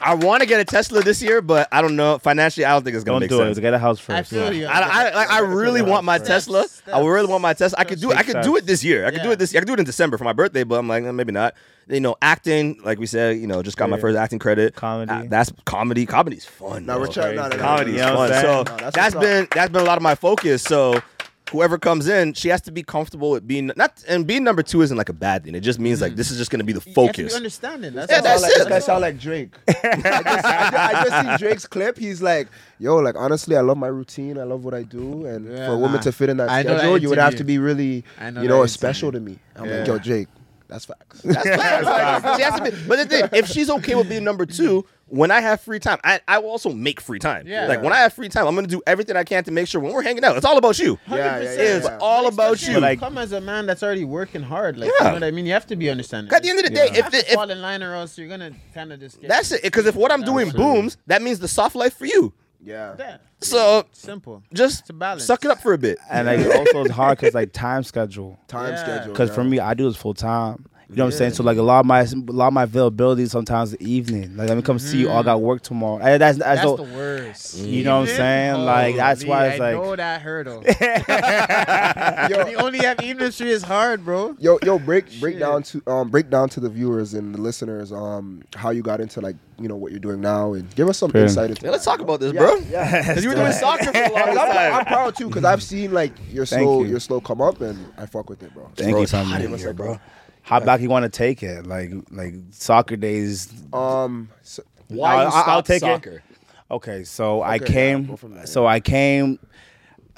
S4: I want to get a Tesla this year, but I don't know financially. I don't think it's
S3: Don't
S4: gonna make
S3: do
S4: sense.
S3: it. Get a house first.
S5: I feel you.
S4: I, I, like, I really want my Tesla. I really want my Tesla. I could do it. I could do it this year. I could do it this. I could do it in December for my birthday, but I'm like eh, maybe not. You know, acting like we said. You know, just got my first acting credit.
S3: Comedy.
S4: Uh, that's comedy. Comedy's fun.
S1: Nah,
S4: bro.
S1: we're trying. Nah, nah, nah, nah,
S3: Comedy,
S1: nah,
S3: you
S1: nah.
S3: know what
S4: Fun.
S3: I'm
S4: So
S1: No,
S3: saying?
S1: that's what's
S4: that's
S1: up.
S4: been that's been a lot of my focus. So whoever comes in, she has to be comfortable with being not and being number two isn't like a bad thing. It just means
S1: Mm.
S4: like this is just gonna be the
S5: You have to be
S4: focus.
S5: understanding. That's
S4: Yeah,
S5: all.
S4: that's
S1: Sound like-
S4: it.
S1: This guy sound like Drake. <laughs> I just, I ju- I just see Drake's clip. He's like, "Yo, like honestly, I love my routine. I love what I do, and
S5: Yeah,
S1: for a woman
S5: nah.
S1: to fit in that
S5: I know that
S1: schedule, you would have
S5: interview.
S1: to be really,
S5: I know
S1: you know,
S5: that
S1: special to me." I'm like,
S5: Yeah.
S1: "Yo, Drake, that's facts."
S4: She has to be- but the thing, if she's okay with being number two, when I have free time, I, I will also make free time.
S5: Yeah.
S4: Like when I have free time, I'm gonna do everything I can to make sure when we're hanging out, it's all about you.
S1: Yeah, yeah, yeah,
S4: It's
S1: yeah.
S4: all about you.
S5: But
S3: like-
S5: come as a man that's already working hard. Like,
S4: Yeah.
S5: you know what I mean? You have to be understanding.
S4: At the end of the day,
S5: you
S4: if,
S5: have
S4: the,
S5: to fall
S4: if
S5: in line or else you're gonna kind of just. Get
S4: that's it, because if what I'm doing
S5: Absolutely.
S4: booms, that means the soft life for you.
S1: Yeah.
S5: Yeah.
S4: So
S5: Simple.
S4: just
S5: It's a balance.
S4: suck it up for a bit.
S3: and like also it's hard because like time schedule.
S1: Time
S5: Yeah.
S1: schedule.
S3: Because
S1: yeah.
S3: for me, I do this full time. You know what I'm saying? So like a lot of my a lot of my availability is sometimes the evening. Like let me come see you. all got work tomorrow. I, that's that's,
S5: That's
S3: no-
S5: the worst.
S3: You know what I'm saying? Like, that's
S5: Holy,
S3: why it's
S5: Mm. Oh, I
S3: like-
S5: know that
S3: <laughs>
S5: hurdle.
S1: Yo.
S5: you only have industry is hard, bro.
S1: Yo, yo, break break
S5: Shit.
S1: down to um break down to the viewers and the listeners um how you got into like you know what you're doing now and give us some
S3: Yeah.
S1: insight into.
S4: Yeah, let's
S1: that.
S4: talk about this, bro.
S1: Yeah,
S4: <laughs> 'Cause you were doing soccer for a
S3: <laughs>
S4: long
S1: I'm,
S4: time.
S1: I'm proud too because I've seen like your
S3: Thank
S1: slow
S3: you.
S1: your slow come up and I fuck with it, bro.
S3: Thank
S4: Bro,
S3: you,
S4: it's
S3: Tommy.
S4: hot in here, bro.
S3: How back you want to take it? Like like soccer days.
S1: Um, so,
S4: Why
S3: I'll-
S4: you
S3: I'll
S4: stopped
S3: take it.
S4: soccer?
S3: Okay, so I
S1: Okay,
S3: came.
S1: yeah, go from there,
S3: so I came.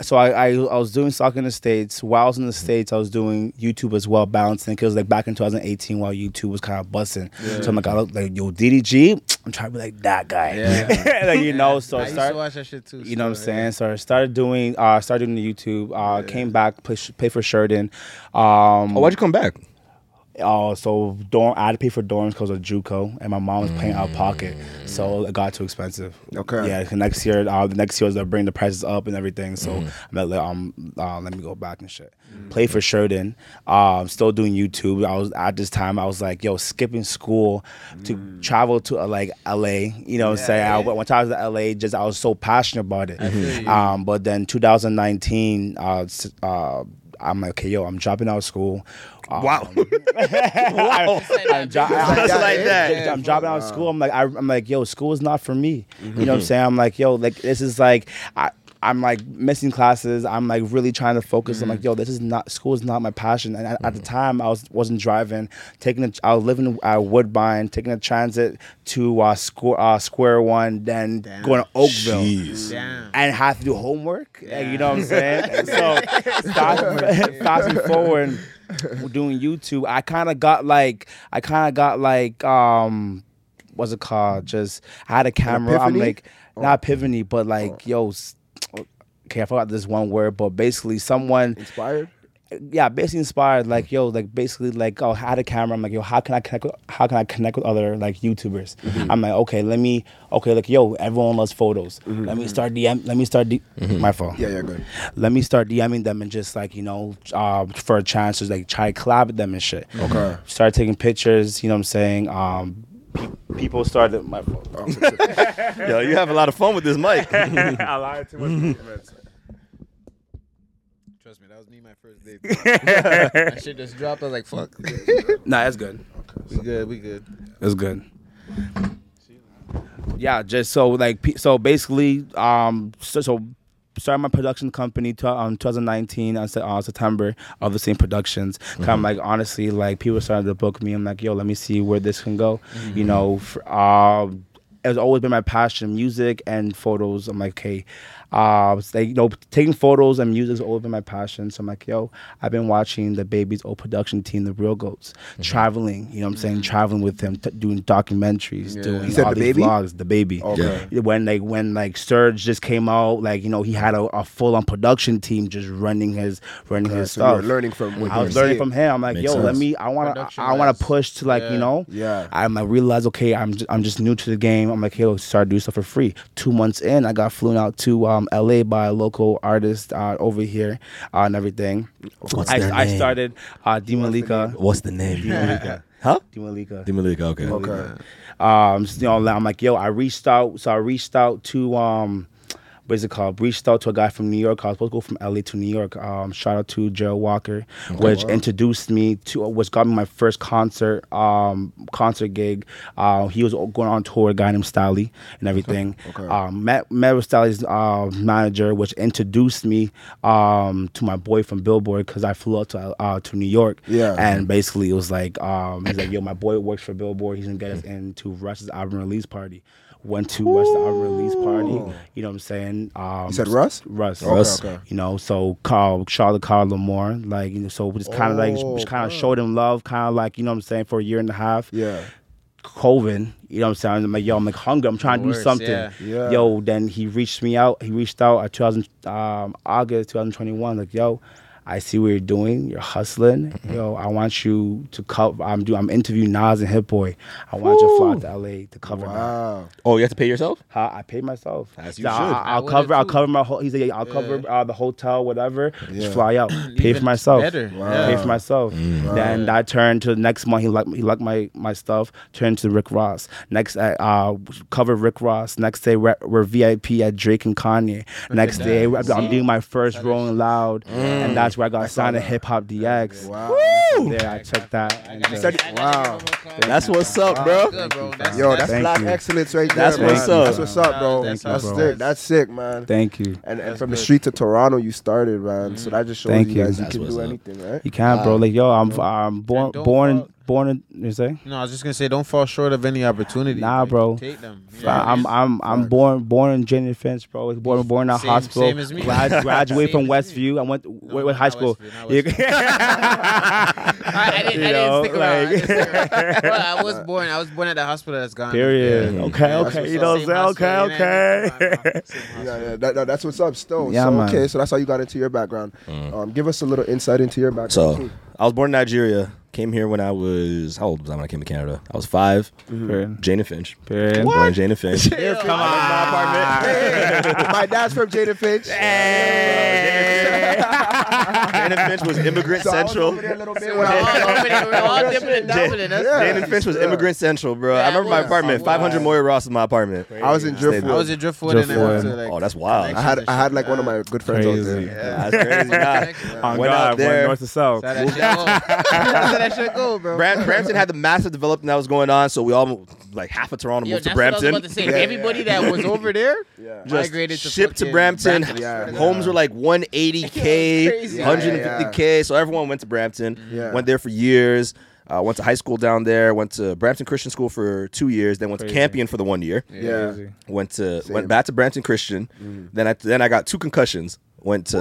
S3: So I, I I was doing soccer in the states. While I was in the states, I was doing YouTube as well, balancing because like back in 2018, while YouTube was kind of busting. So I'm like, I look like yo DDG. I'm trying to be like that guy.
S5: Yeah.
S3: <laughs> like you know. So
S5: I
S3: I
S5: used
S3: start.
S5: to watch that shit too.
S3: You know what I'm
S5: still,
S3: saying?
S5: yeah.
S3: So I started doing, uh, started doing the YouTube. Uh, Came back, play, pay for Sheridan. Um,
S4: Oh, why'd you come back?
S3: uh, so dorm, I had to pay for dorms because of JUCO, and my mom was paying out of pocket, so it got too expensive.
S1: Okay.
S3: Yeah, 'cause next year, uh, the next year they'll bring the prices up and everything. So I'm like, um, uh, let me go back and shit. Play for Sheridan. Um, still doing YouTube. I was at this time. I was like, yo, skipping school to travel to uh, like LA. You know, what I'm saying I, once I was in LA, just I was so passionate about it. Um, but then 2019, uh, s- uh, I'm like, okay, yo, I'm dropping out of school. Um,
S4: Wow. <laughs>
S3: wow. I'm, dro-
S4: Just
S1: Yeah,
S4: like
S1: yeah,
S4: that.
S1: yeah.
S3: I'm dropping out of school. I'm like, I, I'm like, yo, school is not for me. You know what I'm saying? I'm like, yo, like this is like, I, I'm like missing classes. I'm like really trying to focus. I'm like, yo, this is not school is not my passion. And at, at the time, I was wasn't driving, taking a, I was living at Woodbine, taking a transit to uh, square uh, Square One, then
S5: Damn.
S3: going to Oakville
S5: Damn.
S3: and have to do homework. and you know what I'm saying? so fast, <laughs> fast forward, and doing YouTube, I kind of got like, I kind of got like, um, what's it called? Just I had a camera. I'm
S1: epiphany?
S3: like, not epiphany, but like, yo. s- Okay, I forgot this one word, but basically, someone
S1: inspired.
S3: yeah, basically inspired. Like yo, like basically like oh, I had a camera. I'm like yo, how can I connect? With, how can I connect with other like YouTubers? I'm like okay, let me okay like yo, everyone loves photos. Let me start DM. Let me start D- my phone.
S1: Yeah, yeah, good.
S3: Let me start DMing them and just like you know uh, for a chance to like try to collab with them and shit.
S1: Okay.
S3: Start taking pictures. You know what I'm saying? Um, pe- people started my phone.
S1: oh,
S3: <laughs>
S4: Yo, you have a lot of fun with this mic.
S3: I lied too much.
S5: Trust me, that was me my first day. <laughs> that shit just dropped. I was like,
S3: <laughs>
S5: fuck.
S3: nah, that's good.
S5: we good. We good.
S3: That's good. Yeah, just so like pe- so basically, um, so, so started my production company tw- um 2019 on Se- uh, September of the same productions.
S1: Mm-hmm.
S3: Kind of like honestly, like people started to book me. I'm like, yo, let me see where this can go. You
S1: Mm-hmm.
S3: know, for, um. It's always been my passion, music and photos. I'm like, okay, uh, it's like, you know, taking photos and music's always been my passion. So I'm like, yo, I've been watching the baby's old production team, the Real Goats,
S1: Mm-hmm.
S3: traveling. You know what I'm saying? Traveling with them, t- doing documentaries, doing
S1: You said
S3: all
S1: the
S3: these
S1: baby?
S3: vlogs. The baby.
S1: Okay.
S3: When like when like Surge just came out, like you know he had a, a full on production team just running his running his
S1: So you were
S3: stuff.
S1: learning from. what
S3: I
S1: you
S3: was
S1: were
S3: learning
S1: seeing.
S3: from him. I'm like,
S4: Makes
S3: yo, let
S4: sense.
S3: me. I want to.
S5: Production
S3: I want
S5: wise.
S3: to push to like you
S5: Yeah.
S3: know.
S1: Yeah.
S3: I'm. I realize okay, I'm. Just, I'm just new to the game. I'm like, yo, start doing stuff for free. Two months in, I got flown out to um, L.A. by a local artist uh, over here uh, and everything.
S4: What's
S3: I,
S4: their
S3: I
S4: name?
S3: started uh, D Malika.
S4: What's the name? huh?
S3: D Malika.
S4: Demalika, okay.
S1: Okay.
S3: um, s- you know, I'm like, yo, I reached out, so I reached out to um, what is it called? Reached out to a guy from New York. I was supposed to go from LA to New York. Um, shout out to Gerald Walker, which introduced me to, which got me my first concert, um, concert gig. Uh, he was going on tour, a guy named Styley and everything.
S1: Okay.
S3: Um, met met with Styley's uh, manager, which introduced me um to my boy from Billboard because I flew out to uh, to New York.
S1: Yeah.
S3: and and basically, it was like, um, he's like, yo, my boy works for Billboard. He's gonna get us into Russ's album release party. Went to Russ's album release party. You know what I'm saying? Um,
S1: You said Russ.
S3: Russ.
S1: Russ. Okay, okay.
S3: You know, so Carl, Charlotte Carl Lamar, like, you know, so just kind of like,
S1: Oh,
S3: just kind of showed him love, kind of like, you know what I'm saying, for a year and a half.
S1: Yeah.
S3: COVID, you know what I'm saying? I'm like, yo, I'm like hungry. I'm trying to do
S5: Worse,
S3: something.
S5: yeah.
S1: Yeah.
S3: Yo, then he reached me out. He reached out at 2000, um, August 2021. Like, yo, I see what you're doing. You're hustling. Yo, I want you to cover. I'm do. I'm interviewing Nas and Hip Boy. I want you to fly out to LA to cover. that.
S1: Wow.
S4: Oh, you have to pay yourself?
S3: How I pay myself.
S4: As you
S3: So I-
S4: should.
S3: I,
S5: I
S3: will
S5: would've
S3: cover. I'll
S5: too.
S3: cover my. Ho- he's like, I'll cover uh, the hotel, whatever.
S1: Yeah.
S3: Just
S5: <clears throat>
S3: fly out. pay for
S5: Even
S3: myself.
S5: better.
S1: Wow.
S3: Pay for myself.
S5: Mm.
S3: Then I turned to the next month. He liked he liked my my stuff. Turned to Rick Ross. Next, I uh, cover Rick Ross. Next day, we're, we're VIP at Drake and Kanye. Next day, I'm doing my first Rolling Loud,
S5: Mm.
S3: and that's where I got signed to Hip Hop DX.
S1: Wow.
S3: There, I checked that. And, uh,
S1: Wow.
S4: That's what's up, bro.
S5: Good, bro. That's,
S1: Yo, that's
S3: Thank
S1: black
S3: you.
S1: excellence right there.
S4: That's
S1: man.
S4: what's up.
S1: That's what's up, bro.
S5: Thank you,
S1: that's
S5: bro.
S1: sick. That's sick, man.
S3: thank you.
S1: and and from the street to Toronto, you started, man.
S4: Mm-hmm.
S1: So that just shows
S3: Thank
S1: you
S3: you.
S1: guys you
S4: That's
S1: can
S4: what's
S1: do
S4: up.
S1: anything, right?
S3: You can't, bro. Like, yo, I'm I'm born
S5: don't
S3: born in-
S5: fall-
S3: born in. You say?
S5: no, I was just gonna say, don't fall short of any opportunity.
S3: Nah,
S5: Like,
S3: bro.
S5: Take them. You know what I
S3: I'm
S5: mean?
S3: I'm I'm born born in Jenny Fence, bro. Was Born born in a
S5: Same- <laughs>
S3: hospital.
S5: same as me.
S3: Grad, graduated
S5: Same
S3: from
S5: as me.
S3: Westview. I went went
S5: no,
S3: high
S5: not
S3: school.
S5: Westview, not
S3: You- <laughs>
S5: I, I didn't,
S3: You
S5: I
S3: know,
S5: didn't stick around. I,
S3: like-
S5: didn't stick around. Well, I was born. I was born at a hospital that's gone.
S3: Period. Okay,
S5: Yeah,
S3: okay.
S5: that's
S3: You know what
S5: what's
S3: I'm
S5: up.
S3: saying?
S5: Same
S3: Okay,
S5: hospital, yeah,
S3: okay.
S5: yeah, same hospital.
S1: Yeah, yeah, that, that- that's what's up, Stone.
S3: Yeah,
S1: so,
S3: man.
S1: okay, so that's how you got into your background. Um, give us a little insight into your background.
S4: Mm. So
S1: too. <laughs>
S4: I was born in Nigeria. Came here when I was how old was I when I came to Canada? I was five.
S3: Period.
S4: Jane and Finch.
S3: Period.
S4: Born in Jane and <laughs> Finch.
S1: Come on. my dad's from Jada
S4: <laughs>
S1: Finch.
S4: Jane and Finch was Immigrant
S1: So I was
S4: Central.
S1: over there a little bit <laughs>
S5: We're
S1: when I was-
S4: <laughs>
S5: all open and we're all dipping and
S4: Jane
S5: doubling. That's
S1: Yeah.
S4: Jane and Finch was Immigrant Central, bro.
S5: Yeah,
S4: I remember my
S5: it was.
S4: apartment.
S5: Wow.
S4: 500 Moyer Ross was my apartment.
S1: I was in Driftwood.
S5: I was in Driftwood and I went to
S3: Driftwood.
S5: like.
S4: Oh, that's wild.
S1: I had I had like one of my good friends out
S3: Crazy.
S1: there.
S4: That's crazy. Nah.
S3: On
S4: Went out
S3: God,
S4: there.
S3: went north to south.
S5: That's how that shit go. That's how that shit go, bro.
S4: Bram- Brampton had the massive development that was going on, so we all moved, like half of Toronto
S2: Yo,
S4: moved to
S2: that's what I was
S4: Brampton.
S2: about to say.
S1: Yeah.
S2: Everybody that was over there,
S1: Yeah.
S4: Just
S5: migrated to
S4: shipped to
S5: fucking
S4: Brampton.
S5: Brampton.
S1: Yeah.
S4: Homes
S5: <laughs>
S4: were like 180k,
S5: crazy.
S4: 150k. So everyone went to Brampton.
S1: Yeah.
S4: Went there for years. Uh, went to high school down there. Went to Brampton Christian School for two years. Then went to Campion for the one year.
S1: Yeah. Mm-hmm.
S4: Went to went back to Brampton Christian. Then I then I got two concussions. Went to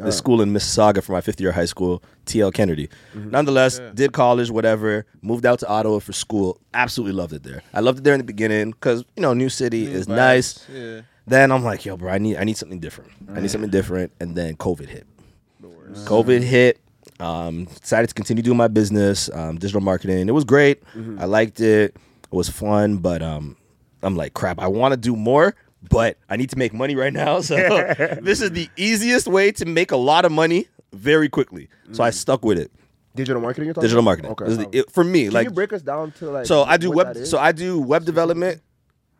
S1: Uh.
S4: the school in Mississauga for my fifth year of high school, TL Kennedy.
S1: Mm-hmm.
S4: Nonetheless, did college, whatever. Moved out to Ottawa for school. Absolutely loved it there. I loved it there in the beginning because you know new city is
S5: vibes,
S4: nice.
S5: yeah.
S4: Then I'm like, yo, bro, I need I need something different. I need something different. And then COVID hit. COVID hit. Um, decided to continue doing my business, um, digital marketing. It was great.
S1: Mm-hmm.
S4: I liked it. It was fun, but um, I'm like, crap. I want to do more, but I need to make money right now. <laughs>
S1: <laughs>
S4: So this is the easiest way to make a lot of money very quickly. So I stuck with it.
S1: Digital marketing. You're talking
S4: Digital
S1: about?
S4: marketing.
S1: Mm. Okay.
S4: This is the- it- for me,
S1: Can
S4: like
S1: you break us down to like?
S4: so I do
S1: what
S4: web.
S1: that
S4: So
S1: is?
S4: I do web development,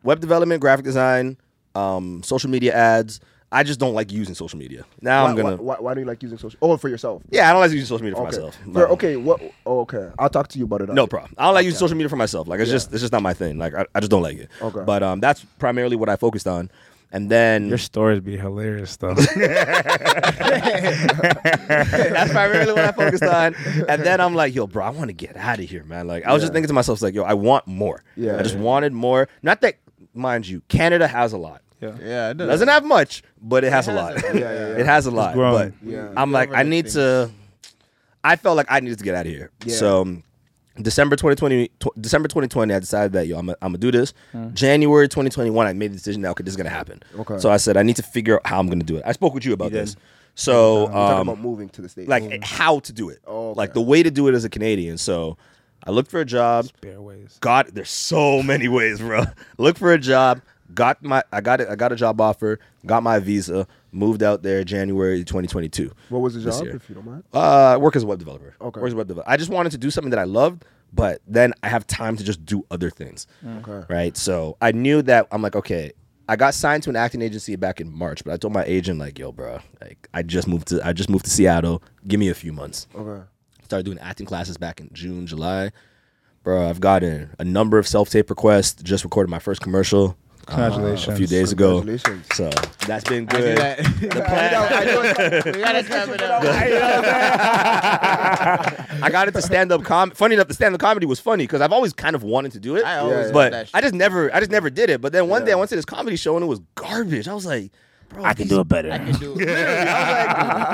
S4: web development, graphic design, um, social media ads. I just don't like using social media. Now
S1: why,
S4: I'm gonna.
S1: Why, why, why do you like using social? Oh, for yourself.
S4: Yeah, I don't like using social media for
S1: Okay.
S4: myself.
S1: For-
S4: No.
S1: okay. What? Oh, okay. I'll talk to you about it.
S4: No
S1: after.
S4: problem. I don't like using social media for myself. Like it's just it's just not my thing. Like I, I just don't like it.
S1: Okay.
S4: But um, that's primarily what I focused on. And then
S3: Your stories be hilarious though.
S4: <laughs> that's primarily what I focused on. And then I'm like, yo, bro, I want to get out of here, man. Like I was just thinking to myself, like, yo, I want more.
S1: Yeah,
S4: I just
S1: yeah.
S4: wanted more. Not that, mind you, Canada has a lot.
S5: Yeah, it
S4: Doesn't have much, but it has a <laughs> lot.
S1: Yeah, yeah, yeah.
S4: It has a lot.
S3: growing.
S4: But
S1: Yeah.
S4: I'm like, I
S5: overlook
S4: need to. I felt like I needed to get out of here. So um, December 2020, tw- December 2020, I decided that yo, I'm gonna I'm gonna do this. January 2021, I made the decision that okay, this is gonna happen.
S1: Mm. Okay.
S4: So I said I need to figure out how I'm gonna do it. I spoke with you about this. So
S1: We're talking
S4: um,
S1: about moving to the states.
S4: like
S1: Moving.
S4: how to do it,
S1: Oh, okay.
S4: like the way to do it as a Canadian. So I looked for a job.
S3: Bare ways.
S4: God, there's so many ways, bro. Look for a job. Got my, I got it. I got a job offer. Got my visa. Moved out there January 2022.
S1: What was the
S4: this
S1: job,
S4: year.
S1: if you don't mind?
S4: Uh, I work as a web developer.
S1: Okay.
S4: Work as a web developer. I just wanted to do something that I loved, but then I have time to just do other things.
S1: Okay.
S4: Right. So I knew that I'm like, okay. I got signed to an acting agency back in March, but I told my agent like, yo, bro, like I just moved to I just moved to Seattle. Give me a few months
S1: Okay.
S4: started doing acting classes back in June, July. Bro, I've gotten a number of self tape requests. Just recorded my first commercial. uh, a few
S3: Congratulations.
S4: days ago.
S1: Congratulations.
S4: So that's been
S5: I knew
S4: good.
S2: <laughs>
S5: that.
S2: we gotta step it up.
S4: I got into stand up comedy. Funny enough, the stand up comedy was funny because I've always kind of wanted to do it,
S5: I
S1: Yeah,
S5: always
S1: yeah.
S5: did
S4: but
S5: that shit.
S4: I just never, I just never did it. But then one day I went to this comedy show and it was garbage. I was like,
S3: I can
S4: <laughs>
S3: do it better.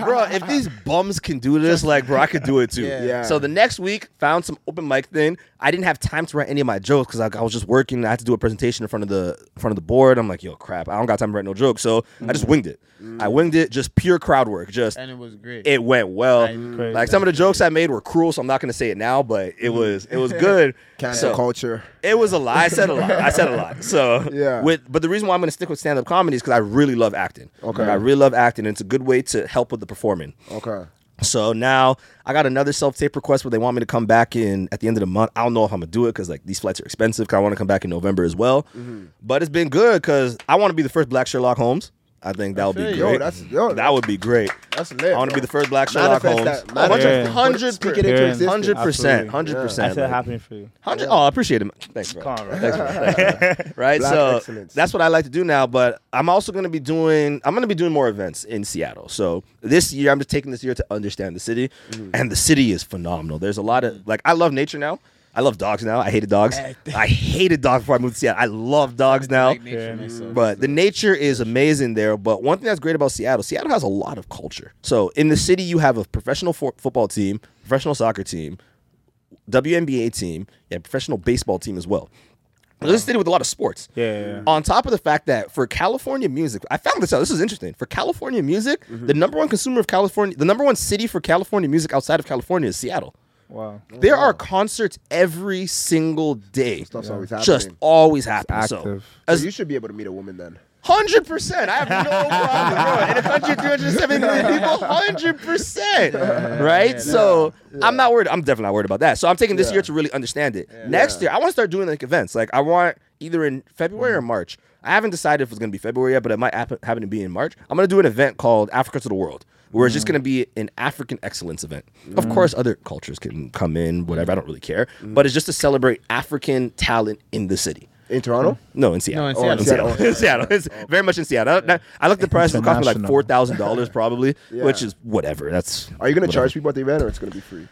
S4: bro, if these bums can do this, like, bro, I could do it too.
S1: Yeah.
S4: So the next week, found some open mic thing. I didn't have time to write any of my jokes because I, I was just working. I had to do a presentation in front of the in front of the board. I'm like, yo, crap, I don't got time to write no jokes. So I just winged it.
S5: Mm.
S4: I winged it, just pure crowd work. Just
S5: and it was great.
S4: it went well.
S5: Crazy.
S4: Like some of the jokes I made were cruel, so I'm not gonna say it now, but it was it was good.
S1: Cancel
S4: So-
S1: culture.
S4: it was a lot. I said a lot. I said a lot. So
S1: Yeah.
S4: With but the reason why I'm going to stick with stand up comedy is because I really love acting.
S1: Okay.
S4: Like, I really love acting, and it's a good way to help with the performing.
S1: Okay.
S4: So now I got another self tape request where they want me to come back in at the end of the month. I don't know if I'm gonna do it because like these flights are expensive. Cause I want to come back in November as well.
S1: Mm-hmm.
S4: But it's been good because I want to be the first Black Sherlock Holmes. I think that would be
S1: feel
S4: great.
S1: you. Yo, that's- yo,
S4: that would be great.
S1: That's lit,
S4: I want to
S1: bro.
S4: be the first Black Sherlock
S1: Manifest
S4: Holmes.
S1: that.
S4: Oh,
S1: Manifest-
S4: 100
S1: Speak it into
S3: Yeah.
S1: existence.
S4: Hundred percent, hundred
S3: I
S4: percent.
S3: said happening for you.
S4: Hundred. Oh, I appreciate it. man. Thanks, bro.
S3: Come on, bro.
S4: Thanks, bro. Thanks, bro. right.
S1: Black
S4: so
S1: excellence.
S4: that's what I like to do now. But I'm also going to be doing. I'm going to be doing more events in Seattle. So this year, I'm just taking this year to understand the city, and the city is phenomenal. There's a lot of like I love nature now. I love dogs now. I hated dogs. I hated dogs before I moved to Seattle. I love dogs now.
S5: Like nature myself.
S4: But the nature is amazing there. But one thing that's great about Seattle, Seattle has a lot of culture. So in the city, you have a professional fo- football team, professional soccer team, WNBA team, yeah, professional baseball team as well. This is a city with a lot of sports.
S3: Yeah, yeah, yeah.
S4: On top of the fact that for California music, I found this out. This is interesting. For California music,
S3: Mm-hmm.
S4: the number one consumer of California, the number one city for California music outside of California is Seattle.
S3: Oh, Wow.
S4: There are concerts every single day.
S1: Stuff's always
S4: Just
S1: happening.
S4: always happens. So,
S3: active.
S1: So
S4: as
S1: you should be able to meet a woman then.
S4: Hundred percent. I have no problem, bro. In a country of 370 million people, hundred percent. Right. so I'm not worried. I'm definitely not worried about that. So I'm taking this year to really understand it. Next year, I want to start doing like events. Like I want either in February or March. I haven't decided if it's gonna be February yet, but it might happen, happen to be in March. I'm gonna do an event called Africa to the World, where it's just gonna be an African excellence event. Of course, other cultures can come in, whatever. I don't really care, but it's just to celebrate African talent in the city.
S1: In Toronto?
S4: No, in Seattle.
S5: No, in
S1: Oh,
S5: Seattle.
S4: in Seattle. <laughs> In Seattle. It's very much in Seattle. I- I looked at the price; it cost me like
S3: International.
S4: four thousand dollars, probably,
S1: Yeah.
S4: which is whatever. That's
S1: Are you gonna
S4: whatever.
S1: charge people at the event or it's gonna be free?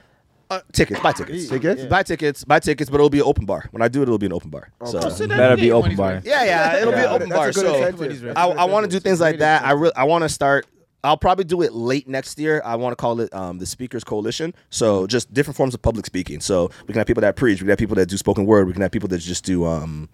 S4: uh, tickets? Buy tickets.
S1: Tickets?
S4: Buy tickets. Buy tickets. But it'll be an open bar. When I do it, it'll be an open bar.
S2: Oh,
S4: So.
S3: Better be open bar.
S4: Yeah, yeah, it'll be
S1: Yeah.
S4: an open
S1: That's a
S4: bar.
S1: good incentive.
S4: So
S1: That's
S4: I,
S1: a good
S4: I want to do things like that. I really I want to start. I'll probably do it late next year. I want to call it um, the Speakers Coalition. So just different forms of public speaking. So we can have people that preach. We can have people that do spoken word. We can have people that just do. Um,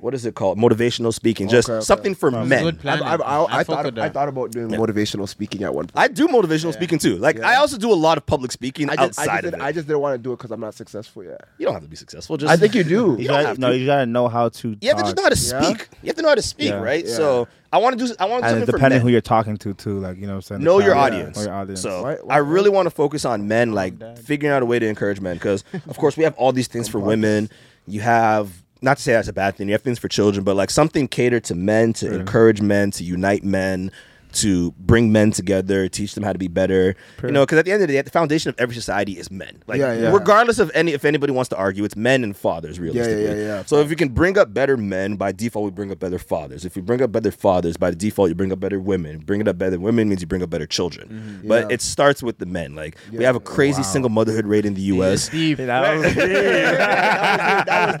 S4: what is it called? Motivational speaking. Just
S1: Okay, okay.
S4: something for men.
S5: Good
S1: I,
S5: planning.
S1: I, I, I,
S5: fuck with
S1: thought, I
S5: that.
S1: thought about doing motivational speaking at one point.
S4: I do motivational speaking too. Like I also do a lot of public speaking
S1: I just,
S4: outside
S1: I just,
S4: of
S1: did,
S4: it.
S1: I just didn't want to do it because I'm not successful
S4: <laughs>
S1: yet.
S4: you don't have to be successful. Just
S1: I think you <laughs> do.
S4: You
S3: You
S4: don't
S3: gotta,
S4: have
S3: no,
S4: to.
S3: you gotta know how to.
S4: You have to
S3: talk.
S4: just know how to
S1: Yeah?
S4: speak. You have to know how to speak,
S3: Yeah.
S4: right?
S1: Yeah.
S4: So I want to do. I want to do
S3: and
S4: something
S3: depending
S4: for
S3: who
S4: men.
S3: you're talking to, too. Like you know, what I'm saying the
S4: know your
S3: crowd,
S4: audience.
S3: Know your audience.
S4: So
S1: Right,
S4: I really want to focus on men, like figuring out a way to encourage
S1: <laughs>
S4: men, because of course we have all these things for women. You have not to say that's a bad thing. You have things for children, but like something catered to men to encourage men to unite men. To bring men together, teach them how to be better, you know, because at the end of the day, the foundation of every society is men. Like,
S1: Yeah, yeah.
S4: regardless of any, if anybody wants to argue, it's men and fathers,
S1: yeah,
S4: realistically.
S1: yeah.
S4: So if you can bring up better men, by default, we bring up better fathers. If you bring up better fathers, by default, you bring up better women. Bringing up better women means you bring up better children. But
S1: Yeah.
S4: it starts with the men. Like we have a crazy single motherhood rate in the
S3: <laughs>
S4: U.S.
S5: Steve.
S3: That was
S1: that
S4: <laughs>
S1: was deep. That was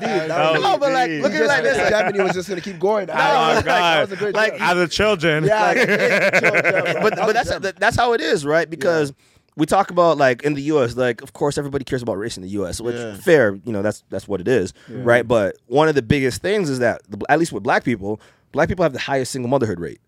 S1: deep. That was <laughs>
S3: was
S1: deep.
S4: No, Oh, but like
S1: You
S4: looking
S1: just-
S4: like this,
S1: this Japanese was just gonna keep
S4: <laughs>
S1: going. Oh <laughs>
S3: God.
S1: that was a good
S4: Like,
S1: joke.
S3: as a
S4: <laughs>
S3: children.
S1: yeah, like, it- chill, chill,
S5: <laughs>
S1: bro.
S4: but
S1: That was
S4: but that's
S1: a gem.
S4: that, that's how it is, right? Because we talk about like in the U.S., like of course everybody cares about race in the U.S., which fair, you know, that's that's what it is, right? But one of the biggest things is that the- at least with black people, black people have the highest single motherhood rate,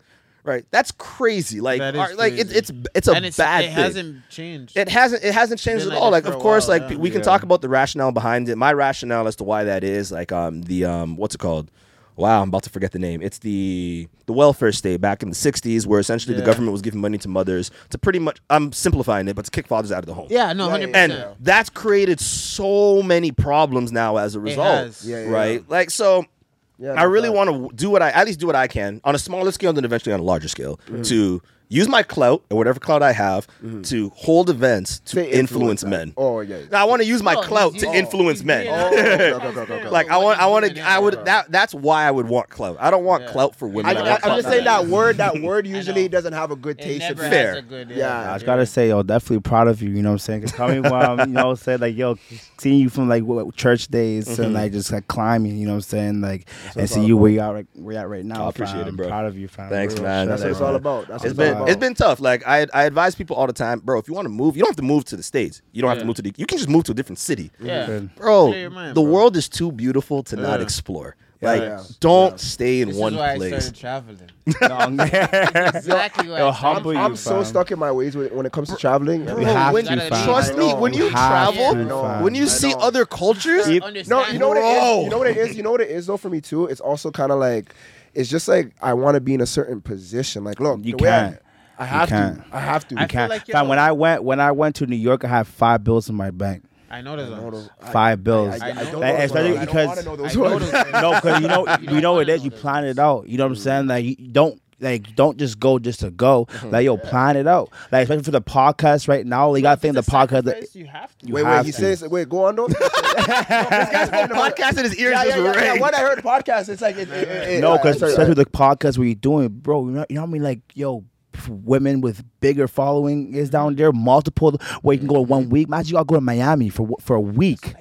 S4: right? That's crazy. Like
S5: That is
S4: our- like it,
S5: crazy.
S4: it's it's a
S5: and it's,
S4: bad
S5: it
S4: thing.
S5: hasn't changed.
S4: It hasn't. It hasn't changed
S5: Been
S4: at
S5: like
S4: all.
S5: that
S4: Like,
S5: for a
S4: of course,
S5: while,
S4: like
S5: yeah.
S4: we can talk about the rationale behind it. My rationale as to why that is, like, um, the um, what's it called? Wow, I'm about to forget the name. It's the the welfare state back in the '60s, where essentially the
S5: Yeah.
S4: government was giving money to mothers to pretty much. I'm simplifying it, but to kick fathers out of the home.
S5: yeah, no,
S1: Yeah, yeah,
S5: hundred
S1: yeah.
S4: And
S5: percent.
S4: that's created so many problems now as a result.
S5: has. Yeah,
S1: yeah,
S4: right? Like so
S1: Yeah,
S4: I
S1: no
S4: really
S1: doubt. Mm-hmm.
S4: want to do what I at least do what I can on a smaller scale and then eventually on a larger scale to use my clout or whatever clout I have to hold events to
S1: Say
S4: influence,
S1: Mm-hmm. that.
S4: men.
S1: Oh yeah.
S4: <laughs>
S1: yeah.
S4: I want to use my
S2: No, he's
S4: clout to
S2: using-
S4: influence
S2: he's
S4: men.
S2: being-
S1: Oh, okay, okay, okay, okay.
S4: Like I want, I want to, I would. That that's why I would want clout. I don't want clout for
S1: I,
S4: women.
S1: I,
S4: want
S1: I'm
S4: clout
S1: just
S4: for
S1: saying
S4: men.
S1: that word. That word usually doesn't have a good
S2: It
S1: taste.
S2: never
S1: in
S4: fair.
S2: has a good.
S1: Yeah.
S3: I just gotta say, yo, definitely proud of you. You know what I'm saying? Cause coming from, you know, said like, yo, seeing you from like what, church days and
S4: Mm-hmm.
S3: like just like climbing. You know what I'm saying? Like, and see you where you are, like, where you at right now.
S4: I appreciate
S3: fam.
S4: it, bro.
S3: Proud of you, fam.
S4: Thanks,
S3: Real
S4: man.
S3: shit,
S4: That's
S1: That's what it's
S3: bro.
S1: all about. That's what
S4: It's
S1: it's
S4: been
S1: all about.
S4: it's been tough. Like I I advise people all the time, bro. If you want to move, you don't have to move to the states. You don't have to
S2: Yeah.
S4: move to the. You can just move to a different city,
S2: Yeah.
S3: Good.
S4: bro.
S5: Clear your mind,
S4: the
S5: bro.
S4: world is too beautiful to not explore. Like,
S1: Yeah.
S4: don't stay in
S2: This
S4: one
S2: is why I
S4: place.
S2: started traveling.
S3: <laughs> exactly.
S2: Exactly why I started
S3: humble
S2: traveling.
S1: I'm
S3: you,
S1: so
S3: fam.
S1: stuck in my ways when, when it comes to traveling.
S4: bro,
S3: We have
S4: when-
S3: to, fam.
S4: Trust
S1: I
S4: me,
S1: know.
S4: when you
S3: We have
S4: travel,
S2: to,
S1: fam.
S4: when you
S1: I
S4: see
S1: know.
S4: other cultures,
S2: You-
S1: No, you know what it
S4: Bro.
S1: is. You know what it is. You know what it is though for me too. It's also kind of like it's just like I want to be in a certain position. Like, look,
S3: You
S1: the way I-
S3: can't.
S1: I, have
S3: can't.
S1: to. I have to.
S3: You
S1: I
S3: can't.
S2: like,
S3: fam,
S2: yo-
S3: when I went, when I went to New York, I had five bills in my bank.
S5: I know there's
S1: don't
S5: a
S1: know. I-
S3: Five bills.
S1: I, I
S5: I
S1: don't know
S5: know.
S1: those
S3: Especially
S1: words. I don't
S3: because-
S1: wanna know those
S5: I know
S1: words.
S5: those words.
S3: no, because you know you
S1: <laughs>
S2: don't
S3: know it
S2: wanna
S3: is.
S2: know
S3: You
S2: that.
S3: plan it out. You know what I'm saying? Like you don't like don't just go just to go.
S1: Mm-hmm.
S3: Like yo, plan it out. Like especially for the podcast right now, like, you gotta think the podcast. that-
S5: You have to.
S3: you
S1: Wait, wait.
S3: have
S1: He
S3: to.
S1: says, wait, go on though. this guy's going to
S4: podcast in his ears
S1: Yeah, yeah,
S4: just
S1: yeah, <laughs> yeah.
S4: ring.
S1: When I heard podcast, it's like it, it, it, it,
S3: No,
S1: I- I
S3: because
S1: started-
S3: especially the podcast we're doing, bro. You know, you know how many like yo women with bigger following is down there. Multiple where you can go in one week. Imagine y'all going to Miami for w- for a week.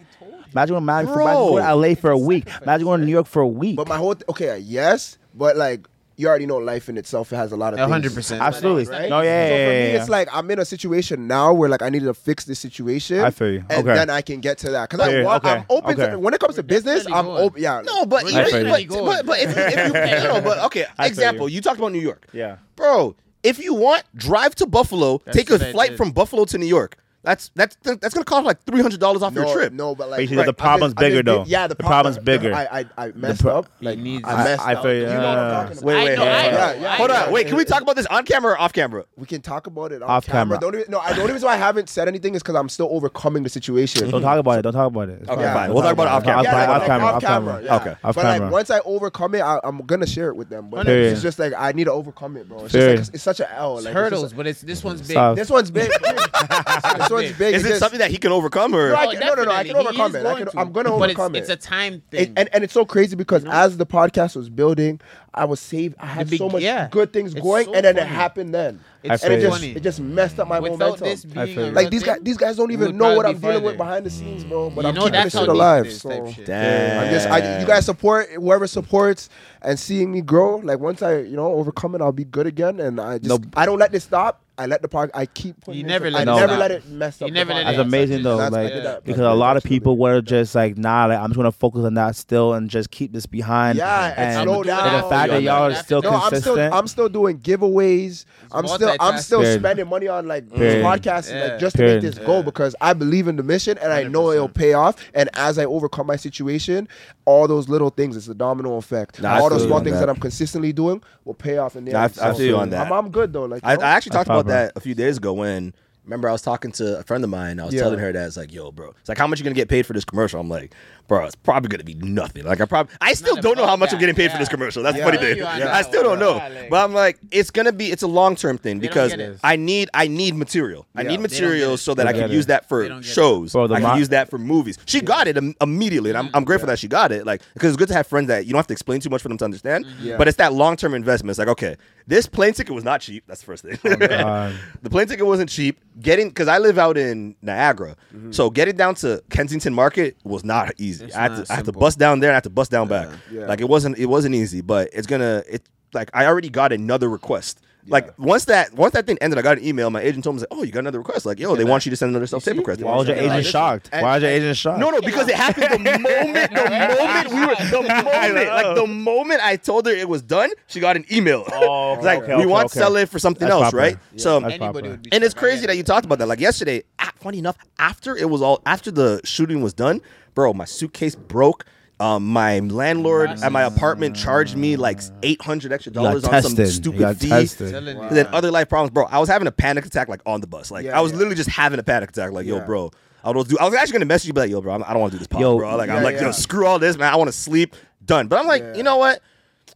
S3: Imagine going to Miami for, imagine
S4: Bro.
S3: going to LA for a week. Imagine going to New York for a week.
S1: But my whole th- okay, yes, but like you already know, life in itself it has a lot of
S5: A
S1: things.
S5: hundred percent.
S3: Absolutely.
S2: Right?
S3: No, yeah,
S1: So
S3: yeah,
S1: for
S3: yeah,
S1: me,
S3: yeah.
S1: it's like I'm in a situation now where like I need to fix this situation.
S3: I feel you.
S1: And
S3: Okay.
S1: then I can get to that because I
S3: Period.
S1: want,
S3: Okay.
S1: I'm open
S3: Okay.
S1: to when it comes to business. I'm
S2: definitely
S1: open. Yeah.
S4: <laughs> No, but
S2: Where
S4: even,
S3: you
S4: but,
S2: really going?
S4: but but if, if you you know, but okay,
S3: feel
S4: example. You. talked about New York.
S3: Yeah.
S4: bro. If you want, drive to Buffalo. take a
S5: what I
S4: flight
S5: did.
S4: from Buffalo to New York. That's that's that's gonna cost like three hundred dollars off
S1: No,
S4: your trip.
S1: no, but like
S3: But you see,
S1: right,
S3: the
S1: I've
S3: problem's
S1: been- I've
S3: bigger,
S1: been-
S3: though.
S1: Yeah, the,
S3: The problem's
S1: problem-
S3: bigger.
S1: I I, I messed
S3: pro-
S1: up. Like
S5: needs-
S1: I messed
S3: I- I
S1: up.
S3: feel
S1: you
S3: you.
S1: know what I'm
S3: Yeah.
S1: talking about.
S4: Wait,
S2: I
S4: wait,
S2: know,
S4: hold on.
S2: I know,
S1: Yeah, yeah.
S4: Hold
S2: I
S4: on.
S2: know.
S4: Wait, can we talk about this on camera or off camera?
S1: We can talk about it off,
S3: Off
S1: camera.
S3: camera.
S1: Don't even, no, I, the only reason why I haven't said anything is because I'm still overcoming the situation.
S3: Don't talk about it. Don't talk about it. It's
S4: Okay,
S1: Yeah.
S4: fine. We'll talk about it off
S3: I'll
S4: camera.
S1: Yeah,
S3: talk
S1: like,
S3: about
S1: like,
S3: it camera,
S1: off
S3: off
S1: camera.
S3: camera.
S1: yeah.
S4: Okay.
S3: Off
S1: but
S3: camera.
S1: like once I overcome it, I, I'm gonna share it with them. But
S3: Period.
S1: it's just like I need to overcome it, bro. It's
S3: Period.
S1: just like, it's such an L. Like,
S2: It's
S1: it's
S2: hurdles,
S1: just-
S2: but it's this one's big.
S3: Stop.
S1: this
S2: <laughs>
S1: one's big. this one's big.
S4: Is
S1: It's
S4: it
S1: just-
S4: something that he can overcome or?
S1: No, I can- no, no, no,
S2: definitely.
S1: I can
S2: He is
S1: overcome it. I
S2: going
S1: can-
S2: to,
S1: I'm gonna
S2: but
S1: overcome
S2: it's,
S1: it.
S2: It's a time
S1: it,
S2: thing.
S1: and and it's so crazy because as the podcast was building, I was saved. I had
S2: The big-
S1: so much
S2: yeah.
S1: good things
S2: It's
S1: going,
S2: so
S1: and then it
S2: funny.
S1: happened. Then
S5: It's
S1: and it
S3: so
S1: just
S5: funny.
S1: it just messed up my
S2: Without
S1: momentum.
S2: this
S3: I
S2: being
S3: feel
S2: a
S3: you.
S1: like these
S2: real
S1: guys,
S2: thing,
S1: these guys don't
S2: we
S1: even
S2: would
S1: know what
S2: probably
S1: I'm
S2: be
S1: dealing with
S2: farther.
S1: behind the scenes, bro. But
S2: You
S1: I'm
S2: know,
S1: keeping
S2: that's
S1: this
S2: how
S1: shit
S2: deep it
S1: alive.
S2: is,
S1: so.
S2: type shit.
S1: I'm just, I, you guys support whoever supports and seeing me grow. Like once I, you know, overcome it, I'll be good again. And I just,
S3: No.
S1: I don't let this stop. I let the podcast. I keep. Putting
S5: You
S1: it
S5: never
S1: to-
S5: let
S1: I
S3: it
S1: never
S3: stop.
S1: let it mess
S2: You
S1: up. the
S2: never let
S1: podcast.
S2: it
S3: That's amazing though,
S1: That's-
S3: like
S1: yeah, that's
S3: because a
S1: great,
S3: lot of
S1: actually.
S3: people were just like, nah, like, I'm just gonna focus on that still and just keep this behind.
S1: Yeah, and slow
S3: and
S1: down.
S3: the fact that
S2: Yeah,
S3: y'all
S2: man.
S3: are still
S1: No, I'm
S3: consistent.
S1: still, I'm still doing giveaways. I'm still, I'm still
S3: multitasking.
S1: spending money on like
S3: Period.
S1: this podcast,
S5: Yeah.
S1: like just
S3: Period.
S1: to make this go because I believe in the mission and I know it'll pay off. And as I overcome my situation, all those little things, it's a domino effect.
S4: Nah, I
S1: all
S4: feel
S1: those
S4: you
S1: small
S4: on
S1: things
S4: that.
S1: that. I'm consistently doing will pay off in the
S4: Nah, I-
S1: end.
S4: I feel you on that.
S1: I'm, I'm good though. Like
S4: I,
S1: you know?
S4: I actually talked
S3: fine,
S4: about
S3: bro.
S4: that a few days ago when remember I was talking to a friend of mine. I was
S1: Yeah.
S4: telling her that it's like, yo, bro, it's like how much you gonna get paid for this commercial? I'm like, bro, it's probably gonna be nothing. Like I probably I still
S2: a
S4: don't know how much I'm
S2: podcast,
S4: getting paid for this
S2: yeah.
S4: commercial. That's
S1: Yeah.
S4: the funny
S1: Feel
S4: thing.
S2: you on
S4: I
S2: that
S4: still
S2: one,
S4: don't know.
S2: bro. Like-
S4: but I'm like, it's gonna be it's a long term thing
S2: They don't
S4: because
S2: get it.
S4: I need I need material. I
S1: Yeah.
S4: need
S1: They don't
S2: get
S4: material
S2: it.
S4: so that I
S3: get
S4: can
S3: it.
S4: use that
S2: They
S4: for
S2: don't get it.
S4: shows.
S3: Bro, the
S4: I can
S3: mo-
S4: use that for movies. She got it im- immediately, and I'm, I'm grateful that she got it. Like because it's good to have friends that you don't have to explain too much for them to understand.
S1: Yeah.
S4: But it's that long term investment. It's like okay, this plane ticket was not cheap. That's the first thing. <laughs>
S3: God.
S4: the plane ticket wasn't cheap. Getting because I live out in Niagara, so getting down to Kensington Market was not easy. I had to
S5: not
S4: I had to
S5: simple.
S4: bust down there. and I had to bust down back.
S1: Yeah.
S4: Like it wasn't it wasn't easy, but it's gonna it like I already got another request. Like once that once that thing ended, I got an email. My agent told me, like, "Oh, you got another request. Like, yo, they want you to send another self tape request."
S3: Why was your
S4: Yeah.
S3: agent shocked? Why was your agent shocked?
S4: No, no, because it happened
S3: <laughs>
S4: the moment, the moment we were, the moment, like the moment I told her it was done, she got an email.
S3: Oh,
S4: It's <laughs> like
S3: okay,
S4: we
S3: okay,
S4: want
S3: okay.
S4: sell it for something
S3: That's
S4: else,
S3: proper.
S4: right? So,
S3: That's
S2: Anybody
S3: proper.
S2: would be
S4: and it's
S2: shocked. I
S4: crazy
S2: get
S4: that
S2: it.
S4: you talked about that. Like yesterday, ah, funny enough, after it was all after the shooting was done, bro, my suitcase broke. Um, my landlord at my apartment charged me like eight hundred extra dollars on some
S3: tested. You
S4: stupid
S3: got
S4: fee.
S3: tested.
S5: Telling you.
S4: And then other life problems, bro. I was having a panic attack like on the bus. Like
S1: Yeah,
S4: I was
S1: yeah.
S4: literally just having a panic attack. Like, yo,
S1: Yeah.
S4: bro. I was, do, I was actually gonna message you, be like, yo, bro, I'm- I don't want to do this, pod,
S3: Yo,
S4: bro. Like,
S1: yeah,
S4: I'm like,
S1: yeah.
S4: yo, screw all this, man. I want to sleep. Done. But I'm like,
S1: Yeah.
S4: you know what,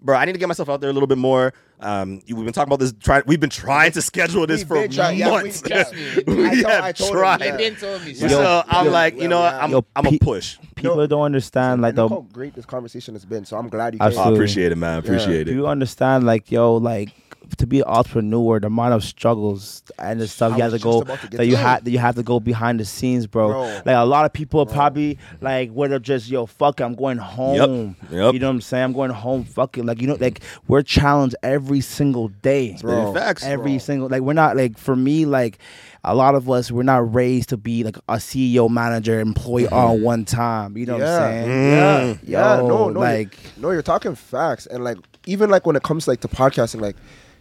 S4: bro? I need to get myself out there a little bit more. Um, you- we've been talking about this. Try, we've been trying to schedule this
S1: We've
S4: for
S1: been trying- yeah, we-
S4: months.
S1: trust me. I told- <laughs>
S4: have
S1: I told him,
S4: <laughs> tried.
S1: yeah.
S2: Ben told me.
S4: <laughs> So
S2: So.
S4: I'm
S1: yo,
S4: like, you know,
S1: yeah, yeah.
S4: I'm
S3: Yo,
S4: I'm a
S3: Pe-
S4: push.
S3: People don't understand like
S1: And look
S3: the
S1: how great this conversation has been. So I'm glad you
S4: I
S3: Absolutely.
S1: came.
S4: appreciate it, man. I appreciate
S3: Do
S4: it.
S3: you understand, like, yo, like, to be an entrepreneur, the amount of struggles and the stuff
S1: I
S3: you have to
S1: was
S3: go
S1: just about to get
S3: that you
S1: there.
S3: had that you have to go behind the scenes, bro.
S1: Bro.
S3: Like a lot of people probably like would have just yo, fuck, it, I'm going home.
S4: Yep.
S3: You know what I'm saying? I'm going home. Fuck it. Like you know, like we're challenged every single day,
S1: Bro.
S4: Facts.
S3: Every single like we're not like for me like a lot of us we're not raised to be like a CEO, manager, employee all one time. You know what I'm
S1: Yeah.
S3: saying?
S1: Yeah, yeah,
S3: Yo,
S1: no, no,
S3: like-
S1: like no, you're talking facts, and like even like when it comes like to podcasting, like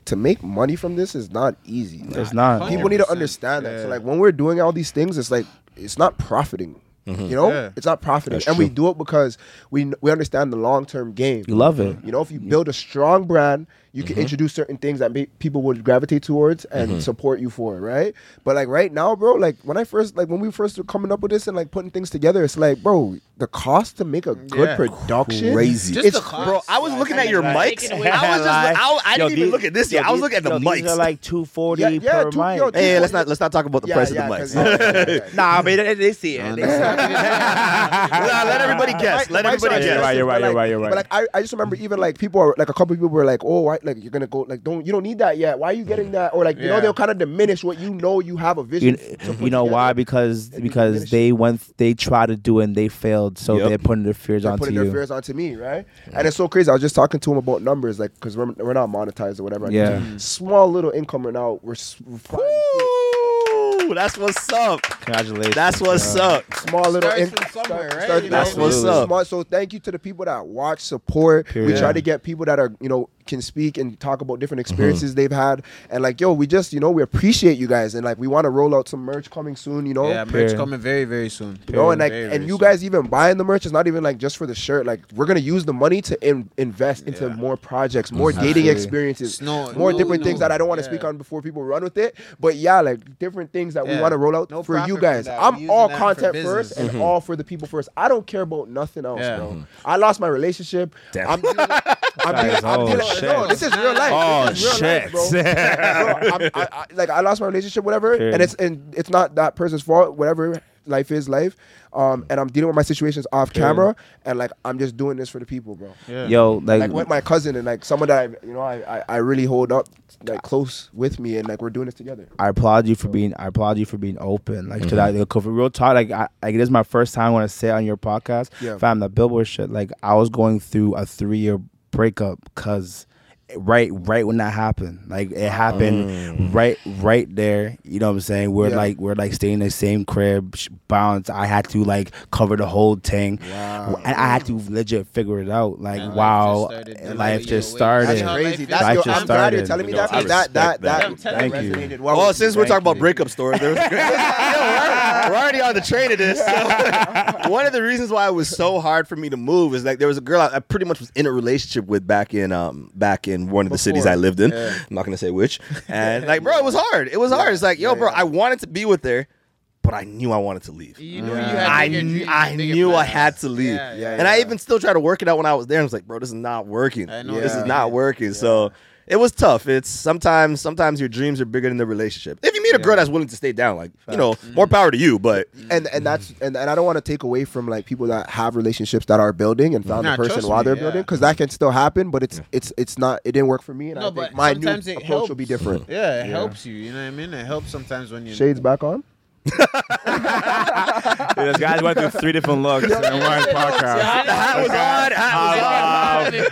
S1: to make money from this is not easy. Like,
S3: It's not.
S1: people need to
S5: 100%,
S1: understand that. So
S5: yeah.
S1: like when we're doing all these things, it's like it's not profiting. You know,
S5: Mm-hmm. Yeah.
S1: it's not profiting, and we do it because we kn- we understand the long term game.
S3: You love it.
S1: You know, if you build a strong brand, you
S5: Mm-hmm.
S1: can introduce certain things that may, people would gravitate towards and support you for, right? But like right now, bro, like when I first, like when we first were coming up with this and like putting things together, it's like, bro, the cost to make a good
S5: Yeah.
S1: production,
S4: Crazy.
S5: Just
S1: it's
S5: the cost.
S4: Bro, I was looking at your mics.
S3: <laughs>
S2: Taking away-
S4: I was just, I, I
S3: Yo,
S4: didn't even
S3: these-
S4: look at this yet.
S3: yo,
S4: I was
S3: these-
S4: looking at
S3: yo,
S4: the mics.
S3: These are like two forty
S1: Yeah, yeah,
S3: per
S1: two-
S3: mic.
S1: yo, two-
S4: hey, let's not let's not talk about the
S1: Yeah,
S4: price
S1: yeah,
S4: of
S1: 'cause-
S4: the mics.
S1: yeah,
S5: <laughs>
S1: yeah, yeah.
S3: nah, but they, they see it. They see <laughs> it.
S4: <laughs> Nah, let everybody
S1: Mike-
S4: guess. Let
S1: Mike's not
S4: everybody guess.
S1: against
S6: You're
S1: it,
S6: right,
S1: but,
S6: you're
S1: like-
S6: right, you're right, you're
S1: But like, I, I just remember even like people are like a couple people were like, oh, why, like you're gonna go like don't you don't need that yet? Why are you getting that? Or like you know
S5: Yeah.
S1: they'll kind of diminish what you know you have a vision.
S3: You,
S1: to
S3: you
S1: put together.
S3: know why? Because
S1: be
S3: because
S1: diminished.
S3: they went, they tried to do it and they failed, so
S4: Yep.
S3: they're putting their fears
S1: They're
S3: onto
S1: putting
S3: you.
S1: their fears onto me, right? And it's so crazy. I was just talking to him about numbers, like because we're, we're not monetized or whatever.
S3: Yeah.
S1: Small little income right now. We're, s- we're finally seeing
S4: Ooh, that's what's up.
S3: Congratulations.
S4: That's what's up.
S1: small little
S5: Starts
S1: in-
S5: from somewhere,
S1: start-
S5: right?
S1: start-
S5: You
S4: know? That's what's up.
S1: Small- so thank you to the people that watch, support.
S3: Period.
S1: We try to get people that are you know can speak and talk about different experiences they've had, and like yo, we just you know we appreciate you guys, and like we want to roll out some merch coming soon, you know.
S5: Yeah, merch
S3: Period.
S5: coming very, very soon.
S1: You know, and like,
S5: Very,
S1: and
S5: very
S1: you
S5: soon.
S1: guys even buying the merch is not even like just for the shirt. Like, we're gonna use the money to in- invest into more projects, more dating experiences,
S5: No,
S1: more
S5: no,
S1: different things
S5: no,
S1: that I don't want to
S5: yeah.
S1: speak on before people run with it. But yeah, like different things that we
S5: Yeah.
S1: want to roll out
S5: No
S1: for
S5: profit
S1: you
S5: for
S1: guys.
S5: that. We're
S1: I'm
S5: using
S1: all
S5: that for
S1: content
S5: business.
S1: first and all for the people first. I don't care about nothing else,
S5: Yeah. Mm-hmm.
S1: bro. I lost my relationship.
S4: Damn.
S1: I'm dealing, I'm dealing, I'm
S3: oh,
S1: dealing,
S3: shit.
S1: no, this is real life.
S6: Oh,
S1: This is real life,
S6: shit.
S1: bro. Bro, I'm, I, I, like I lost my relationship, whatever,
S3: Period.
S1: and it's and it's not that person's fault, whatever. Life is life, um, and I'm dealing with my situations off camera, and like I'm just doing this for the people, bro.
S5: Yeah.
S3: Yo, like,
S1: Like with my cousin and like someone that I, you know, I, I I really hold up like close with me, and like we're doing this together.
S3: I applaud you for being I applaud you for being open like to that like, for real talk like I, like this is my first time when I say it on your podcast
S1: Yeah.
S3: fam the billboard shit like I was going through a three year breakup cause right right when that happened like it happened right right there you know what I'm saying we're
S1: Yeah.
S3: like we're like staying in the same crib sh- bounced I had to like cover the whole thing wow. and I had to legit figure it out like
S5: And life
S3: wow
S5: just started doing
S3: and life
S5: it
S3: just
S5: your way.
S3: started
S1: That's
S5: Yeah.
S1: crazy.
S5: Life
S1: That's
S3: is-
S1: yo,
S3: Life
S1: I'm
S3: just
S1: glad you're
S3: started.
S1: telling me
S4: Yo,
S1: that.
S4: I
S1: 'cause that that
S4: respect that.
S1: that, that
S3: Thank you.
S1: resonated. Well,
S4: Well,
S1: with me.
S4: since we're
S5: Thank
S4: talking about
S5: you.
S4: breakup stories, <laughs> there's Yo, we're, we're already on the train of this. So, <laughs> one of the reasons why it was so hard for me to move is like there was a girl I, I pretty much was in a relationship with back in um back in one of the cities I lived in. I'm not gonna say
S1: <laughs>
S4: which. And like, bro, it was hard. It was hard. It's like, yo, bro, I wanted to be with her, but I knew I wanted to leave.
S2: You knew you had
S4: I,
S2: bigger
S4: kn-
S2: dreams,
S4: I
S2: bigger
S4: knew I
S2: plans.
S4: had to leave.
S5: Yeah, yeah,
S4: and I even still tried to work it out when I was there. I was like, bro, this is not working.
S5: I know
S1: what
S4: This is
S1: you
S4: not
S5: mean.
S4: working. So it was tough. It's sometimes sometimes your dreams are bigger than the relationship. If you meet a girl that's willing to stay down, like, you know, more power to you, but
S1: and
S5: Mm-hmm.
S1: and that's and, and I don't want to take away from like people that have relationships that are building and found
S5: Nah,
S1: a person
S5: trust
S1: while
S5: me,
S1: they're
S5: yeah.
S1: building because that can still happen, but it's it's it's not it didn't work for me and
S5: No,
S1: I think
S5: but
S1: my new
S5: sometimes it
S1: approach will be
S5: helps. <laughs>
S1: different.
S5: Yeah, it helps you. You know what I mean? It helps sometimes when you.
S1: Shades back
S5: <laughs>
S1: on.
S6: Dude, this guy's went through three different looks in one podcast.
S4: the hat was on, hat was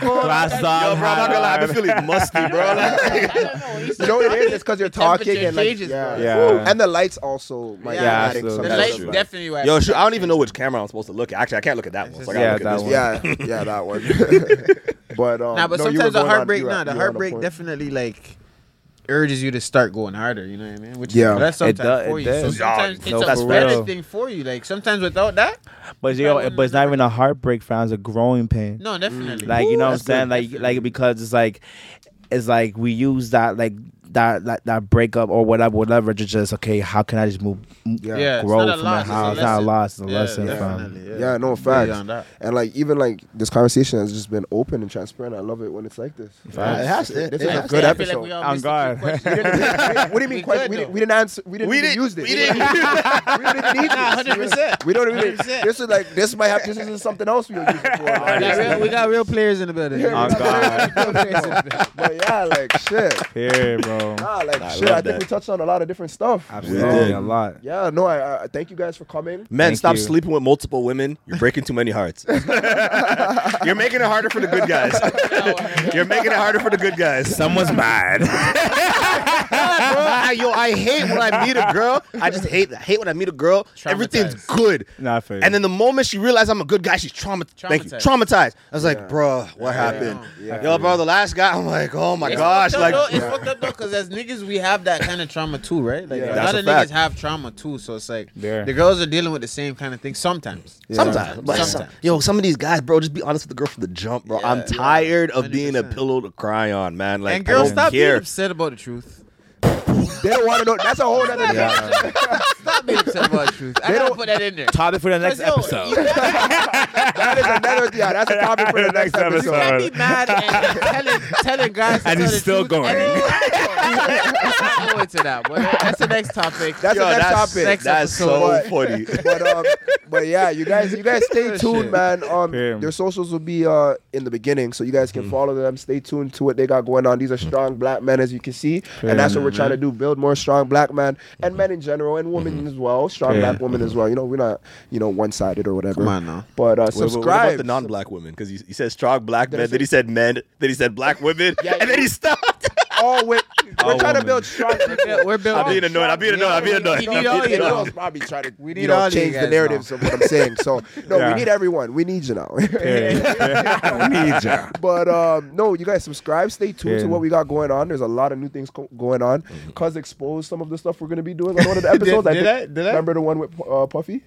S4: on.
S6: Glasses on.
S4: Yo, bro, I'm not gonna lie, I've been feeling musty, <laughs> bro. Like,
S2: I don't know. He's
S1: You know what it is? It's because you're talking
S2: temperature
S1: and like
S2: changes,
S1: yeah.
S2: bro.
S6: Yeah.
S1: and the lights also might
S5: Yeah,
S1: be adding
S6: absolutely.
S1: some sort
S5: The
S6: That's
S5: lights
S1: of,
S2: lights
S1: like-
S2: definitely were.
S4: yo, shoot, I don't even know which camera I'm supposed to look at. Actually, I can't look at that one. So I gotta
S3: Yeah,
S4: look at
S3: that
S4: this
S3: one.
S4: one.
S1: yeah, <laughs> yeah, that one.
S5: <laughs>
S1: but um,
S5: Nah, but
S1: no, you were
S5: sometimes the
S1: going on-
S5: heartbreak,
S1: you were-
S5: nah, the
S1: you were on a
S5: heartbreak
S1: point.
S5: definitely like urges you to start going harder. You know what I mean? Which
S1: Yeah.
S5: is, that's sometimes
S3: It does-
S5: for
S3: it
S5: you. So
S3: does.
S5: sometimes
S4: No,
S5: it's
S3: that's
S5: a
S3: for
S5: better
S3: real.
S5: thing for you. Like sometimes without that,
S3: but you know, but it's not even a heartbreak fam it's a growing pain
S5: no, definitely.
S3: Like you know what I'm
S5: That's good.
S3: saying? Like like because it's like it's like we use that like that that, that breakup or whatever, whatever. Just, just okay. How can I just move, m-
S5: Yeah, it's
S3: grow
S5: not a
S3: from
S5: loss,
S3: it?
S5: it's a
S3: How it's not a
S5: lesson.
S3: loss, it's a
S5: Yeah,
S3: lesson from.
S5: definitely,
S1: Yeah, no
S5: Beyond that.
S1: facts. And like even like this conversation has just been open and transparent. I love it when it's like this.
S3: Facts.
S1: It has to. This is a
S2: I feel
S1: good
S2: like we
S1: episode.
S2: all
S3: On
S2: missed a few
S3: guard.
S2: questions.
S1: <laughs> What do you mean?
S2: We
S1: question?
S2: good,
S1: We, didn't,
S2: though.
S1: we didn't answer. We didn't
S4: We
S1: even
S4: didn't-
S1: use this.
S4: we didn't-
S1: <laughs> we didn't need this.
S2: hundred percent.
S1: We don't even.
S2: 100%.
S1: This is like this might have. This is something else we were using for.
S5: We got, real, we
S1: <laughs>
S5: got real players in the building.
S6: On
S3: Oh,
S6: God.
S1: but yeah, like shit.
S6: Here,
S4: <laughs>
S6: bro.
S1: Nah, like
S4: I
S1: shit.
S4: love
S1: I think
S4: that.
S1: we touched on a lot of different stuff.
S3: Absolutely,
S4: did.
S3: a lot.
S1: Yeah, no, I, I thank you guys for coming.
S4: Men,
S3: Thank
S4: stop
S3: you.
S4: sleeping with multiple women. You're breaking too many hearts. <laughs> You're making it harder for the good guys. You're making it harder for the good <laughs> guys.
S3: Someone's mad.
S4: bro. I, yo, I hate when I meet a girl. I just hate I hate when I meet a girl. Everything's good.
S6: Not fair.
S4: And then the moment she realized I'm a good guy, she's traumatized. Thank you.
S2: Traumatized.
S4: Traumatized. I was like, bro, what happened?
S1: Yeah.
S4: Yo, bro, the last guy, I'm like, oh my gosh.
S2: fucked up,
S4: Like,
S2: though.
S4: yeah.
S2: It's fucked up though,
S5: because as niggas we have that kind of trauma too, right? Like
S1: Yeah.
S5: a
S4: That's
S5: lot
S4: a
S5: of
S4: fact.
S5: niggas have trauma too, so it's like
S6: Yeah.
S5: the girls are dealing with the same kind of thing sometimes.
S4: sometimes. But some-
S5: Sometimes.
S4: yo, some of these guys, bro, just be honest with the girl from the jump, bro.
S5: Yeah,
S4: I'm
S5: yeah.
S4: tired of being a
S5: 100%.
S4: pillow to cry on, man. Like,
S5: and
S4: I
S5: girls,
S4: don't
S5: stop
S4: care.
S5: being upset about the truth.
S1: They don't want to know. That's a whole other.
S5: Stop being upset about the truth. I
S1: They
S5: gotta
S1: don't-
S5: put that in there.
S3: Topic for the next
S2: yo,
S3: episode.
S1: That is another. Yeah, that's a topic for the next,
S6: Next
S1: episode.
S6: episode.
S5: Can't be mad and, and telling telling guys. to
S6: And
S5: tell
S6: he's
S5: the
S6: still
S5: truth
S6: going.
S5: and- I'm not going to that, but that's the next topic.
S1: That's
S4: Yo,
S1: the next
S4: that's,
S1: topic.
S4: that's so
S1: But-
S4: funny.
S1: but um, but yeah, you guys, you guys stay tuned, man. Um,
S6: Damn.
S1: their socials will be uh in the beginning, so you guys can follow them. Stay tuned to what they got going on. These are strong black men, as you can see, and that's what we're trying to do: build more strong black men and men in general, and women as well, strong
S6: Damn.
S1: black women as well. You know, we're not you know one sided or whatever.
S5: Come on now.
S1: But uh,
S4: What about- What about
S1: subscribe.
S4: the non-black women? Because he, he said strong black men, then he said men, then he said black women, and then he stopped.
S1: all with, we're
S6: All
S1: trying to
S6: women.
S1: build strong. <laughs>
S5: We're building.
S4: I'm being annoyed. I'm being annoyed. I'm being annoyed.
S5: We need all
S4: I'm being
S5: you.
S4: annoyed.
S1: Girls probably try to we
S5: need
S1: you know,
S5: all you
S1: change the
S5: guys
S1: narratives of what I'm saying. So no,
S6: Yeah.
S1: we need everyone. We need you now.
S3: <laughs>
S6: Yeah. We need ya.
S1: But um, no, you guys subscribe. Stay tuned to
S6: Yeah.
S1: what we got going on. There's a lot of new things co- going on. Cuz exposed some of the stuff we're gonna be doing on one of the episodes.
S5: did
S1: think-
S5: I- did I?
S1: Remember the one with uh, Puffy?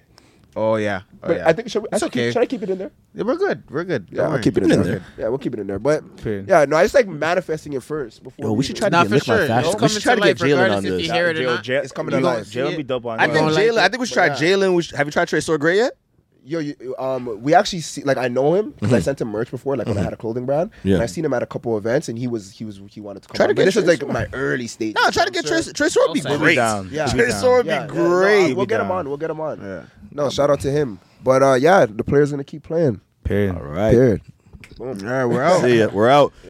S5: Oh yeah. Oh,
S1: But
S5: yeah.
S1: I think should, we, I
S5: It's
S1: should, keep-
S5: okay.
S1: should I keep it in there?
S5: Yeah, we're good. We're good.
S1: Yeah, I'll keep it in, there. Yeah, we'll keep it in there. But
S6: Fair.
S1: yeah, no, I just like manifesting it first before.
S4: Yo, we should try to
S5: Nah,
S4: get
S5: for
S4: Lick My
S5: sure.
S4: Fashion.
S5: It's
S4: We should try to
S5: coming
S4: get
S5: to life
S4: Jalen on
S5: regardless if
S4: this.
S5: you hear it or
S3: Jail-
S5: not.
S3: jail-
S1: It's coming
S3: you
S1: to
S3: gon-
S1: life.
S3: Jail be dope on.
S4: I
S5: You
S3: it.
S4: think
S5: gonna like
S4: Jalen. I
S5: it?
S4: think we should try
S5: Yeah.
S4: Jalen. We should- Have you tried Trey Store Gray yet?
S1: Yo, you, um, we actually see like I know him because I sent him merch before, like when I had a clothing brand.
S4: Yeah.
S1: and I seen him at a couple events, and he was he was he wanted to come.
S4: Try to
S1: on. But
S4: get
S1: this is
S4: Trey
S1: like my early stage.
S4: No, try to get Trey. Trey Store would be
S2: Outside.
S4: great.
S6: down.
S1: Yeah.
S4: Trey Store would
S1: Yeah,
S4: be
S1: yeah, no,
S4: great.
S1: we'll
S6: be
S1: get him
S6: down.
S1: on. We'll get him on.
S5: Yeah.
S1: No, shout out to him. But uh, yeah, the player's gonna keep playing.
S6: Period.
S4: All right.
S1: Period.
S5: All right, we're out.
S4: See ya. We're out.